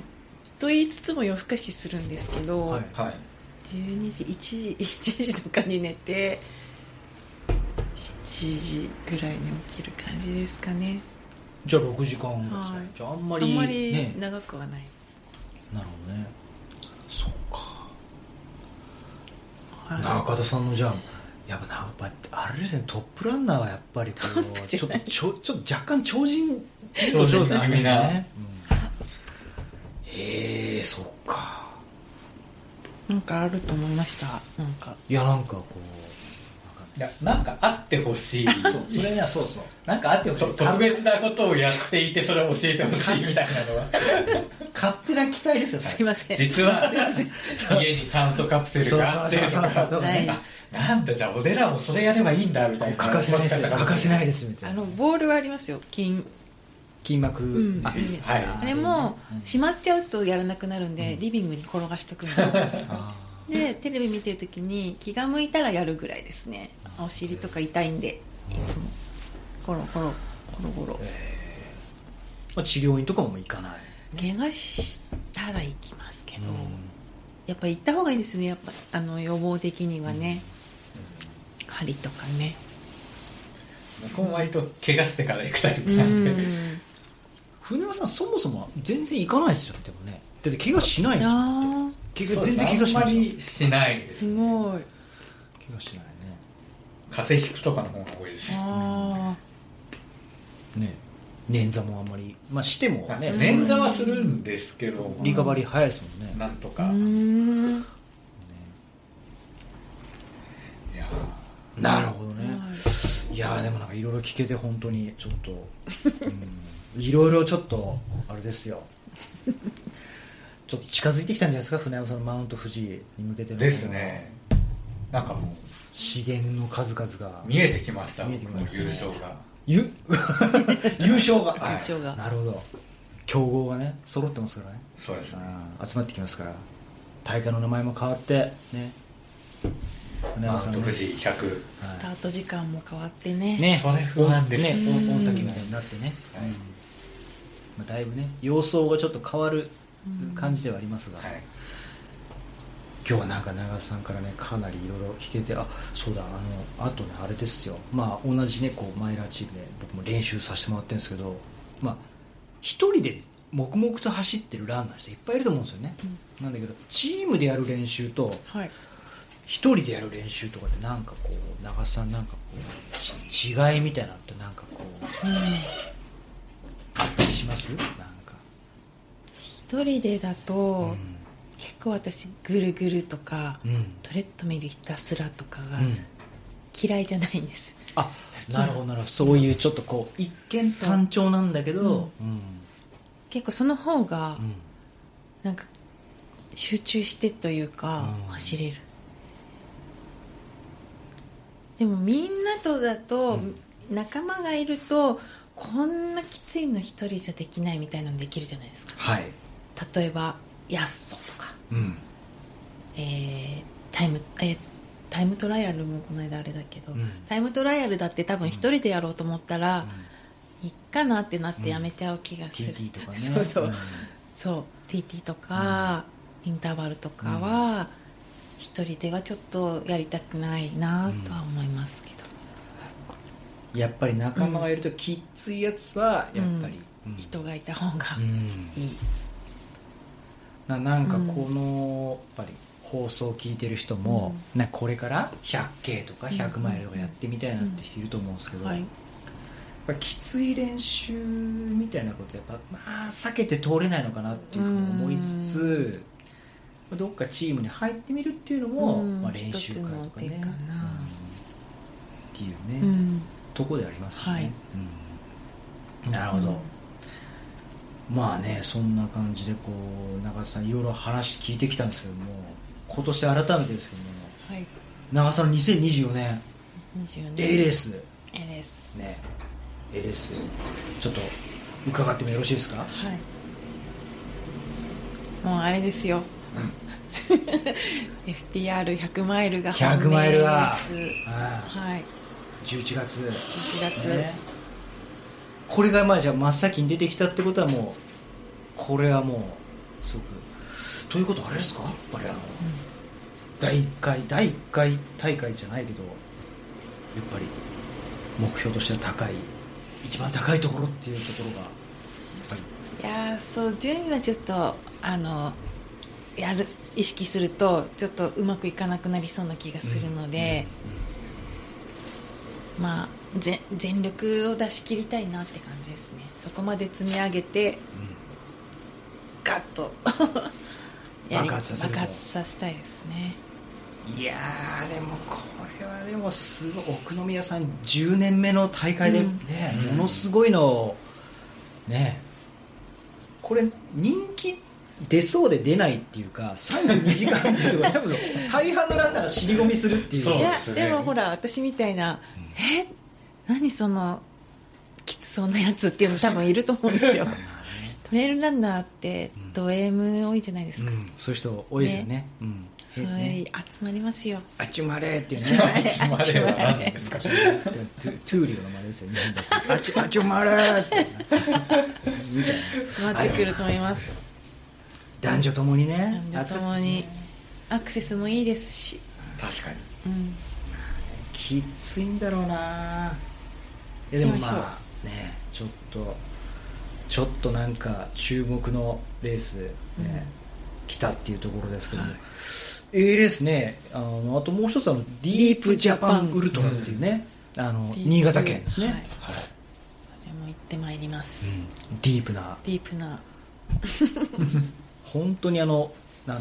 Speaker 5: と言いつつも夜更かしするんですけど、
Speaker 3: はい
Speaker 4: はい
Speaker 5: 12時1時1時とかに寝て7時ぐらいに起きる感じですかね
Speaker 3: じゃあ6時間ぐらいですね、
Speaker 5: はい
Speaker 3: じゃああんま
Speaker 5: あ
Speaker 3: り
Speaker 5: ん
Speaker 3: ね
Speaker 5: まり長くはないです、
Speaker 3: なるほどねそうか
Speaker 5: はい
Speaker 3: 中田さんのじゃあやっぱなやっぱあれですねトップランナーはやっぱりこうちょっとちょちょっと若干超人
Speaker 4: 超人気味な、
Speaker 3: うんへえそっか
Speaker 5: なんかあると思いましたなんか
Speaker 3: いやなんかこう
Speaker 4: いやなんかあってほしい
Speaker 3: そうそれにはそうそうなんかあってほし
Speaker 4: と
Speaker 3: い
Speaker 4: 特別なことをやっていてそれを教えてほしいみたいな
Speaker 3: [laughs]
Speaker 4: のは
Speaker 3: 勝手な期待ですよ
Speaker 5: すいません
Speaker 4: 実は家に酸素カプセルがあってと
Speaker 3: そうそうそうそう
Speaker 4: か
Speaker 3: そう
Speaker 5: はい
Speaker 4: なんだじゃあ俺らもそれやればいいんだみたいな
Speaker 3: 欠かせないですよ欠かせないですみた
Speaker 5: あ
Speaker 3: いな
Speaker 5: のボールはありますよ金
Speaker 3: 筋膜、
Speaker 5: うん
Speaker 3: あ
Speaker 4: はい
Speaker 5: あれもしまっちゃうとやらなくなるんで、リビングに転がしとくんです
Speaker 3: あ
Speaker 5: [laughs] でテレビ見てる時に気が向いたらやるぐらいですねお尻とか痛いんでいつもゴロゴロゴロゴロ
Speaker 3: ーまあ治療院とかも行かない、
Speaker 5: 怪我したら行きますけど、やっぱ行った方がいいですねやっぱあの予防的にはね、針とかね
Speaker 4: 僕も割と怪我してから行くタイプ
Speaker 5: う
Speaker 4: なんで、
Speaker 5: ん
Speaker 3: [laughs] 船山さんそもそも全然行かないですよでもねだって怪我しない
Speaker 5: い
Speaker 3: で
Speaker 5: や
Speaker 3: すよだって
Speaker 5: ー
Speaker 3: 怪我全然怪我しな
Speaker 4: あん
Speaker 3: い
Speaker 4: ま
Speaker 3: ですよ
Speaker 4: りしないです
Speaker 5: すごい
Speaker 3: 怪我しないね
Speaker 4: 風邪ひくとかの方が多いですね
Speaker 5: あ
Speaker 3: ね捻挫もあんまりまあしてもね
Speaker 4: 捻挫はするんですけど
Speaker 3: リカバリー早いですもんね
Speaker 4: なんと
Speaker 5: あ
Speaker 4: か、
Speaker 5: う
Speaker 4: い
Speaker 5: んは
Speaker 4: や
Speaker 3: なるほど
Speaker 5: い
Speaker 3: ねいやーでもなんかいろいろ聞けて本当にちょっとうんいろいろちょっとあれですよちょっと近づいてきたんじゃないですか船山さんのマウント富士に向けての
Speaker 4: ですねなんかも
Speaker 3: 資源の数々が
Speaker 4: う見えてきました
Speaker 3: 見えてき
Speaker 4: 僕
Speaker 3: ま
Speaker 4: の
Speaker 3: した
Speaker 4: 優勝が [laughs]
Speaker 3: ゆ優勝が
Speaker 4: はい
Speaker 5: 優勝が
Speaker 3: なるほど強豪がね揃ってますからね
Speaker 4: そうですね
Speaker 3: うん集まってきますから大会の名前も変わってね船
Speaker 4: マ
Speaker 3: 山
Speaker 4: ウ
Speaker 3: さ
Speaker 4: ン
Speaker 3: ん
Speaker 4: ト
Speaker 3: ね
Speaker 4: 富士100
Speaker 5: スタート時間も変わってね
Speaker 3: ね
Speaker 4: それ不安です
Speaker 3: ね
Speaker 4: う
Speaker 3: 大
Speaker 4: ん
Speaker 3: 大滝みたいになってね、
Speaker 4: はい
Speaker 3: うんまあ、だいぶね様相がちょっと変わる感じではありますが、
Speaker 4: はい
Speaker 3: 今日はなんか長田さんからねかなりいろいろ聞けてあそうだあのあとねあれですよまあ同じねこうマイラーチームで僕も練習させてもらってるんですけどまあ一人で黙々と走ってるランナーの人いっぱいいると思うんですよね、なんだけどチームでやる練習と
Speaker 5: はい
Speaker 3: 一人でやる練習とかってなんかこう長瀬さんなんかこうち違いみたいなのってなんかこうあったりしますなんか
Speaker 5: 一人でだと、
Speaker 3: うん
Speaker 5: 結構私ぐるぐるとか、
Speaker 3: うん
Speaker 5: トレッドミルひたすらとかが
Speaker 3: うん
Speaker 5: 嫌いじゃないんです、
Speaker 3: あ
Speaker 5: き
Speaker 3: なるほどなるほどそういうちょっとこう一見単調なんだけどうん
Speaker 5: 結構その方が
Speaker 3: うん
Speaker 5: なんか集中してというか、
Speaker 3: うん
Speaker 5: 走れるでもみんなとだと、仲間がいるとこんなきついの一人じゃできないみたいなのできるじゃないですか
Speaker 3: はい
Speaker 5: 例えば「やっそ」とか、
Speaker 3: うん
Speaker 5: えータイムえータイムトライアルもこの間あれだけど、
Speaker 3: うん
Speaker 5: タイムトライアルだって多分一人でやろうと思ったら、いっかなってなってやめちゃう気がする、
Speaker 3: TT と [laughs] かね
Speaker 5: そうそう、
Speaker 3: ん
Speaker 5: そう TT とか、インターバルとかは、一人ではちょっとやりたくないなとは思いますけど、
Speaker 3: やっぱり仲間がいるときっついやつはやっぱりうん
Speaker 5: 人がいた方が
Speaker 3: うん
Speaker 5: いい、
Speaker 3: ななんかこの、やっぱり放送を聞いてる人も、なんかこれから100 k とか100マイルとかやってみたいなって人いると思うんですけど、
Speaker 5: はい
Speaker 3: やっぱりきつい練習みたいなことやっぱまあ避けて通れないのかなっていうふうに思いつつ、どっかチームに入ってみるっていうのも、
Speaker 5: うん
Speaker 3: まあ、練習会とか
Speaker 5: 一つの手
Speaker 3: ね、
Speaker 5: か
Speaker 3: っ
Speaker 5: な
Speaker 3: ていうね、
Speaker 5: うん
Speaker 3: とこでありますよね、
Speaker 5: はい
Speaker 3: うんなるほど、まあねそんな感じでこう長田さんいろいろ話聞いてきたんですけども今年改めてですけども
Speaker 5: はい
Speaker 3: 長田さんの2024年
Speaker 5: 24
Speaker 3: A レ
Speaker 5: 年
Speaker 3: ース
Speaker 5: エレス
Speaker 3: ね A レースちょっと伺ってもよろしいですか
Speaker 5: はいもうあれですよ [laughs] FTR100 マイルが
Speaker 3: 100マイルは
Speaker 5: 本命です
Speaker 3: ああ
Speaker 5: はい
Speaker 3: 11月
Speaker 5: 11月
Speaker 3: ねこれがまあじゃあ真っ先に出てきたってことはもうこれはもうすごくということはあれですかやっぱりあの、第1回第1回大会じゃないけどやっぱり目標としては高い一番高いところっていうところがやっぱり
Speaker 5: いやーそう順位はちょっとあのやる意識するとちょっとうまくいかなくなりそうな気がするので、まあ全全力を出し切りたいなって感じですねそこまで積み上げて、ガッとやり
Speaker 3: 爆発させると
Speaker 5: 爆発させたいですね
Speaker 3: いやーでもこれはでもすごい奥宮さん10年目の大会でね、ものすごいのをねこれ人気出そうで出ないっていうか32時間っていうの [laughs] が多分大半のランナーが尻込みするっていう
Speaker 4: そう
Speaker 5: いや
Speaker 4: ですね
Speaker 5: でもほら私みたいな、え何そのきつそうなやつっていうの多分いると思うんですよトレイルランナーってド M 多いじゃないです
Speaker 3: う
Speaker 5: か、
Speaker 3: んそういう人多いですよね
Speaker 5: ね
Speaker 3: うん
Speaker 5: それ
Speaker 3: ね
Speaker 5: 集まりますよ
Speaker 3: あっちゅまれっていうね [laughs]
Speaker 4: つまりは何ですか
Speaker 3: トゥトゥーリオの真似ですよ日本だとあっちゅあっちゅまれーってみたいな
Speaker 5: 集まってくると思います
Speaker 3: 男女ともにね
Speaker 5: 男女ともにアクセスもいいですし、
Speaker 4: 確かに
Speaker 5: うん、
Speaker 3: きついんだろうないやでも
Speaker 5: 行きましょう
Speaker 3: まあねちょっとちょっとなんか注目のレース、ね来たっていうところですけども、A レースねあのあともう一つあのディープジャパンウルトラっていうね、あの
Speaker 5: ディープ
Speaker 3: 新潟県ですね、
Speaker 5: はい
Speaker 3: はい
Speaker 5: それも行ってまいります、
Speaker 3: ディープな
Speaker 5: ディープな
Speaker 3: 本当にあのあの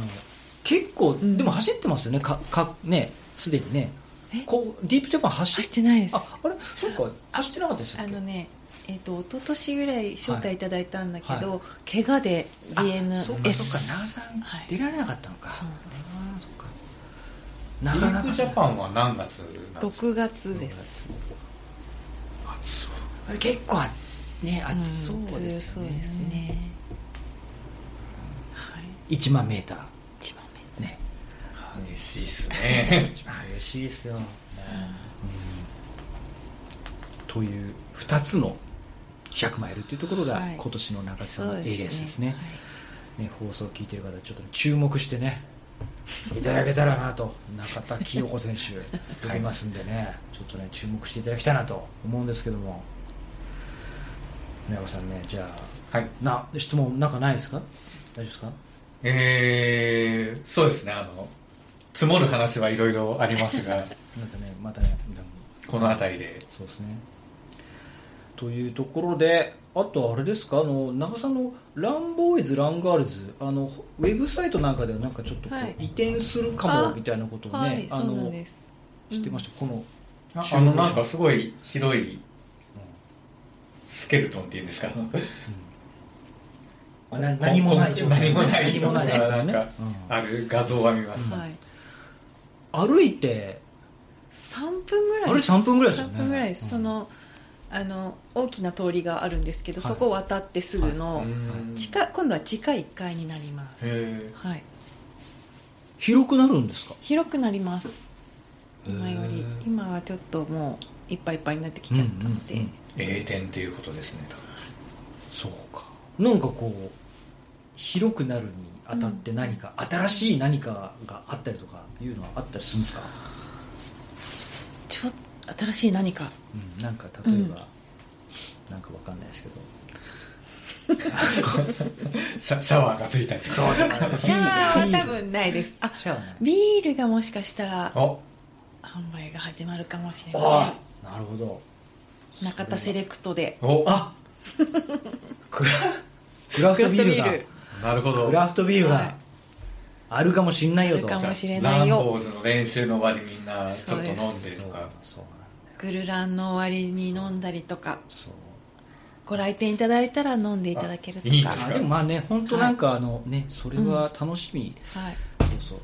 Speaker 3: 結構、
Speaker 5: ん
Speaker 3: でも走ってますよねかかねすでにね
Speaker 5: え
Speaker 3: こうディープジャパン走
Speaker 5: 走っ
Speaker 3: って
Speaker 5: ないです
Speaker 3: ああれそっか走ってなかったですよ
Speaker 5: あのねえっと一昨年ぐらい招
Speaker 3: は
Speaker 5: 待
Speaker 3: い
Speaker 5: いただいたんだけど、
Speaker 3: は
Speaker 5: 怪我で
Speaker 3: あ
Speaker 5: DNS
Speaker 3: そっかそっか長さん
Speaker 5: はい
Speaker 3: 出られなかったのか、
Speaker 5: そうなんです
Speaker 3: あーそっか
Speaker 4: デ
Speaker 3: な
Speaker 4: ィ
Speaker 3: か
Speaker 4: ー
Speaker 3: なか
Speaker 4: プジャパンは何月なんですか
Speaker 5: 6月です
Speaker 3: 結構ね暑そ
Speaker 5: ん
Speaker 3: うですよ
Speaker 5: 強そうです
Speaker 3: ね,、
Speaker 5: ねはい
Speaker 3: 一1万メータ
Speaker 5: 一番目
Speaker 3: ーね
Speaker 4: 激しいっすね
Speaker 3: 一番嬉しいですよ、ねという2つの100マイルというところが
Speaker 5: はい
Speaker 3: 今年の中
Speaker 5: そ
Speaker 3: 島の
Speaker 5: う
Speaker 3: A レ
Speaker 5: で
Speaker 3: ー
Speaker 5: すね
Speaker 3: スですね,、ね放送を聞いてる方ちょっと注目してねいただけたらなと中田清子選手呼びますんでね、ちょっとね注目していただきたいなと思うんですけども宮山さんねじゃあ
Speaker 4: はい
Speaker 3: な質問なんかないですか大丈夫ですか
Speaker 4: えー、そうですねあの積もる話はいろいろあ
Speaker 3: [laughs]
Speaker 4: りますが
Speaker 3: なんかねまたね
Speaker 4: この辺りで
Speaker 3: そうですね。というところであとあれですかあの長さんのランボーイズランガールズあのウェブサイトなんかではなんかちょっとこう、
Speaker 5: はい
Speaker 3: 移転するかも
Speaker 5: あ
Speaker 3: みたいなことをね、
Speaker 5: はい、
Speaker 3: あ
Speaker 5: そう
Speaker 3: の
Speaker 5: なんです
Speaker 3: 知ってました、この
Speaker 4: ああのなんかすごいひどいスケルトンっていうん
Speaker 3: [laughs]
Speaker 4: ですか
Speaker 3: な何もない状態
Speaker 4: 何もない
Speaker 3: 何もない状態ね
Speaker 4: なんかある画像は見ました、
Speaker 5: はい
Speaker 3: 歩いて
Speaker 5: 3分ぐらい
Speaker 3: あれ3分ぐらいですよね
Speaker 5: 3分ぐらいです、
Speaker 3: うん
Speaker 5: そのあの大きな通りがあるんですけど、
Speaker 3: はい
Speaker 5: そこを渡ってすぐの、
Speaker 4: うん
Speaker 5: 地下今度は地下1階になります、
Speaker 4: へ
Speaker 5: はい、
Speaker 3: 広くなるんですか
Speaker 5: 広くなります今よ
Speaker 4: へ
Speaker 5: り
Speaker 4: ー
Speaker 5: 今はちょっともういっぱいいっぱいになってきちゃったので、
Speaker 3: うんうんうん
Speaker 4: え栄転ということですね
Speaker 3: そうかなんかこう広くなるにあたって何か、新しい何かがあったりとかいうのはあったりするんですか、
Speaker 5: ちょっと新しい何か
Speaker 3: うん、なんか例えば、
Speaker 5: うん
Speaker 3: なんかわかんないですけど
Speaker 4: シャシャワーがついたりと [laughs] か
Speaker 5: シャワーは多分ないですあ
Speaker 3: シャワーない
Speaker 5: ビールがもしかしたら
Speaker 4: あ
Speaker 5: 販売が始まるかもしれま
Speaker 3: ああなるほど
Speaker 5: せん中田セレクトで
Speaker 4: お
Speaker 3: あクラクラフト
Speaker 5: クラフ
Speaker 3: ビ
Speaker 5: ト
Speaker 3: ー
Speaker 5: ビ
Speaker 3: ルが
Speaker 5: ール
Speaker 4: なるほど
Speaker 3: クラフトビール
Speaker 5: は
Speaker 3: が
Speaker 5: い
Speaker 3: あるかもしんないよと
Speaker 5: あるかもしれ
Speaker 4: ラ
Speaker 5: な
Speaker 4: ン
Speaker 5: いよ
Speaker 4: ボーズの練習の終わりみんなちょっと飲んで
Speaker 3: そ
Speaker 4: と
Speaker 3: う
Speaker 4: か
Speaker 3: そうなんだ
Speaker 5: グルランの終わりに飲んだりとか
Speaker 3: そう
Speaker 5: ご来店いただいたら飲んでいただけると
Speaker 4: あ
Speaker 5: か
Speaker 4: いいな
Speaker 3: あでもまあね本当なんかあのねそれは楽しみ、
Speaker 5: はい
Speaker 3: そう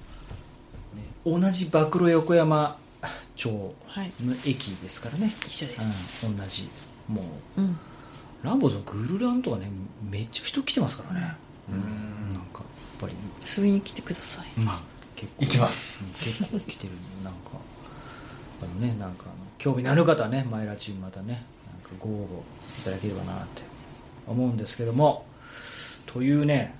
Speaker 3: そう、ね、同じ馬黒横山町の
Speaker 5: はい
Speaker 3: 駅ですからね、
Speaker 5: 一緒です
Speaker 3: うん、同じも
Speaker 5: うん
Speaker 3: うランボーズのグルランとかねめっちゃ人来てますからね、
Speaker 4: うん
Speaker 3: なんかやっぱり、
Speaker 5: 遊びに来てください
Speaker 3: まあ結構
Speaker 4: 行きます
Speaker 3: うん結構来てるなんかあのねなんかあの興味のある方はねマイラチームまたねなんかご応募いただければなって思うんですけどもというね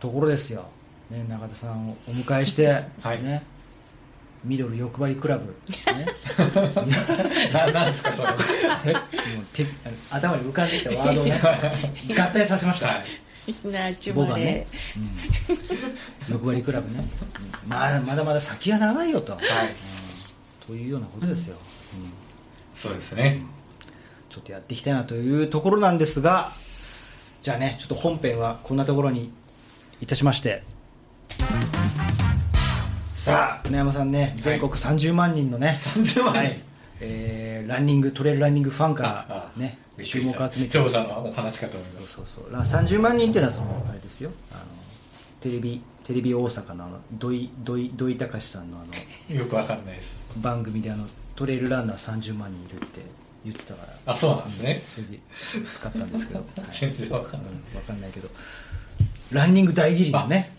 Speaker 3: ところですよ、ね、中田さんをお迎えして、
Speaker 4: はい
Speaker 3: ねミドル欲張りクラブ、ね、 [laughs]
Speaker 4: ななんですかそれ
Speaker 3: もうてあの頭に浮かんできたワードを [laughs] ね合体させました、
Speaker 4: はい
Speaker 5: みんなち
Speaker 3: 僕
Speaker 5: ま
Speaker 3: はね
Speaker 5: で、
Speaker 3: うん、欲張りクラブね、うんまあ、まだまだ先が長いよと、
Speaker 4: はい
Speaker 3: というようなことですよ、うん
Speaker 4: そうですね
Speaker 3: ちょっとやっていきたいなというところなんですがじゃあねちょっと本編はこんなところにいたしましてさあ船山さんね全国30万人のね、
Speaker 4: 30万人
Speaker 3: はいえーランニングトレイルランニングファンか
Speaker 4: ああ
Speaker 3: らね
Speaker 4: びっく
Speaker 3: 注
Speaker 4: り
Speaker 3: 目
Speaker 4: した
Speaker 3: を集め
Speaker 4: 視
Speaker 3: て
Speaker 4: 聴者のお話かと思いま
Speaker 3: そう
Speaker 4: す
Speaker 3: そうそうら30万人っていうのはそのあれですよあのテレビテレビ大阪のあの土井土井土井隆さんのあの
Speaker 4: よくわかんないです
Speaker 3: 番組であのトレイルランナー30万人いるって言ってたから
Speaker 4: あそうなんですね
Speaker 3: それで使ったんです
Speaker 4: [laughs]
Speaker 3: けど、はい
Speaker 4: 全然わかんない
Speaker 3: うんわかんないけどランニング大義理のね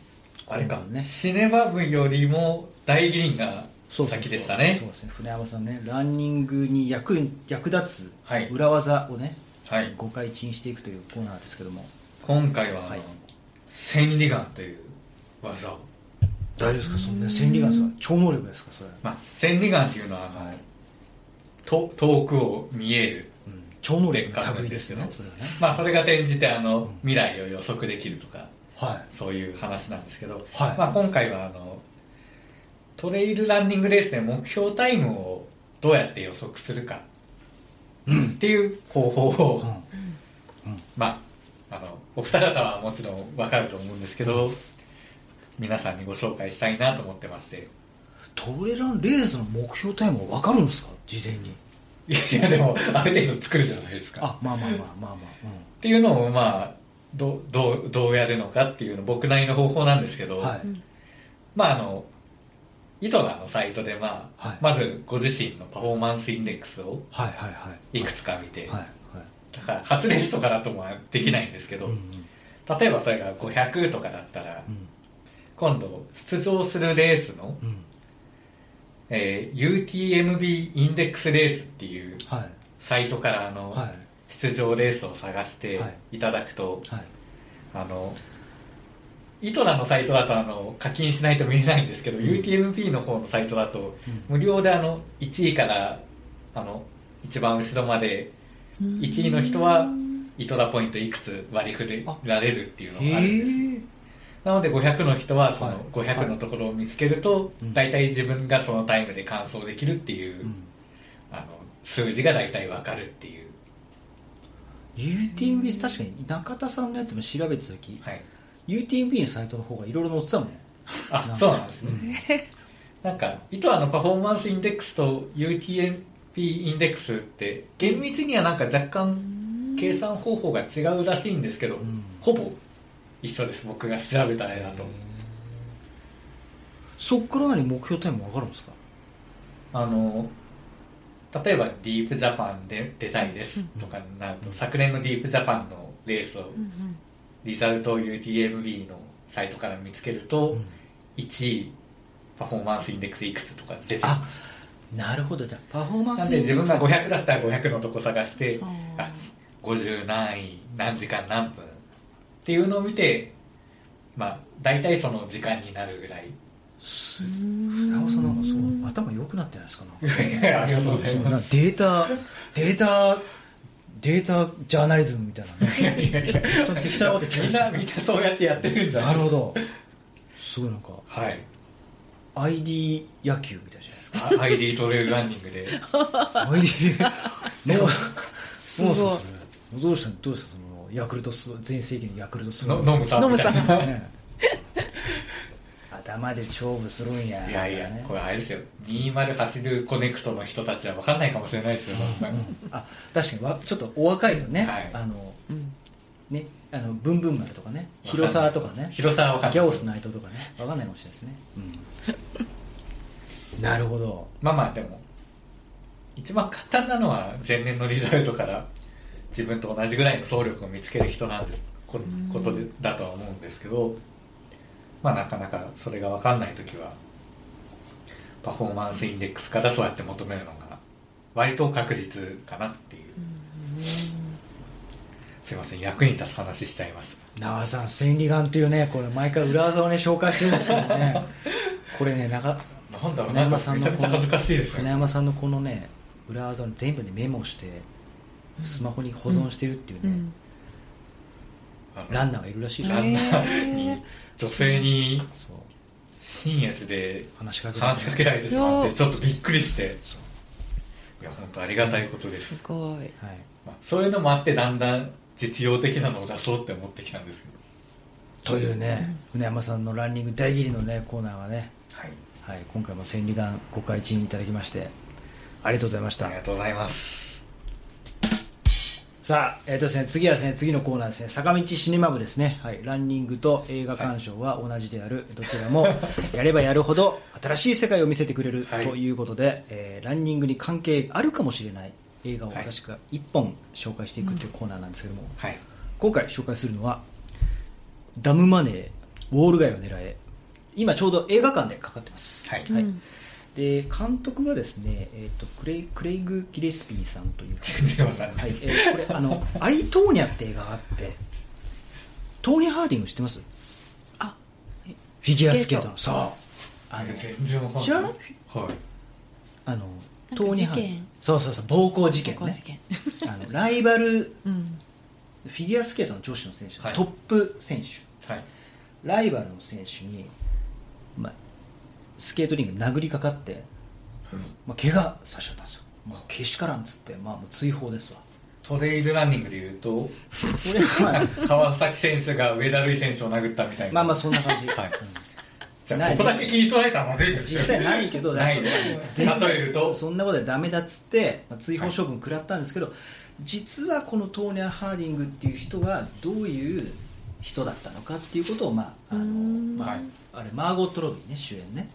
Speaker 4: あれか
Speaker 3: 今度ね
Speaker 4: シネマ部よりも大議員が
Speaker 3: そうそうそう
Speaker 4: 先でしたね
Speaker 3: そうですね船山さんねランニングに役役立
Speaker 4: はい
Speaker 3: つ裏技をね、
Speaker 4: はい
Speaker 3: 誤解陳していくというコーナーですけども
Speaker 4: 今回はあの、
Speaker 3: はい
Speaker 4: 千里眼という技を、
Speaker 3: 大丈夫ですかそんな千里眼さん超能力ですかそれ、
Speaker 4: まあ、千里眼っていうのはあの、と遠くを見える
Speaker 3: うん、超能力
Speaker 4: でっか
Speaker 3: の
Speaker 4: く
Speaker 3: 類ですよね
Speaker 4: です
Speaker 3: そ
Speaker 4: よ
Speaker 3: れ
Speaker 4: ね
Speaker 3: はね
Speaker 4: まあそれが転じてあの未来を予測できるとか
Speaker 3: は
Speaker 4: そういう話なんですけど、
Speaker 3: はい
Speaker 4: まあ、今回はあのトレイルランニングレースで目標タイムをどうやって予測するかっていう方法を、
Speaker 3: い、うん
Speaker 4: まあ、あのお二方はもちろん分かると思うんですけど皆さんにご紹介したいなと思ってまして
Speaker 3: トレランレースの目標タイムは分かるんですか事前に
Speaker 4: いやでもある程度作るじゃないですか
Speaker 3: あまあまあまあまあまあ、
Speaker 4: っていうのをまあどどうどうやるのかっていうの僕なりの方法なんですけど、
Speaker 3: うん、はい、
Speaker 4: まああのイトナのサイトで、まあ
Speaker 3: はい
Speaker 4: まずご自身のパフォーマンスインデックスを
Speaker 3: はいはいはい
Speaker 4: いくつか見て、
Speaker 3: はいはい
Speaker 4: だから初レースとかだとまあできないんですけど、
Speaker 3: うん
Speaker 4: 例えばそれが500とかだったら、
Speaker 3: うん
Speaker 4: 今度出場するレースの、
Speaker 3: うんうん
Speaker 4: えー UTMB インデックスレースっていう
Speaker 3: はい
Speaker 4: サイトからあの、
Speaker 3: は
Speaker 4: 出場レースを探して
Speaker 3: はい
Speaker 4: いただくと、
Speaker 3: いはい
Speaker 4: あのイトラのサイトだとあの課金しないと見れないんですけど、UTMB の方のサイトだと、
Speaker 3: う
Speaker 4: 無料であの1位からあの一番後ろまで1位の人はイトラポイントいくつ割り振られるっていうのがあるんです
Speaker 3: へえ
Speaker 4: なので500の人はそ
Speaker 3: はい
Speaker 4: の500のところを見つけると
Speaker 3: うん
Speaker 4: 大体自分がそのタイムで完走できるっていう、
Speaker 3: うん
Speaker 4: あの数字が大体わかるっていう
Speaker 3: UTMB です確かに中田さんのやつも調べてた時、
Speaker 4: はい
Speaker 3: UTMB のサイトの方がいろいろ載ってたもん
Speaker 4: あそうなんですねなんかイトアのパフォーマンスインデックスと UTMP インデックスって厳密にはなんか若干計算方法が違うらしいんですけど、
Speaker 3: ん
Speaker 4: ほぼ一緒です僕が調べたらだと、
Speaker 3: そっから何目標タイム分かるんですか
Speaker 4: あの例えばディープジャパンで出たいですとかになると、昨年のディープジャパンのレースをリザルトを UTMB のサイトから見つけると、
Speaker 3: ん
Speaker 4: 1位パフォーマンスインデックスいくつとか出て
Speaker 3: あなるほどじゃあパフォーマン
Speaker 4: なん
Speaker 3: ス
Speaker 4: で
Speaker 3: インデ
Speaker 4: 自
Speaker 3: ック
Speaker 4: 分
Speaker 3: ス
Speaker 4: が500だったら500のとこ探して
Speaker 5: あー
Speaker 4: あ50何位何時間何分っていうのを見てまあ大体その時間になるぐらい
Speaker 3: 船尾さんなんかそう頭良くなってないですかなんか
Speaker 4: ありがとうございます
Speaker 3: そうデータデータデータジャーナリズムみたいな
Speaker 4: [laughs]
Speaker 3: ね
Speaker 4: いやいやいや
Speaker 3: 当に適当なこと言って
Speaker 4: みんなみんなそうやってやってるんじゃな
Speaker 3: ないるほどすごいなんか
Speaker 4: はい
Speaker 3: ID 野球みたいじゃないですか
Speaker 4: [laughs] あ ID トレイルランニングで
Speaker 3: ID ね
Speaker 5: す
Speaker 3: も
Speaker 5: ご
Speaker 3: うそう
Speaker 5: い
Speaker 3: それどうしたどうしたそのヤクルトス全盛期のヤクルトス
Speaker 4: のノムさんみたいな [laughs]
Speaker 3: ね頭で勝負するんや
Speaker 4: いやいや
Speaker 3: ね
Speaker 4: これあれですよ20走るコネクトの人たちは分かんないかもしれないですよそんな
Speaker 3: あ確かにわちょっとお若いとね、
Speaker 4: はい
Speaker 3: あの
Speaker 5: うん
Speaker 3: ねあのブンブン丸とかね広沢とかね
Speaker 4: 広さは分かんない
Speaker 3: ギャオス内藤とかねわかんないかもしれないですね、
Speaker 4: [laughs]
Speaker 3: うん、なるほど
Speaker 4: まあまあでも一番簡単なのは前年のリザルトから自分と同じぐらいの総力を見つける人なんですこことでだとは思うんですけどまあなかなかそれが分かんない時はパフォーマンスインデックスからそうやって求めるのが割と確実かなっていうすいません役に立つ話しちゃいました
Speaker 3: 長さん千里眼というねこれ毎回裏技をね紹介してるんですけど
Speaker 4: [laughs]
Speaker 3: ねこれね中
Speaker 4: なんだろう
Speaker 3: 船
Speaker 4: なめ
Speaker 3: 山
Speaker 4: ち
Speaker 3: さ
Speaker 4: ゃ
Speaker 3: ん
Speaker 4: め
Speaker 3: の
Speaker 4: ちゃ
Speaker 3: こ
Speaker 4: 恥ずかしいで
Speaker 3: の
Speaker 4: す
Speaker 3: 船
Speaker 4: ね
Speaker 3: 山さんのこのね裏技を全部でメモしてスマホに保存してるっていう
Speaker 5: う
Speaker 3: ね、
Speaker 5: ん
Speaker 4: あの
Speaker 3: ランナーがいるらしいです
Speaker 4: ラ
Speaker 3: よ、
Speaker 4: ンナー
Speaker 5: へ
Speaker 4: に
Speaker 5: ー
Speaker 4: 女性に
Speaker 3: そう
Speaker 4: 深夜で
Speaker 3: 話しかけられ
Speaker 4: 話
Speaker 3: て
Speaker 4: しかけられてしまって
Speaker 5: よ
Speaker 4: ちょっとびっくりして
Speaker 3: そう
Speaker 4: いや本当ありがたいことですす、
Speaker 5: ご
Speaker 3: は
Speaker 5: い
Speaker 3: い
Speaker 4: まあ、そういうのもあってだんだん実用的なのを出そうって思ってきたんですけど
Speaker 3: というね、船山さんのランニング大喜利のねコーナーがね、
Speaker 4: はい
Speaker 3: はい、今回も千里眼ご開陳いただきましてありがとうございました
Speaker 4: ありがとうございます
Speaker 3: さあ、えーとですね、次はですね次のコーナーですね坂道シネマ部ですね、はい、ランニングと映画鑑賞は同じである、どち
Speaker 4: [laughs]
Speaker 3: らもやればやるほど新しい世界を見せてくれる
Speaker 4: はい
Speaker 3: ということで、えーランニングに関係あるかもしれない映画を
Speaker 4: はい
Speaker 3: 私が1本紹介していくというコーナーなんですけども、
Speaker 4: はい
Speaker 3: 今回紹介するのは「ダムマネーウォール街を狙え」今ちょうど映画館でかかってます、
Speaker 4: はい
Speaker 5: うん
Speaker 3: で監督がですね、えー、とクレイクレイグ・ギレスピーさんという
Speaker 4: 全然わかんな、
Speaker 3: はいい、えーこれ
Speaker 4: [laughs]
Speaker 3: あの「アイ・トーニャ」って映画があってトーニー・ハーディング知ってます
Speaker 5: あ
Speaker 3: フィギュアスケートのそうあの
Speaker 4: 全然わかんない
Speaker 3: 知らない
Speaker 4: はい
Speaker 3: あの
Speaker 5: なん
Speaker 3: ト
Speaker 5: か
Speaker 3: ーニー・ハーデ
Speaker 5: 事
Speaker 3: ィング
Speaker 5: 件
Speaker 3: そうそうそう暴行事件
Speaker 5: 高校
Speaker 3: ね
Speaker 5: 事件
Speaker 3: [laughs] あのライバル
Speaker 5: うん
Speaker 3: フィギュアスケートの女子の選手、
Speaker 4: はい
Speaker 3: トップ選手
Speaker 4: はい
Speaker 3: ライバルの選手に、まあ、スケートリングに殴りかかって、まあ、怪我させちゃったんですよもうけしからんっつって、まあ、もう追放で
Speaker 4: [laughs]
Speaker 3: すわ
Speaker 4: トレイルランニングで言うと
Speaker 3: これはまあ
Speaker 4: 川崎選手が上田瑠唯選手を殴ったみたいな
Speaker 3: まあまあそんな感じ、
Speaker 4: はい
Speaker 3: うん
Speaker 4: じゃ
Speaker 3: な
Speaker 4: あ
Speaker 3: い
Speaker 4: ここだけ切り取られたらまずいですよ
Speaker 3: 実際ないけど
Speaker 4: ない
Speaker 3: だからそ
Speaker 4: 例
Speaker 3: の
Speaker 4: えると
Speaker 3: [laughs] そんなことはダメだっつって、まあ、追放処分食らったんですけど、実はこのトーニャ・ハーディングっていう人はどういう人だったのかっていうことを、まああの
Speaker 5: うん
Speaker 3: まあ
Speaker 4: はい
Speaker 3: あれマーゴット・ロビーね主演ね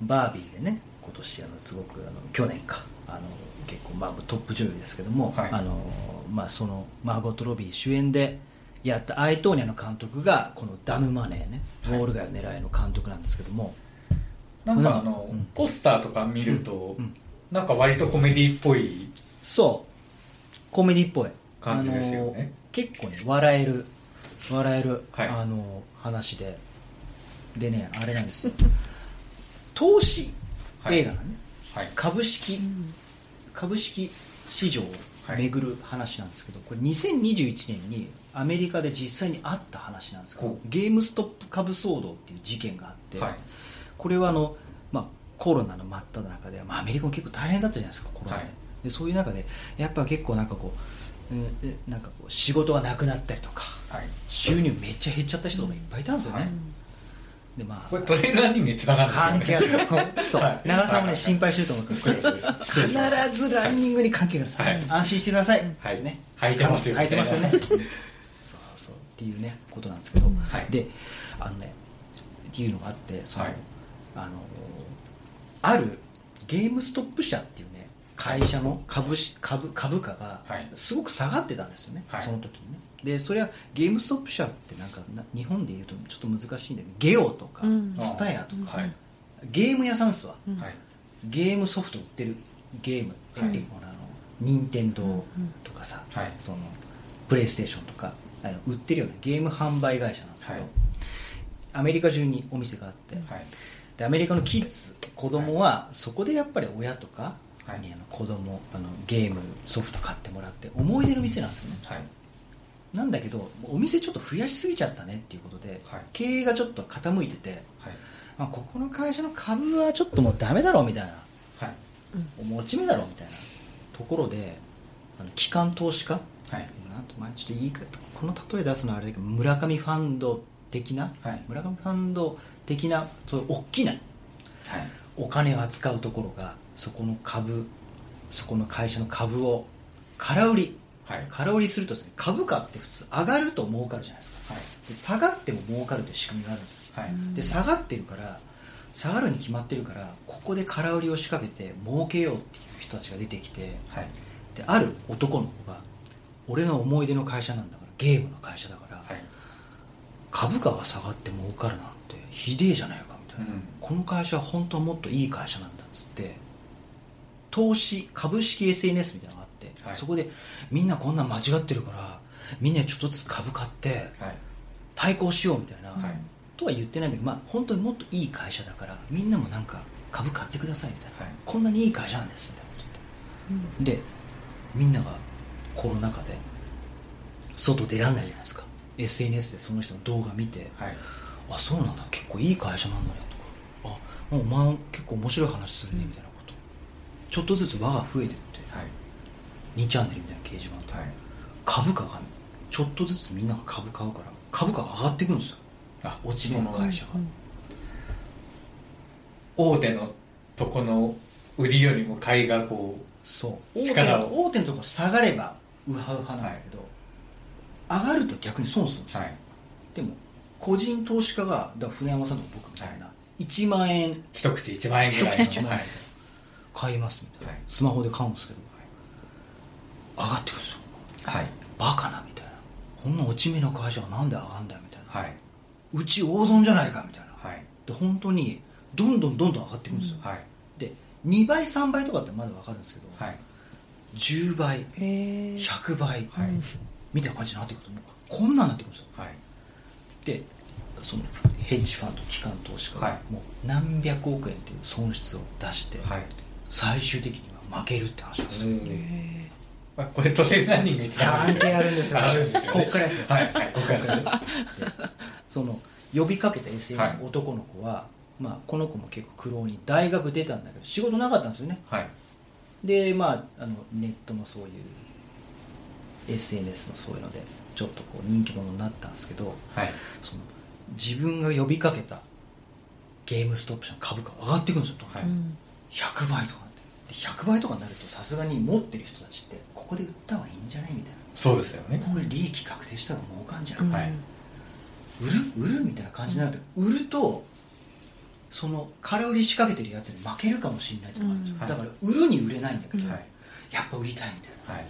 Speaker 3: バービーでね今年あのすごくあの去年かあの結構、まあ、トップ女優ですけども、
Speaker 4: はい
Speaker 3: あのまあ、そのマーゴット・ロビー主演でやったアイトーニャの監督がこの「ダム・マネーね」ウォール街を狙いの監督なんですけども、
Speaker 4: なんかあの、
Speaker 3: うん
Speaker 4: ポスターとか見ると、
Speaker 3: うんうん
Speaker 4: なんか割とコメディっぽい
Speaker 3: そうコメディっぽい
Speaker 4: 感じですよね
Speaker 3: あの結構ね笑える笑える、
Speaker 4: はい
Speaker 3: あの話ででねあれなんですよ投資
Speaker 4: はい
Speaker 3: 映画がね、
Speaker 4: はい
Speaker 3: 株式株式市場を巡る話なんですけど、これ2021年にアメリカで実際にあった話なんですけど
Speaker 4: ほう
Speaker 3: ゲームストップ株騒動っていう事件があって、
Speaker 4: はい
Speaker 3: これはあの、まあ、コロナの真っ只中で、まあ、アメリカも結構大変だったじゃないですかコロナで,、
Speaker 4: はい
Speaker 3: でそういう中でやっぱ結構なんかこううんでなんかこう仕事がなくなったりとか
Speaker 4: はい
Speaker 3: 収入めっちゃ減っちゃった人とかいっぱいいたんですよね、
Speaker 4: はい
Speaker 3: でま
Speaker 4: こ
Speaker 3: あ
Speaker 4: れトレイルランニングにつながる
Speaker 3: 関
Speaker 4: んです
Speaker 3: 係
Speaker 4: よ
Speaker 3: あ
Speaker 4: ね
Speaker 3: るんですよそう
Speaker 4: はい
Speaker 3: 長さも
Speaker 4: は
Speaker 3: ね
Speaker 4: い
Speaker 3: 心配してると思うから
Speaker 4: 失礼しました
Speaker 3: 必ずランニングに関係があるんです、
Speaker 4: はい
Speaker 3: 安心してください、
Speaker 4: はい
Speaker 3: ね
Speaker 4: 履いてますよ
Speaker 3: 履いてますよね
Speaker 4: み
Speaker 3: そうそうそうっていうねことなんですけど、
Speaker 4: い
Speaker 3: であのねっていうのがあってその、
Speaker 4: はい
Speaker 3: あのあるゲームストップ社っていうね会社の株し株株価が
Speaker 4: はい
Speaker 3: すごく下がってたんですよね、
Speaker 4: はい
Speaker 3: その時にねでそれはゲームストップ社ってなんかな日本で言うとちょっと難しいんだけどゲオとか
Speaker 5: うん
Speaker 3: ツタヤとか、
Speaker 4: はい
Speaker 3: ゲーム屋さんっすわ、
Speaker 5: うん
Speaker 4: はい
Speaker 3: ゲームソフト売ってるゲーム、
Speaker 4: はい
Speaker 3: えほらあの任天堂とかさ、
Speaker 4: はい
Speaker 3: そのプレイステーションとかあの売ってるようなゲーム販売会社なんですけど、
Speaker 4: はい
Speaker 3: アメリカ中にお店があって、
Speaker 4: はい
Speaker 3: でアメリカのキッズ子供はそこでやっぱり親とか
Speaker 4: はい
Speaker 3: にあの子供あのゲームソフト買ってもらって思い出の店なんですよね
Speaker 4: はい
Speaker 3: なんだけどお店ちょっと増やしすぎちゃったねっていうことで、
Speaker 4: はい
Speaker 3: 経営がちょっと傾いてて、
Speaker 4: はい
Speaker 3: あ、ここの会社の株はちょっともうダメだろうみたいな
Speaker 4: はい
Speaker 3: 持ち目だろみたいなところであの機関投資家
Speaker 4: はい
Speaker 3: なんとまあちょっと言い方この例え出すのはあれだけど村上ファンド的な、
Speaker 4: はい
Speaker 3: 村上ファンド的なそういう大きな
Speaker 4: はい
Speaker 3: お金を扱うところがそこの株そこの会社の株を空売り
Speaker 4: はいはい
Speaker 3: 空売りするとですね株価って普通上がると儲かるじゃないですかで下がっても儲かるという仕組みがあるんですよ
Speaker 4: はい
Speaker 3: で下がってるから下がるに決まってるからここで空売りを仕掛けて儲けようっていう人たちが出てきて
Speaker 4: はい
Speaker 3: である男の子が俺の思い出の会社なんだからゲームの会社だから、
Speaker 4: はい
Speaker 3: 株価が下がって儲かるなんてひでえじゃないかみたいな、
Speaker 4: うん
Speaker 3: この会社は本当はもっといい会社なんだっつって投資株式 SNS みたいなのがあって、
Speaker 4: はい
Speaker 3: そこでみんなこんなん間違ってるからみんなちょっとずつ株買って
Speaker 4: はい
Speaker 3: 対抗しようみたいな、
Speaker 4: はい
Speaker 3: とは言ってないんだけど、まあ、本当にもっといい会社だからみんなもなんか株買ってくださいみたい
Speaker 4: は
Speaker 3: な、
Speaker 4: い
Speaker 3: こんなにいい会社なんですみたいなこと言って、でみんながコロナ禍で外出らんないじゃないですか SNS でその人の動画見て、
Speaker 4: はい
Speaker 3: あそうなんだ結構いい会社なんだねとかあお前結構面白い話するねみたいなこと、ちょっとずつ輪が増えてって、
Speaker 4: はい
Speaker 3: 2チャンネルみたいな掲示板とか、
Speaker 4: はい
Speaker 3: 株価がちょっとずつみんなが株買うから株価が上がっていくんですよ
Speaker 4: あ
Speaker 3: 落ち目の会社が、
Speaker 4: 大手のとこの売りよりも買いがこ
Speaker 3: そう大手
Speaker 4: 力
Speaker 3: の
Speaker 4: を
Speaker 3: 大手のところ下がればウハウハなんだけど、上がると逆に損するんです
Speaker 4: う
Speaker 3: よ、
Speaker 4: はい
Speaker 3: でも個人投資家がだから船山さんとか僕みたいな、1万円
Speaker 4: 一口1万円ぐらいの
Speaker 3: 1万円
Speaker 4: はい
Speaker 3: 買いますみたいな、
Speaker 4: はい
Speaker 3: スマホで買うんですけど、上がってくるんですよ
Speaker 4: はい
Speaker 3: バカなみたいなこんな落ち目の会社がなんで上がんだよみたいな、
Speaker 4: はいう
Speaker 3: ち大損じゃないかみたいな、
Speaker 4: はい
Speaker 3: で本当にどんどんどんどん上がっていくんですよ、
Speaker 4: はい
Speaker 3: で2倍3倍とかってまだ分かるんですけど、
Speaker 4: はい
Speaker 3: 10倍
Speaker 5: へえ
Speaker 3: 100倍、
Speaker 4: はい
Speaker 3: みたいな感じになってくるともうこんなんなってくるんですよ
Speaker 4: はい
Speaker 3: でそのヘッジファンド機関投資家
Speaker 4: は
Speaker 3: が
Speaker 4: い
Speaker 3: もう何百億円っていう損失を出して、
Speaker 4: はい
Speaker 3: 最終的には負けるって話なんです
Speaker 4: [laughs]
Speaker 3: よ、
Speaker 4: あこれトレーナーにめっちゃ
Speaker 3: 関係あるんですよ
Speaker 4: あるんですよね
Speaker 3: こっからですよ
Speaker 4: はいはいこっからですは
Speaker 3: でその呼びかけた SNS、
Speaker 4: はい
Speaker 3: 男の子は、まあ、この子も結構苦労に大学出たんだけど仕事なかったんですよね
Speaker 4: い
Speaker 3: でまああのネットのそういう SNS のそういうのでちょっとこう人気者になったんですけど
Speaker 4: はい
Speaker 3: その自分が呼びかけたゲームストップ社の株価が上がっていくんですよ、
Speaker 4: はい
Speaker 3: 100倍とかになってで100倍とかになるとさすがに持ってる人たちってここで売った方がいいんじゃないみたい
Speaker 4: そうですよね
Speaker 3: なこれ利益確定したら儲かんじゃん、
Speaker 4: はい
Speaker 3: 売る売るみたいな感じになると売るとその空売り仕掛けてるやつに負けるかもしれないとかあるんですよ、
Speaker 4: うん
Speaker 3: だから売るに売れないんだけど、
Speaker 4: はい
Speaker 3: やっぱ売りたいみたいな
Speaker 4: はい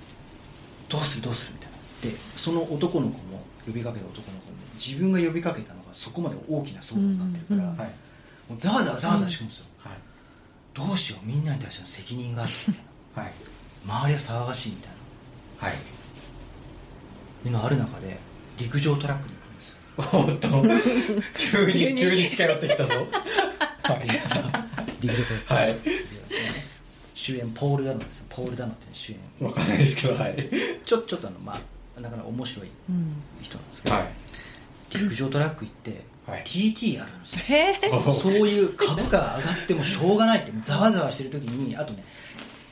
Speaker 3: どうするどうするみたいなでその男の子も呼びかけた男の子も自分が呼びかけたのがそこまで大きな騒動になってるから、
Speaker 5: うんうん
Speaker 4: はい
Speaker 3: もうざわざわざわざわしてくるんですよ、
Speaker 4: はい
Speaker 3: どうしようみんなに対しての責任があるみたい
Speaker 4: はい
Speaker 3: な周りは騒がしいみたいな
Speaker 4: はい
Speaker 3: いうのある中で陸上トラックに行くんですよ
Speaker 4: おっと急に急に近寄ってきたぞ
Speaker 3: 陸上トラック、
Speaker 4: はい
Speaker 3: 主演ポール・ダノですよポール・ダノっていう主演
Speaker 4: わかんないですけどはい
Speaker 3: ちょちょっとあのまあなかなか面白い
Speaker 5: うん
Speaker 3: 人なんですけど、
Speaker 4: はい
Speaker 3: 陸上トラック行って、
Speaker 4: はい
Speaker 3: TT あるんですよ
Speaker 5: へえ
Speaker 3: [laughs]
Speaker 4: お
Speaker 3: そういう株価が上がってもしょうがないってざわざわしてる時にあとね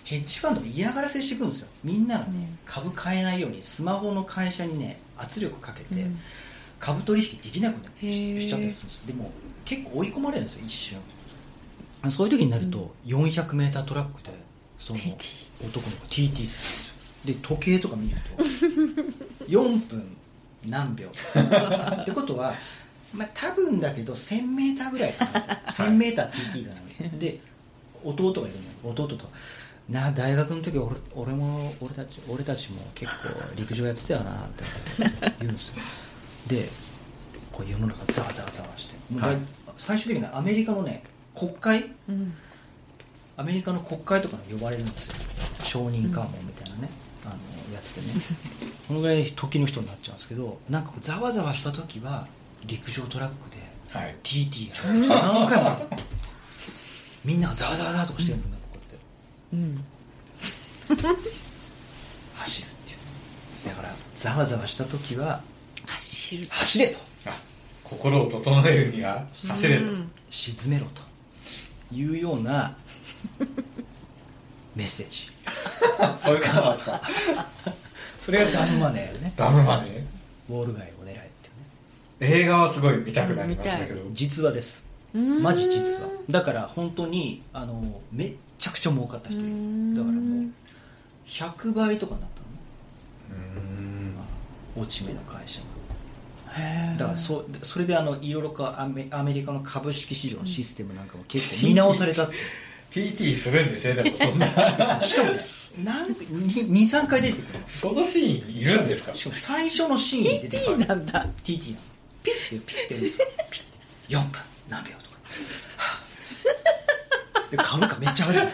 Speaker 3: ヘッジファンドって嫌がらせしていくんですよみんながね、株買えないようにスマホの会社にね圧力かけて、
Speaker 5: うん
Speaker 3: 株取引できなくな
Speaker 5: へー
Speaker 3: ししちゃったりするんですよでも結構追い込まれるんですよ一瞬そういう時になると 400m トラックでその
Speaker 5: TT
Speaker 3: 男の子 TT するんですよで時計とか見ると4分何秒ってことはまあ多分だけど 1000m ぐらいかな 1000mTT かなで弟がいるのよ弟となあ大学の時俺俺も俺たち俺たちも結構陸上やってたよなって言うんですよでこう世の中ザワザワザワしてもうだい
Speaker 4: はい
Speaker 3: 最終的にはアメリカのね国会
Speaker 5: うん
Speaker 3: アメリカの国会とかに呼ばれるんですよ証人喚問みたいなね、あのやつでねこのぐらい時の人になっちゃうんですけどなんかこうざわざわした時は陸上トラックで
Speaker 4: はい
Speaker 3: TT やるんですよ何回もやったみんながざわざわざわとかしてるのになんかこうやって
Speaker 5: うん
Speaker 3: 走るっていうだからざわざわした時は
Speaker 5: 走る
Speaker 3: 走れと
Speaker 4: あ心を整えるには走れる、
Speaker 5: うん
Speaker 3: 沈めろというようなメッセージ
Speaker 4: そういうことなんですか
Speaker 3: それがダムマネーね
Speaker 4: ダムまで
Speaker 3: ウォール街を狙えっていうね
Speaker 4: 映画はすごい見たくなりましたけど、
Speaker 3: 実話です
Speaker 5: うん
Speaker 3: マジ実話だから本当にあのめっちゃくちゃ儲かった人いる
Speaker 5: うーん
Speaker 3: だからもう100倍とかになったのね
Speaker 4: うん
Speaker 3: 落ち目の会社
Speaker 5: へ
Speaker 3: が
Speaker 5: え
Speaker 3: だからそそれであのいろいろかアメアメリカの株式市場のシステムなんかも結構見直されたって
Speaker 5: [laughs]
Speaker 4: TT するんですねでもそんな
Speaker 3: しかもね23回出てくる
Speaker 4: そのシーンいるんですか
Speaker 3: しかも最初のシーンに出てくる
Speaker 5: TT なん
Speaker 3: TT
Speaker 5: だ
Speaker 3: なのピッてピッて打つピッて4分何秒とかはぁで株価めっちゃ上がる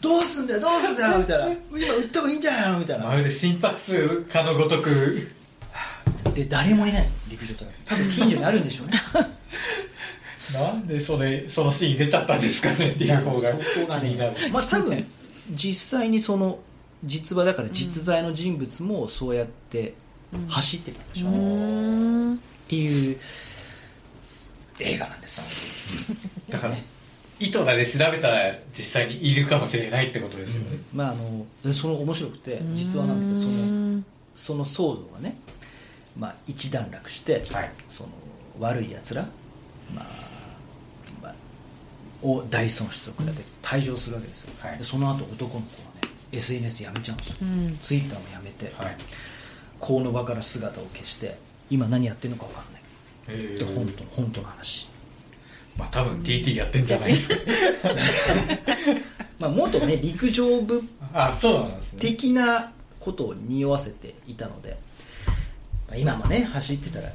Speaker 3: どうすんだよどうすんだよみたいな今売った方がいいんじゃないのみたい
Speaker 4: ま
Speaker 3: な
Speaker 4: るで心拍数かのごとく
Speaker 3: で誰もいないです陸上とか多分近所にあるんで
Speaker 4: [laughs]
Speaker 3: しょうね
Speaker 4: なんでそれそのシーン入れちゃったんですかねって
Speaker 3: い
Speaker 4: いう
Speaker 3: や
Speaker 4: 方が
Speaker 3: そこが
Speaker 4: 気になる
Speaker 3: ねまあ多分実際にその実話だから実在の人物もそうやって走ってたんでしょうね、
Speaker 5: うん
Speaker 3: っていう映画なんです
Speaker 4: だから意図だで調べたら実際にいるかもしれないってことですよね、
Speaker 3: まああのでその面白くて実話なんだけどそのその騒動がね、まあ、一段落して、
Speaker 4: はい
Speaker 3: その悪いやつら、まあまあ、を大損失を食らって退場するわけですよ、
Speaker 4: はい
Speaker 3: でその後男の子はね SNS やめちゃうんですよ、
Speaker 5: うん
Speaker 3: ツイッターもやめて、
Speaker 4: はい
Speaker 3: この場から姿を消して今何やってるのか分かんない
Speaker 4: え
Speaker 3: で本当の本当の話、
Speaker 4: まあ多分 TT やってんじゃないですか
Speaker 3: まあ、元ね陸上部
Speaker 4: あそうなんですね
Speaker 3: 的なことを匂わせていたので、まあ、今もね走ってたら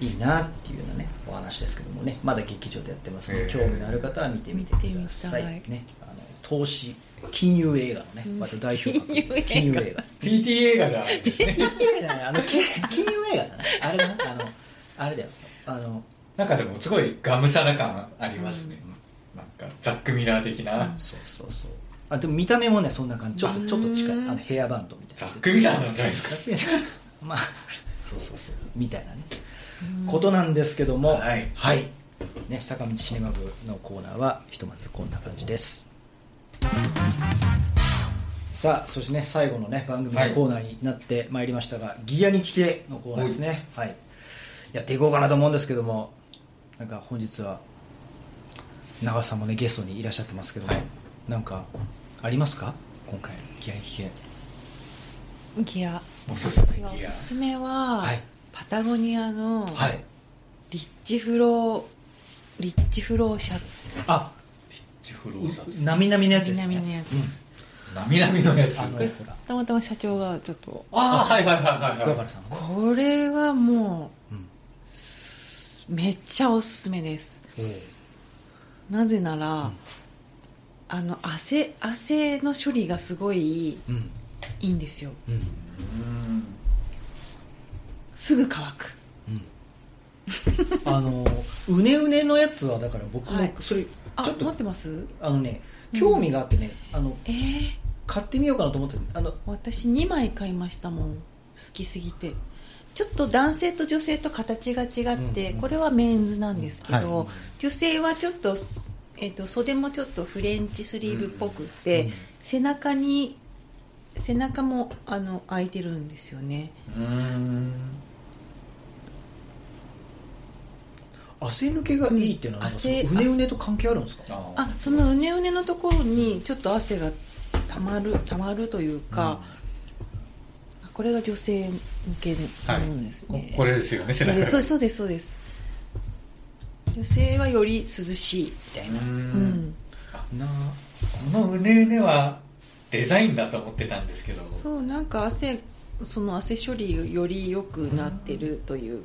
Speaker 3: いいなっていうようなねお話ですけどもねまだ劇場でやってますの
Speaker 4: へ
Speaker 3: で
Speaker 4: ー
Speaker 3: 興味のある方は見てみてください
Speaker 5: 見てみたい
Speaker 3: ね、あの投資金融映画のね割と代表格
Speaker 5: 金融映画
Speaker 3: 金融映画
Speaker 4: TT 映画じゃないですね [laughs]
Speaker 3: 金融映画じゃないあの金金融映画だなあれだなあのあれだよあの
Speaker 4: なんかでもすごいがむしゃら感ありますね、なんかザック・ミラー的な、
Speaker 3: そうそうそうあでも見た目もねそんな感じちょっとちょっと近いあのヘアバンドみたい
Speaker 4: ザ
Speaker 3: な
Speaker 4: ック・ミラーなんじゃないですか
Speaker 3: [laughs] まあそうそうそうみたいなねことなんですけども
Speaker 4: はい
Speaker 3: ね、坂道シネマ部のコーナーはひとまずこんな感じですさあそしてね最後のね番組のコーナーになってまいりましたが「ギアに来て」のコーナーですねはいやっていこうかなと思うんですけどもなんか本日は長尾さんもねゲストにいらっしゃってますけども、
Speaker 4: はい
Speaker 3: なんかありますか今回ギアに聞け
Speaker 5: ギア
Speaker 4: おすすめ
Speaker 5: 私はお
Speaker 4: ギア
Speaker 5: すすめは、
Speaker 3: はい
Speaker 5: パタゴニアの
Speaker 3: はい
Speaker 5: リッチフローリッチフローシャツです
Speaker 3: あ
Speaker 4: ジフローザ
Speaker 3: なみなみのやつですね
Speaker 5: なみなみのやつです
Speaker 4: なみなみのやつ
Speaker 3: うんあのほら
Speaker 5: たまたま社長がちょっと
Speaker 4: ああはいはいはいはい
Speaker 3: 桑
Speaker 4: はい
Speaker 3: 原さんのね
Speaker 5: これはもう、
Speaker 3: うん
Speaker 5: すめっちゃおすすめです
Speaker 3: おう
Speaker 5: なぜなら、あの汗汗の処理がすごいい
Speaker 3: うん
Speaker 5: いんですよ
Speaker 3: うん
Speaker 4: うん
Speaker 5: すぐ乾く
Speaker 3: あのうねうねのやつはだから僕も
Speaker 5: はい
Speaker 3: それ
Speaker 5: あ
Speaker 3: ちょっと、
Speaker 5: 持ってます
Speaker 3: あのね興味があってね、あの
Speaker 5: えー、
Speaker 3: 買ってみようかなと思ってあの
Speaker 5: 私2枚買いましたもん好きすぎてちょっと男性と女性と形が違って、
Speaker 3: うんうん
Speaker 5: これはメンズなんですけど、
Speaker 3: はい
Speaker 5: 女性はちょっとすええっと袖もちょっとフレンチスリーブっぽくて、背中に背中もあの開いてるんですよね
Speaker 4: うん
Speaker 3: 汗抜けがいいっていうのは、
Speaker 5: うん
Speaker 3: その
Speaker 5: 汗
Speaker 3: うねうねと関係あるんですか
Speaker 4: あ
Speaker 5: あそのうねうねのところにちょっと汗がたまるたまるというか、これが女性向けのものですね、
Speaker 4: はいこれですよね
Speaker 5: [laughs] そうですそうですそうです女性はより涼しいみたいな
Speaker 4: う
Speaker 5: うんん、
Speaker 4: なこのうねうねはデザインだと思ってたんですけど
Speaker 5: そうなんか汗その汗処理がより良くなってるという、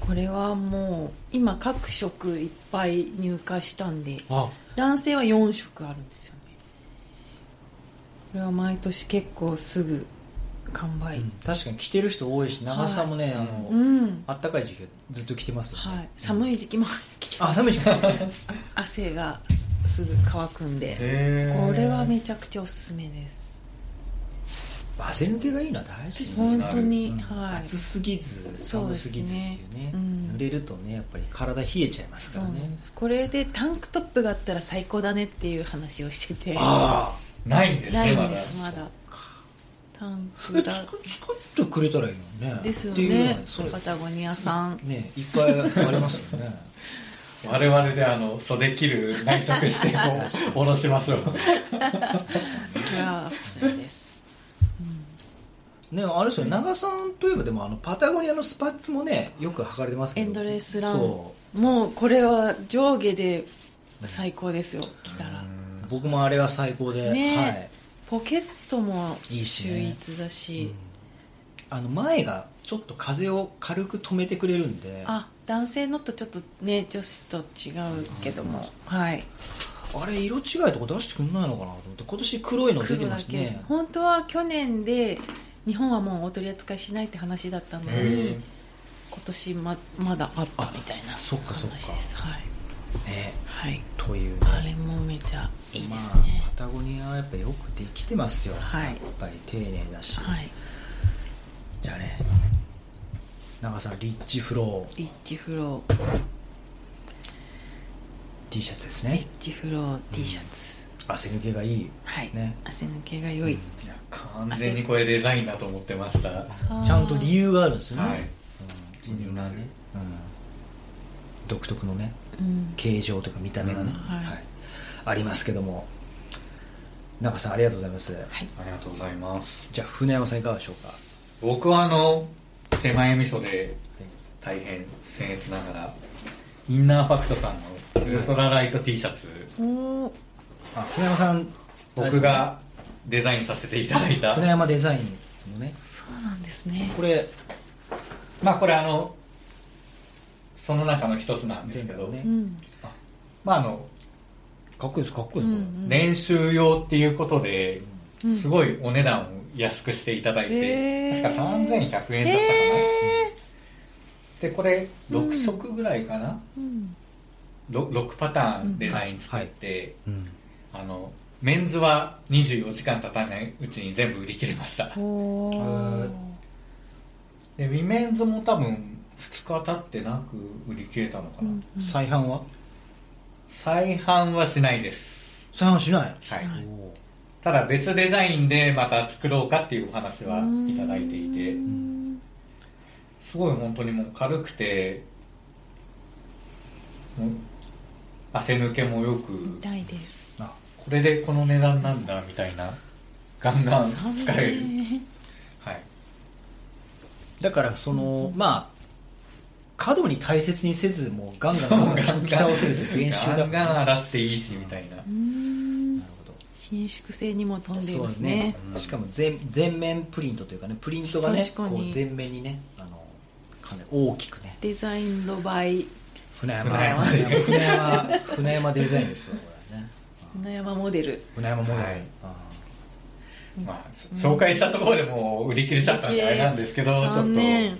Speaker 5: これはもう今各色いっぱい入荷したんで
Speaker 4: あ
Speaker 5: 男性は4色あるんですよねこれは毎年結構すぐ完売
Speaker 3: 確かに着てる人多いし長さもね、あの、
Speaker 5: うん、
Speaker 3: あったかい時期はずっと着てますよね、
Speaker 5: はい、寒い時期も来て
Speaker 3: あ寒い時期
Speaker 5: 汗がすすぐ乾くんで
Speaker 4: へー
Speaker 5: これはめちゃくちゃおすすめです
Speaker 3: 汗抜けがいいのは大事ですね
Speaker 5: 本当に、
Speaker 3: うん
Speaker 5: はい
Speaker 3: 暑すぎず寒すぎずっていうね
Speaker 5: そうですねうん
Speaker 3: 濡れるとねやっぱり体冷えちゃいます
Speaker 5: そ
Speaker 3: か
Speaker 5: う
Speaker 3: ら
Speaker 5: な
Speaker 3: ね
Speaker 5: んですこれでタンクトップがあったら最高だねっていう話をしてて
Speaker 3: あ
Speaker 4: ないんです
Speaker 5: な
Speaker 4: ね
Speaker 5: い
Speaker 4: ま
Speaker 5: んで
Speaker 4: だ
Speaker 5: すまだタン
Speaker 3: あ
Speaker 5: ク
Speaker 3: 作
Speaker 5: だ
Speaker 3: 作ってくれたらいいのね
Speaker 5: ですよ
Speaker 3: っていうの
Speaker 5: ね
Speaker 3: はそれ
Speaker 5: パタゴニアさん
Speaker 3: ねいっぱいありますよね [laughs]
Speaker 4: 我々であの袖切る内職してこう下ろしましょう
Speaker 5: がおすすめです
Speaker 3: ねあれですよね長さんといえばでもあのパタゴニアのスパッツもねよく履かれてますけ
Speaker 5: エ
Speaker 3: ど
Speaker 5: ンドレスラン
Speaker 3: そ
Speaker 5: もうこれは上下で最高ですよ来たら
Speaker 3: う僕もあれは最高で、
Speaker 5: ね
Speaker 3: はい
Speaker 5: ポケットも
Speaker 3: いいしね
Speaker 5: 秀逸だし
Speaker 3: あの前がちょっと風を軽く止めてくれるんであ
Speaker 5: あ男性のとちょっとね女子と違うけどもはい
Speaker 3: れ色違いとか出してくんないのかなと思って今年黒いの出て
Speaker 5: 黒だ
Speaker 3: ました
Speaker 5: けです
Speaker 3: ね
Speaker 5: 本当は去年で日本はもうお取り扱いしないって話だったのに今年ままだあったみたいな
Speaker 3: あそっかそっか
Speaker 5: 話ですはい、
Speaker 3: ね
Speaker 5: はい、
Speaker 3: という
Speaker 5: あ
Speaker 3: ね
Speaker 5: れもめちゃいいです
Speaker 3: ま
Speaker 5: ね
Speaker 3: あ、パタゴニアはやっぱよくできてますよ、
Speaker 5: はい
Speaker 3: やっぱり丁寧だし、
Speaker 5: はい
Speaker 3: じゃあね長さんリッチフロー
Speaker 5: リッチフロー
Speaker 3: T シャツです
Speaker 5: リ
Speaker 3: ね
Speaker 5: ッチフロー T シャツ、
Speaker 3: 汗抜けがいい
Speaker 5: はい、
Speaker 3: ね
Speaker 5: 汗抜けが良い、
Speaker 4: いや完全にこれデザインだと思ってましたは
Speaker 5: あー
Speaker 3: ちゃんと理由があるんですよね、
Speaker 4: い
Speaker 3: 気になる、うん、独特のね
Speaker 5: うん
Speaker 3: 形状とか見た目がね、
Speaker 4: うん
Speaker 5: はい
Speaker 3: ありますけども長さんありがとうございます
Speaker 5: はい
Speaker 4: ありがとうございます
Speaker 3: じゃあ船山さんいかがでしょうか
Speaker 4: 僕はあの手前味噌で大変僭越ながらインナーファクトさんのウルトラライト T シャツ
Speaker 5: おー
Speaker 3: あ船山さん
Speaker 4: 僕がデザインさせていただいた
Speaker 3: 船山デザインのね
Speaker 5: そうなんですね
Speaker 3: これ
Speaker 4: まあこれあのその中の一つなんです
Speaker 3: 全
Speaker 4: け
Speaker 3: 部
Speaker 4: ど、
Speaker 3: ね
Speaker 5: うん
Speaker 4: まああの
Speaker 3: かっこいいですかっこいいです、これ
Speaker 5: うん
Speaker 4: 練習用っていうことで
Speaker 5: うん
Speaker 4: すごいお値段を安くしていただいて、
Speaker 5: へー
Speaker 4: 確か3100円だったかな、でこれ6色ぐらいかな、
Speaker 5: うん
Speaker 4: ろ 6, パターンデザイン作って、
Speaker 3: うん
Speaker 4: あのメンズは24時間経たないうちに全部売り切れました
Speaker 5: おー
Speaker 4: でウィメンズも多分2日経ってなく売り切れたのかな、
Speaker 5: うん
Speaker 3: 再販は
Speaker 4: 再販はしないです、
Speaker 3: 再販しない、
Speaker 4: はい
Speaker 5: しな
Speaker 3: お
Speaker 5: い
Speaker 3: ー
Speaker 4: ただ別デザインでまた作ろうかっていうお話はいただいていて
Speaker 5: うん
Speaker 4: すごい本当にもう軽くてもう汗抜けもよく
Speaker 5: 痛いです
Speaker 3: あ
Speaker 4: これでこの値段なんだみたいなガンガン使
Speaker 5: 寒い
Speaker 4: える、
Speaker 5: ね
Speaker 4: はい、
Speaker 3: だからその、まあ過度に大切にせずもうガンガンガンガン引き倒せるという練習
Speaker 4: ガ
Speaker 3: だ
Speaker 4: ン
Speaker 3: から
Speaker 4: ガン
Speaker 3: ね、
Speaker 4: 洗っていいしみたいな
Speaker 5: うん
Speaker 3: なるほど
Speaker 5: 伸縮性にも富んでい
Speaker 3: そう
Speaker 5: ま
Speaker 3: です
Speaker 5: すね
Speaker 3: ねしかも全全面プリントというかねプリントがね
Speaker 5: 確
Speaker 3: こ
Speaker 5: かに
Speaker 3: う全面にねあのかなり大きくね
Speaker 5: デザインの場合
Speaker 3: 船山
Speaker 4: 船山
Speaker 3: 船山船山船山デザインですよこれはね
Speaker 5: 船山モデル
Speaker 3: 船山もね、
Speaker 4: はい
Speaker 3: あ
Speaker 4: まあ、紹介したところでもう売り切れちゃったんであれなんですけどちょっと
Speaker 5: 残念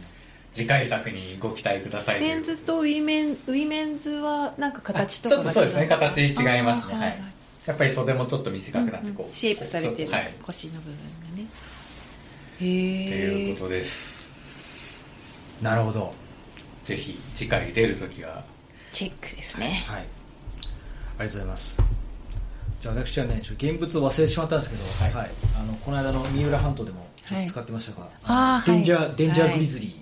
Speaker 4: 次回作にご期待くださいという
Speaker 5: メンズとウィメンウィメンズはなんか形と
Speaker 4: ち
Speaker 5: か
Speaker 4: ょっと
Speaker 5: が
Speaker 4: そう
Speaker 5: 違
Speaker 4: で
Speaker 5: うん
Speaker 4: すね
Speaker 5: か
Speaker 4: 形違いますね
Speaker 5: あー
Speaker 4: はい、やっぱり袖もちょっと短くなっ
Speaker 5: う
Speaker 4: て
Speaker 5: ん
Speaker 4: こう、
Speaker 5: シェイプされてる
Speaker 4: はいっ
Speaker 5: 腰の部分がねへ
Speaker 4: てい
Speaker 5: え
Speaker 4: うことです
Speaker 3: ーなるほど
Speaker 4: ぜひ次回出るときは
Speaker 5: チェックですね
Speaker 3: はいありがとうございますじゃあ私はねちょっと現物を忘れてしまったんですけど、はいあのこの間の三浦半島でもちょっと使ってましたが、
Speaker 5: あー
Speaker 3: デンジャー、
Speaker 5: はい
Speaker 3: デンジャーグリズリ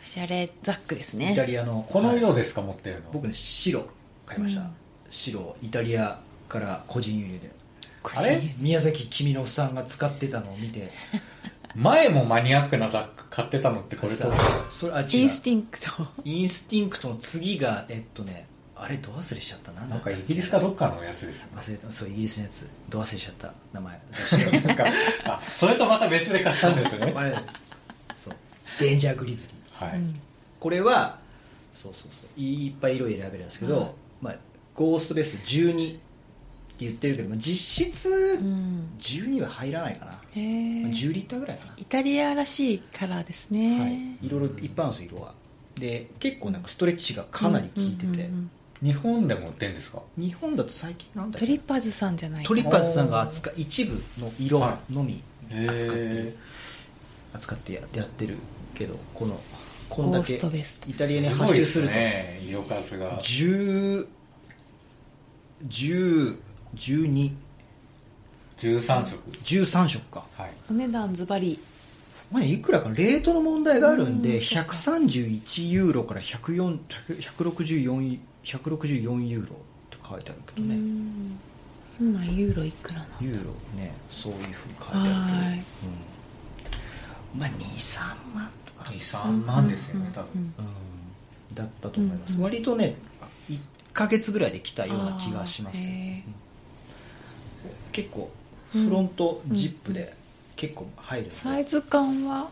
Speaker 5: おしゃれザックです
Speaker 3: ー、イタ
Speaker 5: ね
Speaker 3: リアの
Speaker 4: この
Speaker 3: は
Speaker 4: 色
Speaker 3: い
Speaker 4: ですか、持ってるの
Speaker 3: 僕ね白買いました、
Speaker 5: うん
Speaker 3: 白イタリアから個人輸入で
Speaker 5: 個人
Speaker 3: あれ宮崎君のおっさんが使ってたのを見て
Speaker 4: 前もマニアックなザック買ってたのってこれと
Speaker 3: さそれあ違う
Speaker 5: インスティンクト
Speaker 3: インスティンクトの次がえっとねあれど忘れしちゃったなんだ
Speaker 4: な
Speaker 3: っ
Speaker 4: ん
Speaker 3: た
Speaker 4: か
Speaker 3: っ
Speaker 4: イ
Speaker 3: け
Speaker 4: ギリスかどっかのやつですよ
Speaker 3: 忘れたそうイギリスのやつど忘れしちゃった
Speaker 4: [laughs]
Speaker 3: 名前
Speaker 4: ねなんかあそれとまた別で買ったん [laughs] ですね
Speaker 3: あれそうデンジャーグリズリー
Speaker 4: はい、
Speaker 3: これはそうそうそういいっぱい色選べるんですけど、まあ、ゴーストベース12って言ってるけど、まあ、実質
Speaker 5: うん
Speaker 3: 12は入らないかな、
Speaker 5: へえ
Speaker 3: 10リッターぐらいかな、
Speaker 5: イタリアらしいカラーですね、
Speaker 3: はい、いろいろいっぱいあるんですよ色はで結構なんかストレッチがかなり効いてて、
Speaker 5: うんうんうん
Speaker 4: 日本でも売ってんですか
Speaker 3: 日本だと最近なんだっけ
Speaker 5: トリッパーズさんじゃない
Speaker 3: トリッパーズさんが扱う一部の色のみ
Speaker 4: へ
Speaker 3: 扱ってる、
Speaker 4: え
Speaker 3: 扱ってややってるけどこのこん
Speaker 5: ゴ
Speaker 3: だ
Speaker 5: ー
Speaker 3: け
Speaker 5: ス
Speaker 3: イ
Speaker 5: トベスト
Speaker 3: タリアに
Speaker 4: す
Speaker 3: 発
Speaker 4: ごい
Speaker 3: 注
Speaker 4: ですす
Speaker 3: ると
Speaker 4: ね色数が
Speaker 3: 10 10 12
Speaker 4: 13色
Speaker 3: 13色か
Speaker 4: はい
Speaker 5: お値段ズバリ
Speaker 3: まあねいくらかレートの問題があるんで
Speaker 5: うんそっか
Speaker 3: 131ユーロから104 164 164ユーロって書いてあるけどね、
Speaker 5: うん今ユーロいくらな
Speaker 3: ユーロねそういうふうに書いてあ
Speaker 5: は
Speaker 3: る
Speaker 5: い
Speaker 3: けど、うん、まあ23万とか、
Speaker 4: 23万ですよね多
Speaker 5: うん
Speaker 4: 分
Speaker 3: うん、だったと思います、
Speaker 5: うんうん
Speaker 3: 割とね1ヶ月ぐらいで来たような気がします、
Speaker 5: あーへー
Speaker 3: うん結構フロントジップで結構入るんで、
Speaker 5: サイズ感は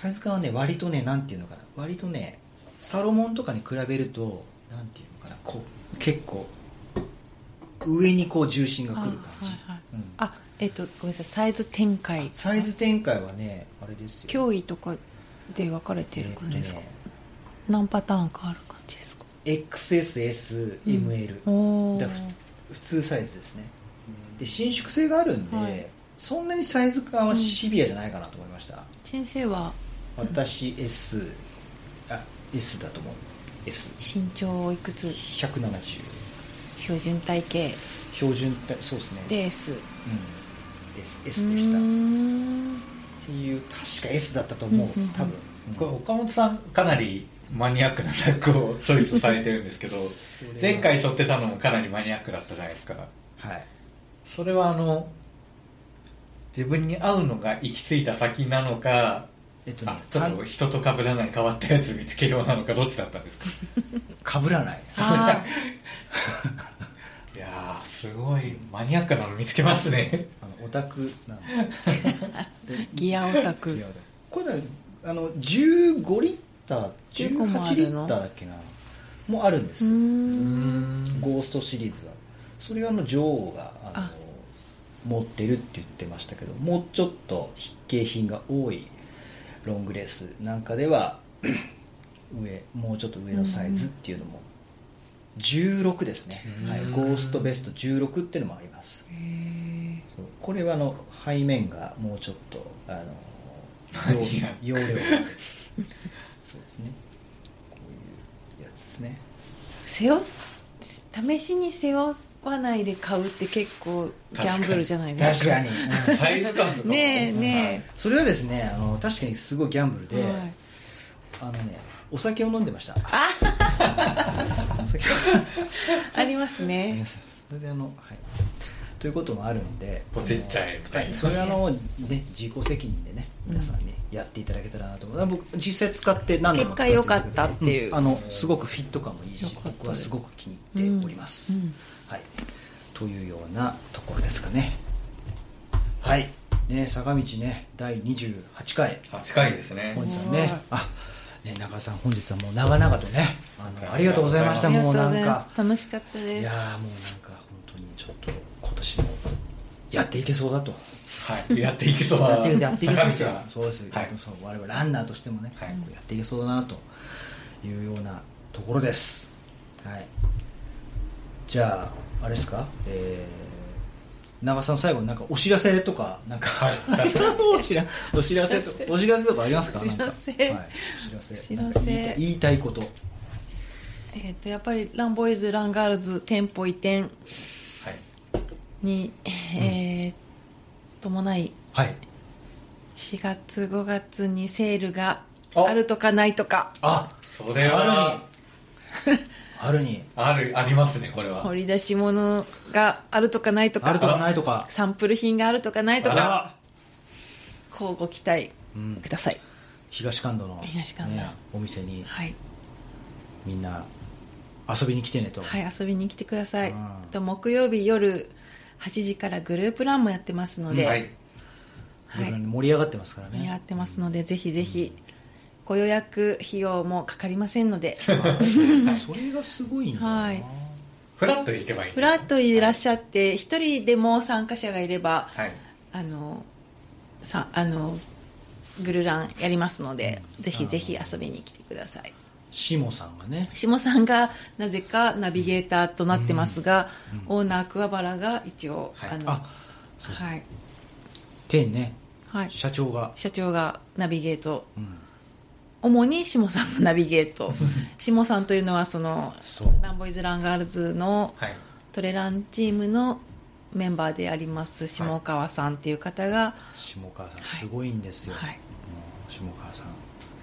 Speaker 3: サイズ感はね割とねなんていうのかな割とねサロモンとかに比べるとなんていうのかなこう結構上にこう重心が来る感じ、
Speaker 5: あ,、はいはい
Speaker 3: うん
Speaker 5: あえっ、とごめんなさいサイズ展開
Speaker 3: サイズ展開はねあれですよ
Speaker 5: 脅威とかで分かれてる感じですか、
Speaker 3: えっとね
Speaker 5: 何パターンかある感じですか
Speaker 3: XSSML、
Speaker 5: おー
Speaker 3: だから普通サイズですねで伸縮性があるんで、
Speaker 5: はい
Speaker 3: そんなにサイズ感はシビアじゃないかなと思いました、
Speaker 5: 先生は
Speaker 3: 私 S あ S だと思う S
Speaker 5: 身長をいくつ
Speaker 3: 170
Speaker 5: 標準体型
Speaker 3: 標準体そうですね
Speaker 5: で S
Speaker 3: うん、S, S でしたっ
Speaker 5: うーん
Speaker 3: ていう確か S だったと思う、
Speaker 5: うんうんうん
Speaker 3: 多分、
Speaker 4: これ岡本さんかなりマニアックなザックをチョイスされてるんですけど
Speaker 3: それは
Speaker 4: 前回背負ってたのもかなりマニアックだったじゃないですか
Speaker 3: はい
Speaker 4: それはあの自分に合うのが行き着いた先なのか
Speaker 3: えっとね
Speaker 4: あちょっと人と被らない変わったやつ見つけようなのかどっちだったん
Speaker 3: [laughs]
Speaker 4: ですか
Speaker 3: かぶらない
Speaker 5: あ
Speaker 4: いやーすごいマニアックなの見つけます
Speaker 3: [laughs]
Speaker 4: ね
Speaker 3: あのオタクなんで
Speaker 5: ーギアオタク
Speaker 3: いやこれだあの15リッター
Speaker 5: 15もあ
Speaker 3: 18リ
Speaker 5: るの
Speaker 3: ッターだっけなもあるんで
Speaker 5: う
Speaker 3: す
Speaker 5: ー
Speaker 3: よ
Speaker 4: うんん
Speaker 3: ゴーストシリーズはそれはあの女王があの
Speaker 5: あ
Speaker 3: 持ってるって言ってましたけどもうちょっと筆景品が多いロングレースなんかでは [clears throat] 上もうちょっと上のサイズっていうのも16ですね、
Speaker 4: うん
Speaker 3: はい、ゴーストベスト16っていうのもありますそうこれはあの背面がもうちょっとあの
Speaker 4: マニアック
Speaker 3: 容容量がそうですねこういうやつですね
Speaker 5: 背負っ試しに背負わないで買うって結構ギャンブルじゃないです
Speaker 3: 確
Speaker 5: か
Speaker 3: かに、うん
Speaker 4: サイズ感とかも
Speaker 5: ねえね
Speaker 3: それはですねあの確かにすごいギャンブル
Speaker 5: え、
Speaker 3: で、
Speaker 5: はい
Speaker 3: あのねお酒を飲んでましたお酒を
Speaker 5: あります
Speaker 3: 飲んでま
Speaker 5: ね
Speaker 3: したそれであのはいということもあるんで
Speaker 4: ポチっちゃえみたいな
Speaker 3: はそれはあのね自己責任でね皆さんにやっていただけたらなと思う、僕実際使って何度も使ってるんですけど
Speaker 5: 結果良かったっていう
Speaker 3: あのすごくフィット感もいいし
Speaker 5: 良かったです
Speaker 3: 僕はすごく気に入っております、
Speaker 5: うんうん
Speaker 3: はいというようなところですかねはいね坂道ね第28回
Speaker 4: 8回ですね
Speaker 3: 本日は
Speaker 5: はい
Speaker 3: ねあね中田さん本日はもう長々とねあのありがとうございまし
Speaker 5: あ
Speaker 3: た
Speaker 5: りがと
Speaker 3: も
Speaker 5: うご
Speaker 3: うな
Speaker 5: ざ
Speaker 3: ん
Speaker 5: い
Speaker 3: か
Speaker 5: ます楽しかった
Speaker 3: い
Speaker 5: で
Speaker 3: や
Speaker 5: す
Speaker 3: ーもうなんか本当にちょっと今年もやっていけそうだと
Speaker 4: はいやっていけそうな
Speaker 3: やってるやっていけそうですよ
Speaker 4: 坂口さん
Speaker 3: そうですよ、
Speaker 4: はい
Speaker 3: そう我々ランナーとしてもね、
Speaker 4: はい
Speaker 3: こうやっていけそうだなというようなところですはいじゃああれですかえー長さん最後になんかお知らせとかなんか、
Speaker 4: はい
Speaker 3: [laughs] お知らお知らせとお知らせとかありますかなんか
Speaker 5: お知らせ
Speaker 3: はい、お知らせ
Speaker 5: お知らせ
Speaker 3: なんか言いたい言いたいこと
Speaker 5: えっとやっぱりランボーイズランガールズ店舗移転
Speaker 4: はい
Speaker 5: に、えー伴い
Speaker 4: はい
Speaker 5: 4月5月にセールがあるとかないとか
Speaker 3: あ
Speaker 4: それは
Speaker 3: [laughs] 春に
Speaker 4: あるありますねこれは
Speaker 5: 掘り出し物があるとかないと
Speaker 3: あると
Speaker 5: か
Speaker 3: かないとか
Speaker 5: サンプル品があるとかないと
Speaker 3: あ
Speaker 5: からこうご期待ください、
Speaker 3: 東関東の、
Speaker 5: 東神田
Speaker 3: お店に
Speaker 5: はい、
Speaker 3: みんな遊びに来てねと、
Speaker 5: はい、遊びに来てください
Speaker 3: うん
Speaker 5: あと木曜日夜8時からグループランもやってますので、
Speaker 4: はい [laughs]
Speaker 5: はい
Speaker 3: いろいろ盛り上がってますからね
Speaker 5: やってますのでぜひぜひご予約費用もかかりませんので
Speaker 3: それがすごいんだよな、
Speaker 5: はい
Speaker 4: フラットでいけばいい
Speaker 5: ふらっといらっしゃって一人でも参加者がいれば
Speaker 4: はい [laughs]
Speaker 5: あのさあのグルランやりますのでぜひぜひ遊びに来てください
Speaker 3: シモさんがね
Speaker 5: 下さんがなぜかナビゲーターとなってますが、オーナー桑原が一応、
Speaker 4: はい
Speaker 5: あの
Speaker 3: あそう
Speaker 5: はい、
Speaker 3: 天ね
Speaker 5: はい、
Speaker 3: 社長が、
Speaker 5: 社長がナビゲート
Speaker 3: うん、
Speaker 5: 主に下さんがナビゲート下さんというのはその
Speaker 3: そう
Speaker 5: ランボーイズ・ランガールズの
Speaker 4: はい
Speaker 5: トレランチームのメンバーであります下川さんっていう方が、
Speaker 3: 下川さんすごいんですよ、
Speaker 5: はい、
Speaker 3: もう下川さん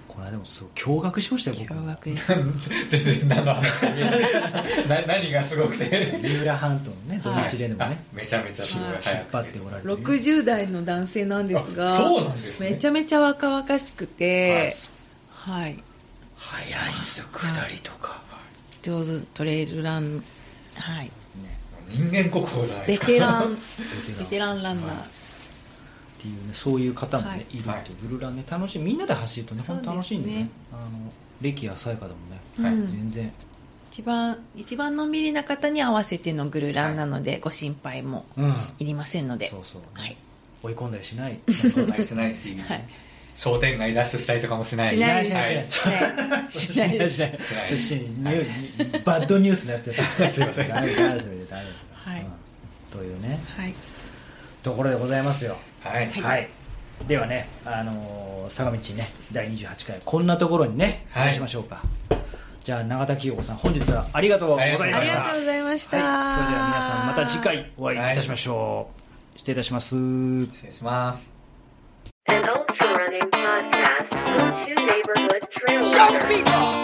Speaker 3: この間もすごい驚愕しましたよ僕
Speaker 5: 驚
Speaker 3: も
Speaker 5: 愕です
Speaker 4: 全然何の話か見え [laughs] ないな何がすごくて
Speaker 3: 三浦半島のね土日ででも
Speaker 4: はい
Speaker 3: ね、
Speaker 4: あめちゃめちゃすごい
Speaker 3: 引
Speaker 4: 早
Speaker 3: っ張っ
Speaker 4: く
Speaker 3: て
Speaker 4: て
Speaker 3: おられて、ね、
Speaker 5: 60代の男性なんですが
Speaker 4: あそうなんですね
Speaker 5: めちゃめちゃ若々しくて、はい、
Speaker 3: 早いんですよ下りとか、
Speaker 5: 上手トレイルラン、はい、
Speaker 4: 人間国宝じゃないで
Speaker 5: ベ
Speaker 4: すか
Speaker 5: テランベ
Speaker 3: ベ
Speaker 5: テ
Speaker 3: テランっ
Speaker 5: ランランナー、
Speaker 3: ていうねそういう方もね、
Speaker 5: はい
Speaker 3: い、るっていうブルーランね楽しいみんなで走るとね
Speaker 5: そう
Speaker 3: 本
Speaker 5: ですね
Speaker 3: 当楽しいんでねあの歴浅い方もね、
Speaker 4: はい
Speaker 5: うん
Speaker 3: 全然
Speaker 5: 一番一番のんびりな方に合わせてのグルランなので、ご心配も
Speaker 3: うん
Speaker 5: いりませんので
Speaker 3: そうそう、
Speaker 5: はい
Speaker 3: 追い込んだりし
Speaker 5: [laughs]
Speaker 3: ない
Speaker 4: そんなにしないし、
Speaker 5: はい
Speaker 4: 商店街ダッシュしたりとかもしない
Speaker 5: しない
Speaker 4: し
Speaker 5: で
Speaker 4: ない
Speaker 5: す
Speaker 3: [laughs]
Speaker 5: しないしないです
Speaker 3: しな
Speaker 4: し
Speaker 3: い
Speaker 4: ない
Speaker 3: しないニューバッドニュースのやつやった
Speaker 4: すいません
Speaker 3: ダメですダメですダメですダメです
Speaker 5: はい
Speaker 3: うんというね
Speaker 5: はい
Speaker 3: ところでございますよ
Speaker 4: はい
Speaker 5: はい
Speaker 3: はい、ではね、あのー坂道ね第28回こんなところにね
Speaker 4: はい
Speaker 3: 話しましょうか、じゃあ永田清子さん本日はありがとうございました
Speaker 5: ありがとうございました、
Speaker 3: はい、それでは皆さんまた次回お会いいたしましょう、失礼いたします
Speaker 4: 失礼します。
Speaker 1: An ultra running podcast from two neighborhood trail
Speaker 2: Show
Speaker 1: runners.
Speaker 2: people.